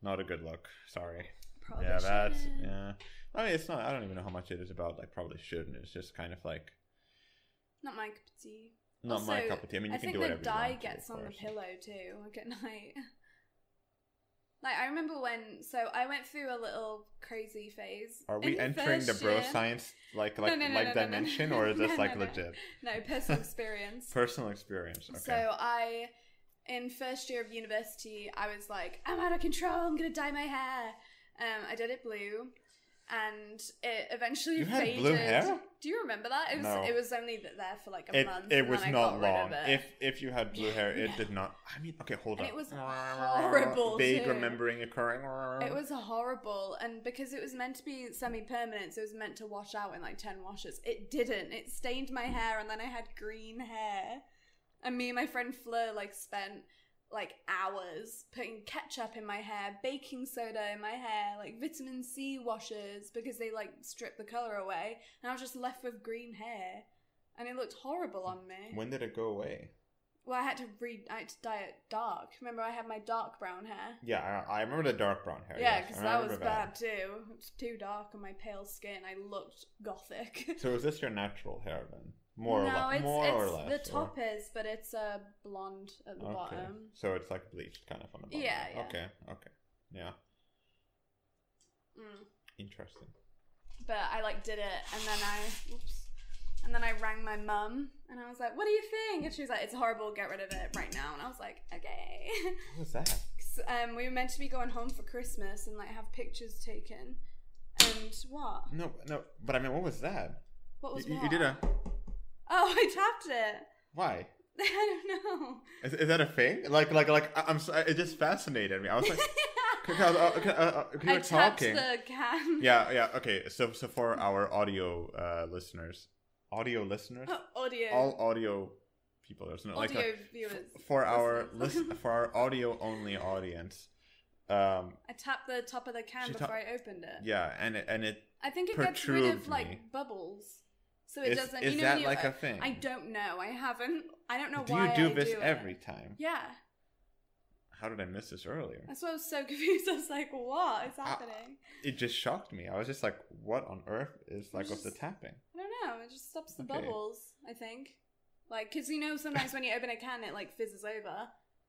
[SPEAKER 1] not a good look sorry
[SPEAKER 2] Probably
[SPEAKER 1] yeah, that's
[SPEAKER 2] shouldn't.
[SPEAKER 1] yeah. I mean, it's not. I don't even know how much it is about. Like, probably shouldn't. It's just kind of like
[SPEAKER 2] Not my cup of tea.
[SPEAKER 1] not my
[SPEAKER 2] Also,
[SPEAKER 1] cup of tea. I mean, you
[SPEAKER 2] I
[SPEAKER 1] can
[SPEAKER 2] think
[SPEAKER 1] do
[SPEAKER 2] the
[SPEAKER 1] whatever. you
[SPEAKER 2] dye
[SPEAKER 1] want to,
[SPEAKER 2] gets
[SPEAKER 1] of
[SPEAKER 2] on the
[SPEAKER 1] course.
[SPEAKER 2] pillow too, like at night. Like I remember when, so I went through a little crazy phase.
[SPEAKER 1] Are
[SPEAKER 2] in
[SPEAKER 1] we entering the
[SPEAKER 2] first
[SPEAKER 1] bro
[SPEAKER 2] year.
[SPEAKER 1] science like
[SPEAKER 2] No,
[SPEAKER 1] like
[SPEAKER 2] no, no,
[SPEAKER 1] like
[SPEAKER 2] no, no, no.
[SPEAKER 1] dimension, or is this
[SPEAKER 2] No,
[SPEAKER 1] like
[SPEAKER 2] no, no.
[SPEAKER 1] legit
[SPEAKER 2] No personal experience.
[SPEAKER 1] personal experience? Okay.
[SPEAKER 2] So I, in first year of university, I was like, I'm out of control. I'm gonna dye my hair. Um, I did it blue, and it eventually
[SPEAKER 1] You had
[SPEAKER 2] faded.
[SPEAKER 1] blue hair?
[SPEAKER 2] Do you remember that? It was
[SPEAKER 1] No.
[SPEAKER 2] it was only th- there for like a
[SPEAKER 1] it
[SPEAKER 2] month.
[SPEAKER 1] it
[SPEAKER 2] and
[SPEAKER 1] was
[SPEAKER 2] then I
[SPEAKER 1] not
[SPEAKER 2] got rid
[SPEAKER 1] long.
[SPEAKER 2] of it.
[SPEAKER 1] If if you had blue hair, it
[SPEAKER 2] No.
[SPEAKER 1] did not. I mean, okay, hold
[SPEAKER 2] And
[SPEAKER 1] on.
[SPEAKER 2] it was horrible,
[SPEAKER 1] Vague
[SPEAKER 2] too.
[SPEAKER 1] remembering occurring.
[SPEAKER 2] it was horrible, and because it was meant to be semi-permanent, so it was meant to wash out in like ten washes. It didn't. It stained my hair, and then I had green hair. And me and my friend Fleur like spent like hours putting ketchup in my hair, baking soda in my hair, like vitamin C washes because they like strip the color away, and I was just left with green hair, and it looked horrible on me.
[SPEAKER 1] When did it go away?
[SPEAKER 2] well, I had to re I had to dye it dark. Remember, I had my dark brown hair.
[SPEAKER 1] Yeah, I, I remember the dark brown hair.
[SPEAKER 2] Yeah,
[SPEAKER 1] Oh, yes, I
[SPEAKER 2] because that was
[SPEAKER 1] remember
[SPEAKER 2] bad too. It's too dark on my pale skin. I looked gothic.
[SPEAKER 1] So is this your natural hair then? More
[SPEAKER 2] no,
[SPEAKER 1] or less.
[SPEAKER 2] it's,
[SPEAKER 1] more
[SPEAKER 2] it's
[SPEAKER 1] or less.
[SPEAKER 2] the
[SPEAKER 1] or-
[SPEAKER 2] top is, but it's uh, blonde at the bottom.
[SPEAKER 1] So it's like bleached kind of on the bottom.
[SPEAKER 2] Yeah, yeah.
[SPEAKER 1] Okay, okay. Yeah.
[SPEAKER 2] Mm.
[SPEAKER 1] Interesting.
[SPEAKER 2] But I like did it, and then I, oops, and then I rang my mum, and I was like, "What do you think?" And she was like, "It's horrible. Get rid of it right now." And I was like, "Okay."
[SPEAKER 1] What was that?
[SPEAKER 2] 'Cause, um, we were meant to be going home for Christmas and like have pictures taken, and what?
[SPEAKER 1] No, no, but I mean, what was that?
[SPEAKER 2] What was
[SPEAKER 1] you, you-
[SPEAKER 2] what?
[SPEAKER 1] you did a.
[SPEAKER 2] Oh, I tapped it.
[SPEAKER 1] Why?
[SPEAKER 2] I don't know.
[SPEAKER 1] Is, is that a thing? Like, like, like, I, I'm. so- It just fascinated me. I was like, because uh, 'cause, uh, 'cause you
[SPEAKER 2] I
[SPEAKER 1] were
[SPEAKER 2] tapped
[SPEAKER 1] talking.
[SPEAKER 2] the can.
[SPEAKER 1] Yeah, yeah. Okay, so so for our audio uh, listeners, audio listeners,
[SPEAKER 2] audio.
[SPEAKER 1] all audio people, there's no like
[SPEAKER 2] Oh, audio
[SPEAKER 1] uh,
[SPEAKER 2] viewers.
[SPEAKER 1] for our
[SPEAKER 2] listeners.
[SPEAKER 1] listen for our audio only audience. Um,
[SPEAKER 2] I tapped the top of the can
[SPEAKER 1] She
[SPEAKER 2] before
[SPEAKER 1] ta-
[SPEAKER 2] I opened it.
[SPEAKER 1] yeah, and it, and it
[SPEAKER 2] I think it gets rid
[SPEAKER 1] Protrude
[SPEAKER 2] of like
[SPEAKER 1] me.
[SPEAKER 2] bubbles, so it
[SPEAKER 1] is-
[SPEAKER 2] doesn't.
[SPEAKER 1] is
[SPEAKER 2] you know,
[SPEAKER 1] that
[SPEAKER 2] you, uh,
[SPEAKER 1] like a thing?
[SPEAKER 2] I don't know. I haven't. I don't know
[SPEAKER 1] do you
[SPEAKER 2] why.
[SPEAKER 1] do
[SPEAKER 2] I
[SPEAKER 1] this
[SPEAKER 2] it.
[SPEAKER 1] every time?
[SPEAKER 2] Yeah,
[SPEAKER 1] How did I miss this earlier?
[SPEAKER 2] that's why I was so confused. I was like, "What is happening?"
[SPEAKER 1] It just shocked me. I was just like, "What on earth is like with the
[SPEAKER 2] just-
[SPEAKER 1] tapping?"
[SPEAKER 2] I don't know. It just stops the
[SPEAKER 1] Okay.
[SPEAKER 2] bubbles. I think, like, because you know, sometimes when you open a can, it like fizzes over.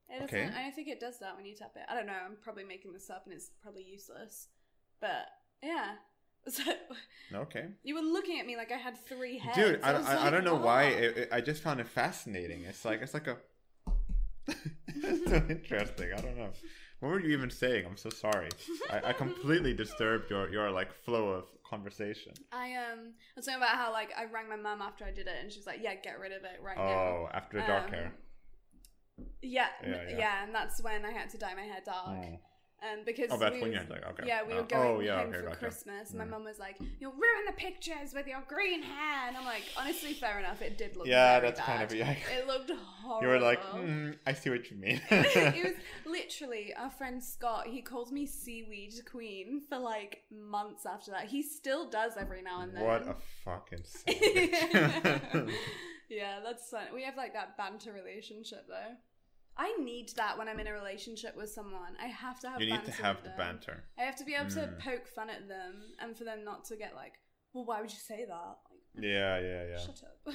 [SPEAKER 2] It
[SPEAKER 1] Okay.
[SPEAKER 2] doesn't I don't think it does that when you tap it. I don't know. I'm probably making this up, and it's probably useless. But yeah, so
[SPEAKER 1] Okay,
[SPEAKER 2] you were looking at me like I had three heads.
[SPEAKER 1] dude, I,
[SPEAKER 2] was
[SPEAKER 1] don't- I, I
[SPEAKER 2] like,
[SPEAKER 1] don't know why.
[SPEAKER 2] "What?"
[SPEAKER 1] It, it- I just found it fascinating. It's like it's like a. it's so interesting. I don't know. What were you even saying? I'm so sorry. I, I completely disturbed your your like flow of conversation.
[SPEAKER 2] I um, I was talking about how like I rang my mum after I did it, and she was like, "Yeah, get rid of it right now."
[SPEAKER 1] Oh, after the dark
[SPEAKER 2] Um,
[SPEAKER 1] hair.
[SPEAKER 2] Yeah, n-
[SPEAKER 1] Yeah,
[SPEAKER 2] yeah,
[SPEAKER 1] yeah.
[SPEAKER 2] and that's when I had to dye my hair dark,
[SPEAKER 1] Mm.
[SPEAKER 2] um, because
[SPEAKER 1] Oh, that's
[SPEAKER 2] we
[SPEAKER 1] when
[SPEAKER 2] was-
[SPEAKER 1] you're like, okay.
[SPEAKER 2] Yeah, we
[SPEAKER 1] uh,
[SPEAKER 2] were going
[SPEAKER 1] oh, yeah,
[SPEAKER 2] home
[SPEAKER 1] okay,
[SPEAKER 2] for
[SPEAKER 1] gotcha.
[SPEAKER 2] Christmas. My
[SPEAKER 1] Mm.
[SPEAKER 2] mum was like, "You'll ruin the pictures with your green hair," and I'm like, "Honestly, fair enough. It did look
[SPEAKER 1] Yeah,
[SPEAKER 2] very
[SPEAKER 1] that's kind of
[SPEAKER 2] bad.
[SPEAKER 1] yeah.
[SPEAKER 2] It looked
[SPEAKER 1] You
[SPEAKER 2] horrible.
[SPEAKER 1] were like, mm, I see what you mean.
[SPEAKER 2] it was literally our friend Scott. He called me seaweed queen for like months after that. He still does every now and then.
[SPEAKER 1] What a fucking sandwich.
[SPEAKER 2] yeah, that's fun. We have like that banter relationship though. I need that when I'm in a relationship with someone. I have to have.
[SPEAKER 1] You need to
[SPEAKER 2] banter
[SPEAKER 1] have
[SPEAKER 2] with
[SPEAKER 1] the
[SPEAKER 2] them.
[SPEAKER 1] banter.
[SPEAKER 2] I have to be able to
[SPEAKER 1] Mm.
[SPEAKER 2] poke fun at them and for them not to get like, well, why would you say that? Like,
[SPEAKER 1] Yeah, yeah, yeah.
[SPEAKER 2] shut up.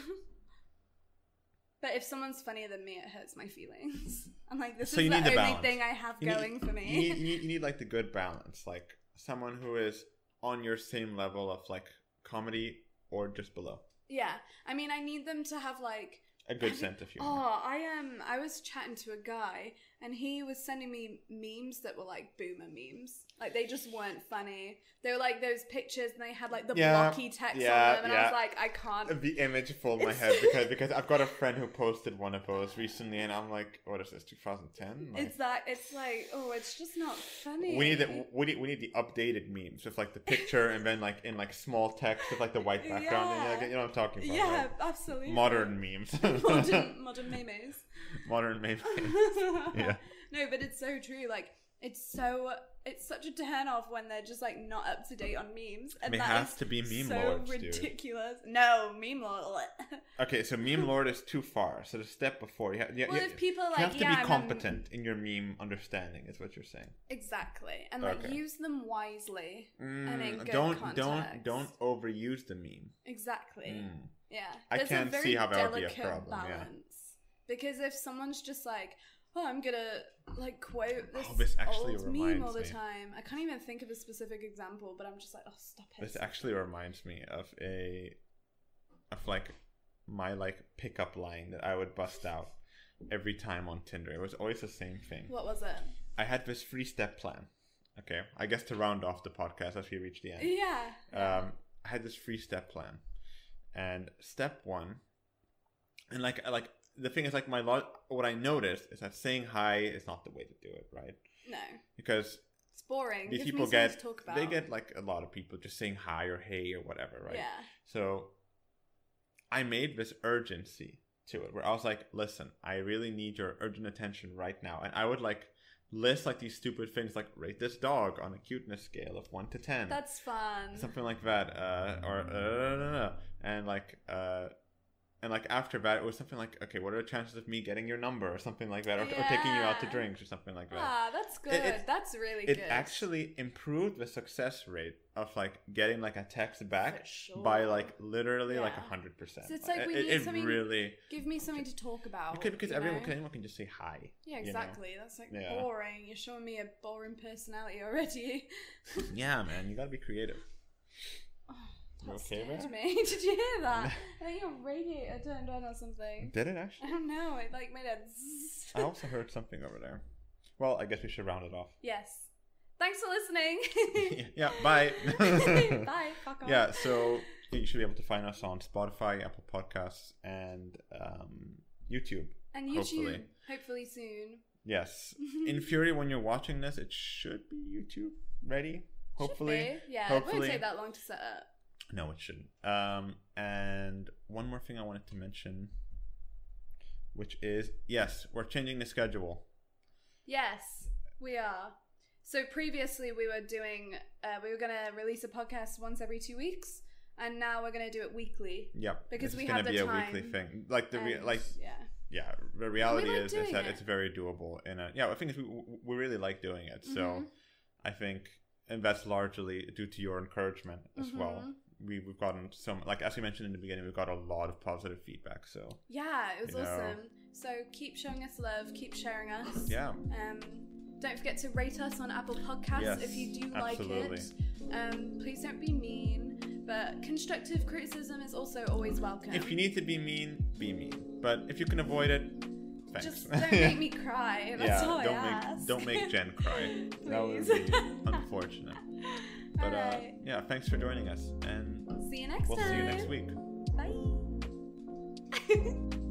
[SPEAKER 2] but if someone's funnier than me, it hurts my feelings. I'm like, this
[SPEAKER 1] So
[SPEAKER 2] is
[SPEAKER 1] you
[SPEAKER 2] the
[SPEAKER 1] need the
[SPEAKER 2] only
[SPEAKER 1] balance.
[SPEAKER 2] thing I have
[SPEAKER 1] You need-
[SPEAKER 2] going for me.
[SPEAKER 1] you need, you need you need like the good balance, like someone who is on your same level of like comedy or just below.
[SPEAKER 2] yeah, I mean, I need them to have like
[SPEAKER 1] A good sense of humor.
[SPEAKER 2] Oh, I Um, I was chatting to a guy, and he was sending me memes that were like boomer memes. Like they just weren't funny. They were like those pictures, and they had like the
[SPEAKER 1] Yeah,
[SPEAKER 2] blocky text
[SPEAKER 1] yeah,
[SPEAKER 2] on them, and I
[SPEAKER 1] yeah.
[SPEAKER 2] was like, I can't.
[SPEAKER 1] The image filled my
[SPEAKER 2] It's-
[SPEAKER 1] head because because I've got a friend who posted one of those recently, and I'm like, what is this, 2010? Like,
[SPEAKER 2] It's that. It's like, oh, it's just not funny.
[SPEAKER 1] we need the we need we need the updated memes with like the picture and then like in like small text with like the white background. And, like,
[SPEAKER 2] Yeah.
[SPEAKER 1] you know what I'm talking about?
[SPEAKER 2] Yeah,
[SPEAKER 1] right?
[SPEAKER 2] absolutely.
[SPEAKER 1] modern memes,
[SPEAKER 2] modern, modern memes.
[SPEAKER 1] modern memes. Yeah.
[SPEAKER 2] No, but it's so true. Like it's so it's such a turn off when they're just like not up to date on memes. And
[SPEAKER 1] They
[SPEAKER 2] that
[SPEAKER 1] have
[SPEAKER 2] is
[SPEAKER 1] to be meme
[SPEAKER 2] so
[SPEAKER 1] lords, dude.
[SPEAKER 2] ridiculous. No, meme lord.
[SPEAKER 1] Okay, so meme lord is too far. So the step before you, ha- you,
[SPEAKER 2] Hmm. well,
[SPEAKER 1] you,
[SPEAKER 2] if people are
[SPEAKER 1] you
[SPEAKER 2] like
[SPEAKER 1] have to
[SPEAKER 2] yeah, I'm
[SPEAKER 1] be
[SPEAKER 2] a-
[SPEAKER 1] competent in your meme understanding. Is what you're saying.
[SPEAKER 2] exactly, and like
[SPEAKER 1] Okay.
[SPEAKER 2] use them wisely. And in
[SPEAKER 1] Mm,
[SPEAKER 2] good
[SPEAKER 1] don't don't
[SPEAKER 2] context.
[SPEAKER 1] don't overuse the meme.
[SPEAKER 2] Exactly.
[SPEAKER 1] Mm.
[SPEAKER 2] Yeah.
[SPEAKER 1] I
[SPEAKER 2] There's
[SPEAKER 1] can
[SPEAKER 2] a very
[SPEAKER 1] see how that would be a
[SPEAKER 2] delicate
[SPEAKER 1] problem, yeah.
[SPEAKER 2] Balance. Because if someone's just like, oh, I'm gonna like quote this,
[SPEAKER 1] Oh, this actually
[SPEAKER 2] old meme
[SPEAKER 1] reminds
[SPEAKER 2] all the
[SPEAKER 1] me.
[SPEAKER 2] time. I can't even think of a specific example, but I'm just like, oh, stop it.
[SPEAKER 1] This actually reminds me of a of like my like pickup line that I would bust out every time on Tinder. It was always the same thing.
[SPEAKER 2] What was it?
[SPEAKER 1] I had this three step plan. Okay, I guess to round off the podcast as we reach the end.
[SPEAKER 2] Yeah.
[SPEAKER 1] Um, I had this three step plan, and step one, and like like the thing is like my lot. What I noticed is that saying hi is not the way to do it, right?
[SPEAKER 2] No,
[SPEAKER 1] Because
[SPEAKER 2] it's boring.
[SPEAKER 1] these
[SPEAKER 2] Give
[SPEAKER 1] people
[SPEAKER 2] me something
[SPEAKER 1] get
[SPEAKER 2] to talk about.
[SPEAKER 1] they get like a lot of people just saying hi or hey or whatever, right?
[SPEAKER 2] Yeah.
[SPEAKER 1] So I made this urgency to it where I was like, listen, I really need your urgent attention right now. And I would like list like these stupid things like rate this dog on a cuteness scale of one to ten.
[SPEAKER 2] That's fun.
[SPEAKER 1] something like that. Uh or uh, and like uh and like after that, it was something like, okay, what are the chances of me getting your number or something like that, or, or taking you out to
[SPEAKER 2] Yeah.
[SPEAKER 1] drinks or something like that?
[SPEAKER 2] ah, that's good.
[SPEAKER 1] it-
[SPEAKER 2] that's really
[SPEAKER 1] it
[SPEAKER 2] good.
[SPEAKER 1] actually improved the success rate of like getting like a text
[SPEAKER 2] For
[SPEAKER 1] back
[SPEAKER 2] sure.
[SPEAKER 1] by like literally like a
[SPEAKER 2] Yeah.
[SPEAKER 1] hundred percent.
[SPEAKER 2] So it's like we
[SPEAKER 1] it,
[SPEAKER 2] need
[SPEAKER 1] it
[SPEAKER 2] something-
[SPEAKER 1] really
[SPEAKER 2] Give me something to talk about.
[SPEAKER 1] okay because
[SPEAKER 2] you
[SPEAKER 1] everyone
[SPEAKER 2] know?
[SPEAKER 1] can anyone can just say hi.
[SPEAKER 2] Yeah,
[SPEAKER 1] you know?
[SPEAKER 2] exactly. That's like
[SPEAKER 1] Yeah.
[SPEAKER 2] boring. You're showing me a boring personality already.
[SPEAKER 1] yeah, man, you gotta be creative.
[SPEAKER 2] Oh,
[SPEAKER 1] You
[SPEAKER 2] that
[SPEAKER 1] okay
[SPEAKER 2] scared
[SPEAKER 1] there?
[SPEAKER 2] me. Did you hear that? I think your radiator turned on or something.
[SPEAKER 1] Did it
[SPEAKER 2] I
[SPEAKER 1] actually?
[SPEAKER 2] don't know. It like made a zzz.
[SPEAKER 1] I also heard something over there. Well, I guess we should round it off.
[SPEAKER 2] yes. Thanks for listening.
[SPEAKER 1] yeah, bye.
[SPEAKER 2] Bye. Fuck off.
[SPEAKER 1] yeah, so you should be able to find us on Spotify, Apple Podcasts, and um, YouTube.
[SPEAKER 2] And YouTube. Hopefully,
[SPEAKER 1] Hopefully.
[SPEAKER 2] soon.
[SPEAKER 1] Yes, in Fury, when you're watching this, it should be YouTube ready. Hopefully,
[SPEAKER 2] Should be. Yeah, it
[SPEAKER 1] hopefully.
[SPEAKER 2] won't take that long to set up.
[SPEAKER 1] no, it shouldn't. Um, and one more thing I wanted to mention, which is yes, we're changing the schedule.
[SPEAKER 2] Yes, we are. So previously we were doing, uh, we were going to release a podcast once every two weeks, and now we're going to do it weekly.
[SPEAKER 1] Yep,
[SPEAKER 2] Because
[SPEAKER 1] this
[SPEAKER 2] we
[SPEAKER 1] is gonna
[SPEAKER 2] have the
[SPEAKER 1] be a
[SPEAKER 2] time
[SPEAKER 1] weekly thing. Like the re-
[SPEAKER 2] And,
[SPEAKER 1] like
[SPEAKER 2] yeah,
[SPEAKER 1] yeah, the reality
[SPEAKER 2] like
[SPEAKER 1] is is
[SPEAKER 2] doing
[SPEAKER 1] that
[SPEAKER 2] it.
[SPEAKER 1] it's very doable. And uh, yeah, I think it's, we we really like doing it. So
[SPEAKER 2] Mhm.
[SPEAKER 1] I think, and that's largely due to your encouragement as well.
[SPEAKER 2] Mhm.
[SPEAKER 1] We, we've gotten some like as we mentioned in the beginning, we've got a lot of positive feedback. So
[SPEAKER 2] yeah, it was
[SPEAKER 1] You know.
[SPEAKER 2] awesome. So keep showing us love, keep sharing us.
[SPEAKER 1] yeah.
[SPEAKER 2] Um, don't forget to rate us on Apple Podcasts
[SPEAKER 1] Yes,
[SPEAKER 2] if you do
[SPEAKER 1] absolutely.
[SPEAKER 2] like it. Um, please don't be mean, but constructive criticism is also always welcome.
[SPEAKER 1] If you need to be mean, be mean. But if you can avoid it, thanks.
[SPEAKER 2] Just don't make me cry. That's all
[SPEAKER 1] don't
[SPEAKER 2] I
[SPEAKER 1] make
[SPEAKER 2] ask.
[SPEAKER 1] don't make Jen cry. That would
[SPEAKER 2] Please.
[SPEAKER 1] be unfortunate. But uh,
[SPEAKER 2] Alright.
[SPEAKER 1] yeah, thanks for joining us, and
[SPEAKER 2] See you next
[SPEAKER 1] we'll
[SPEAKER 2] time.
[SPEAKER 1] see you next week.
[SPEAKER 2] Bye.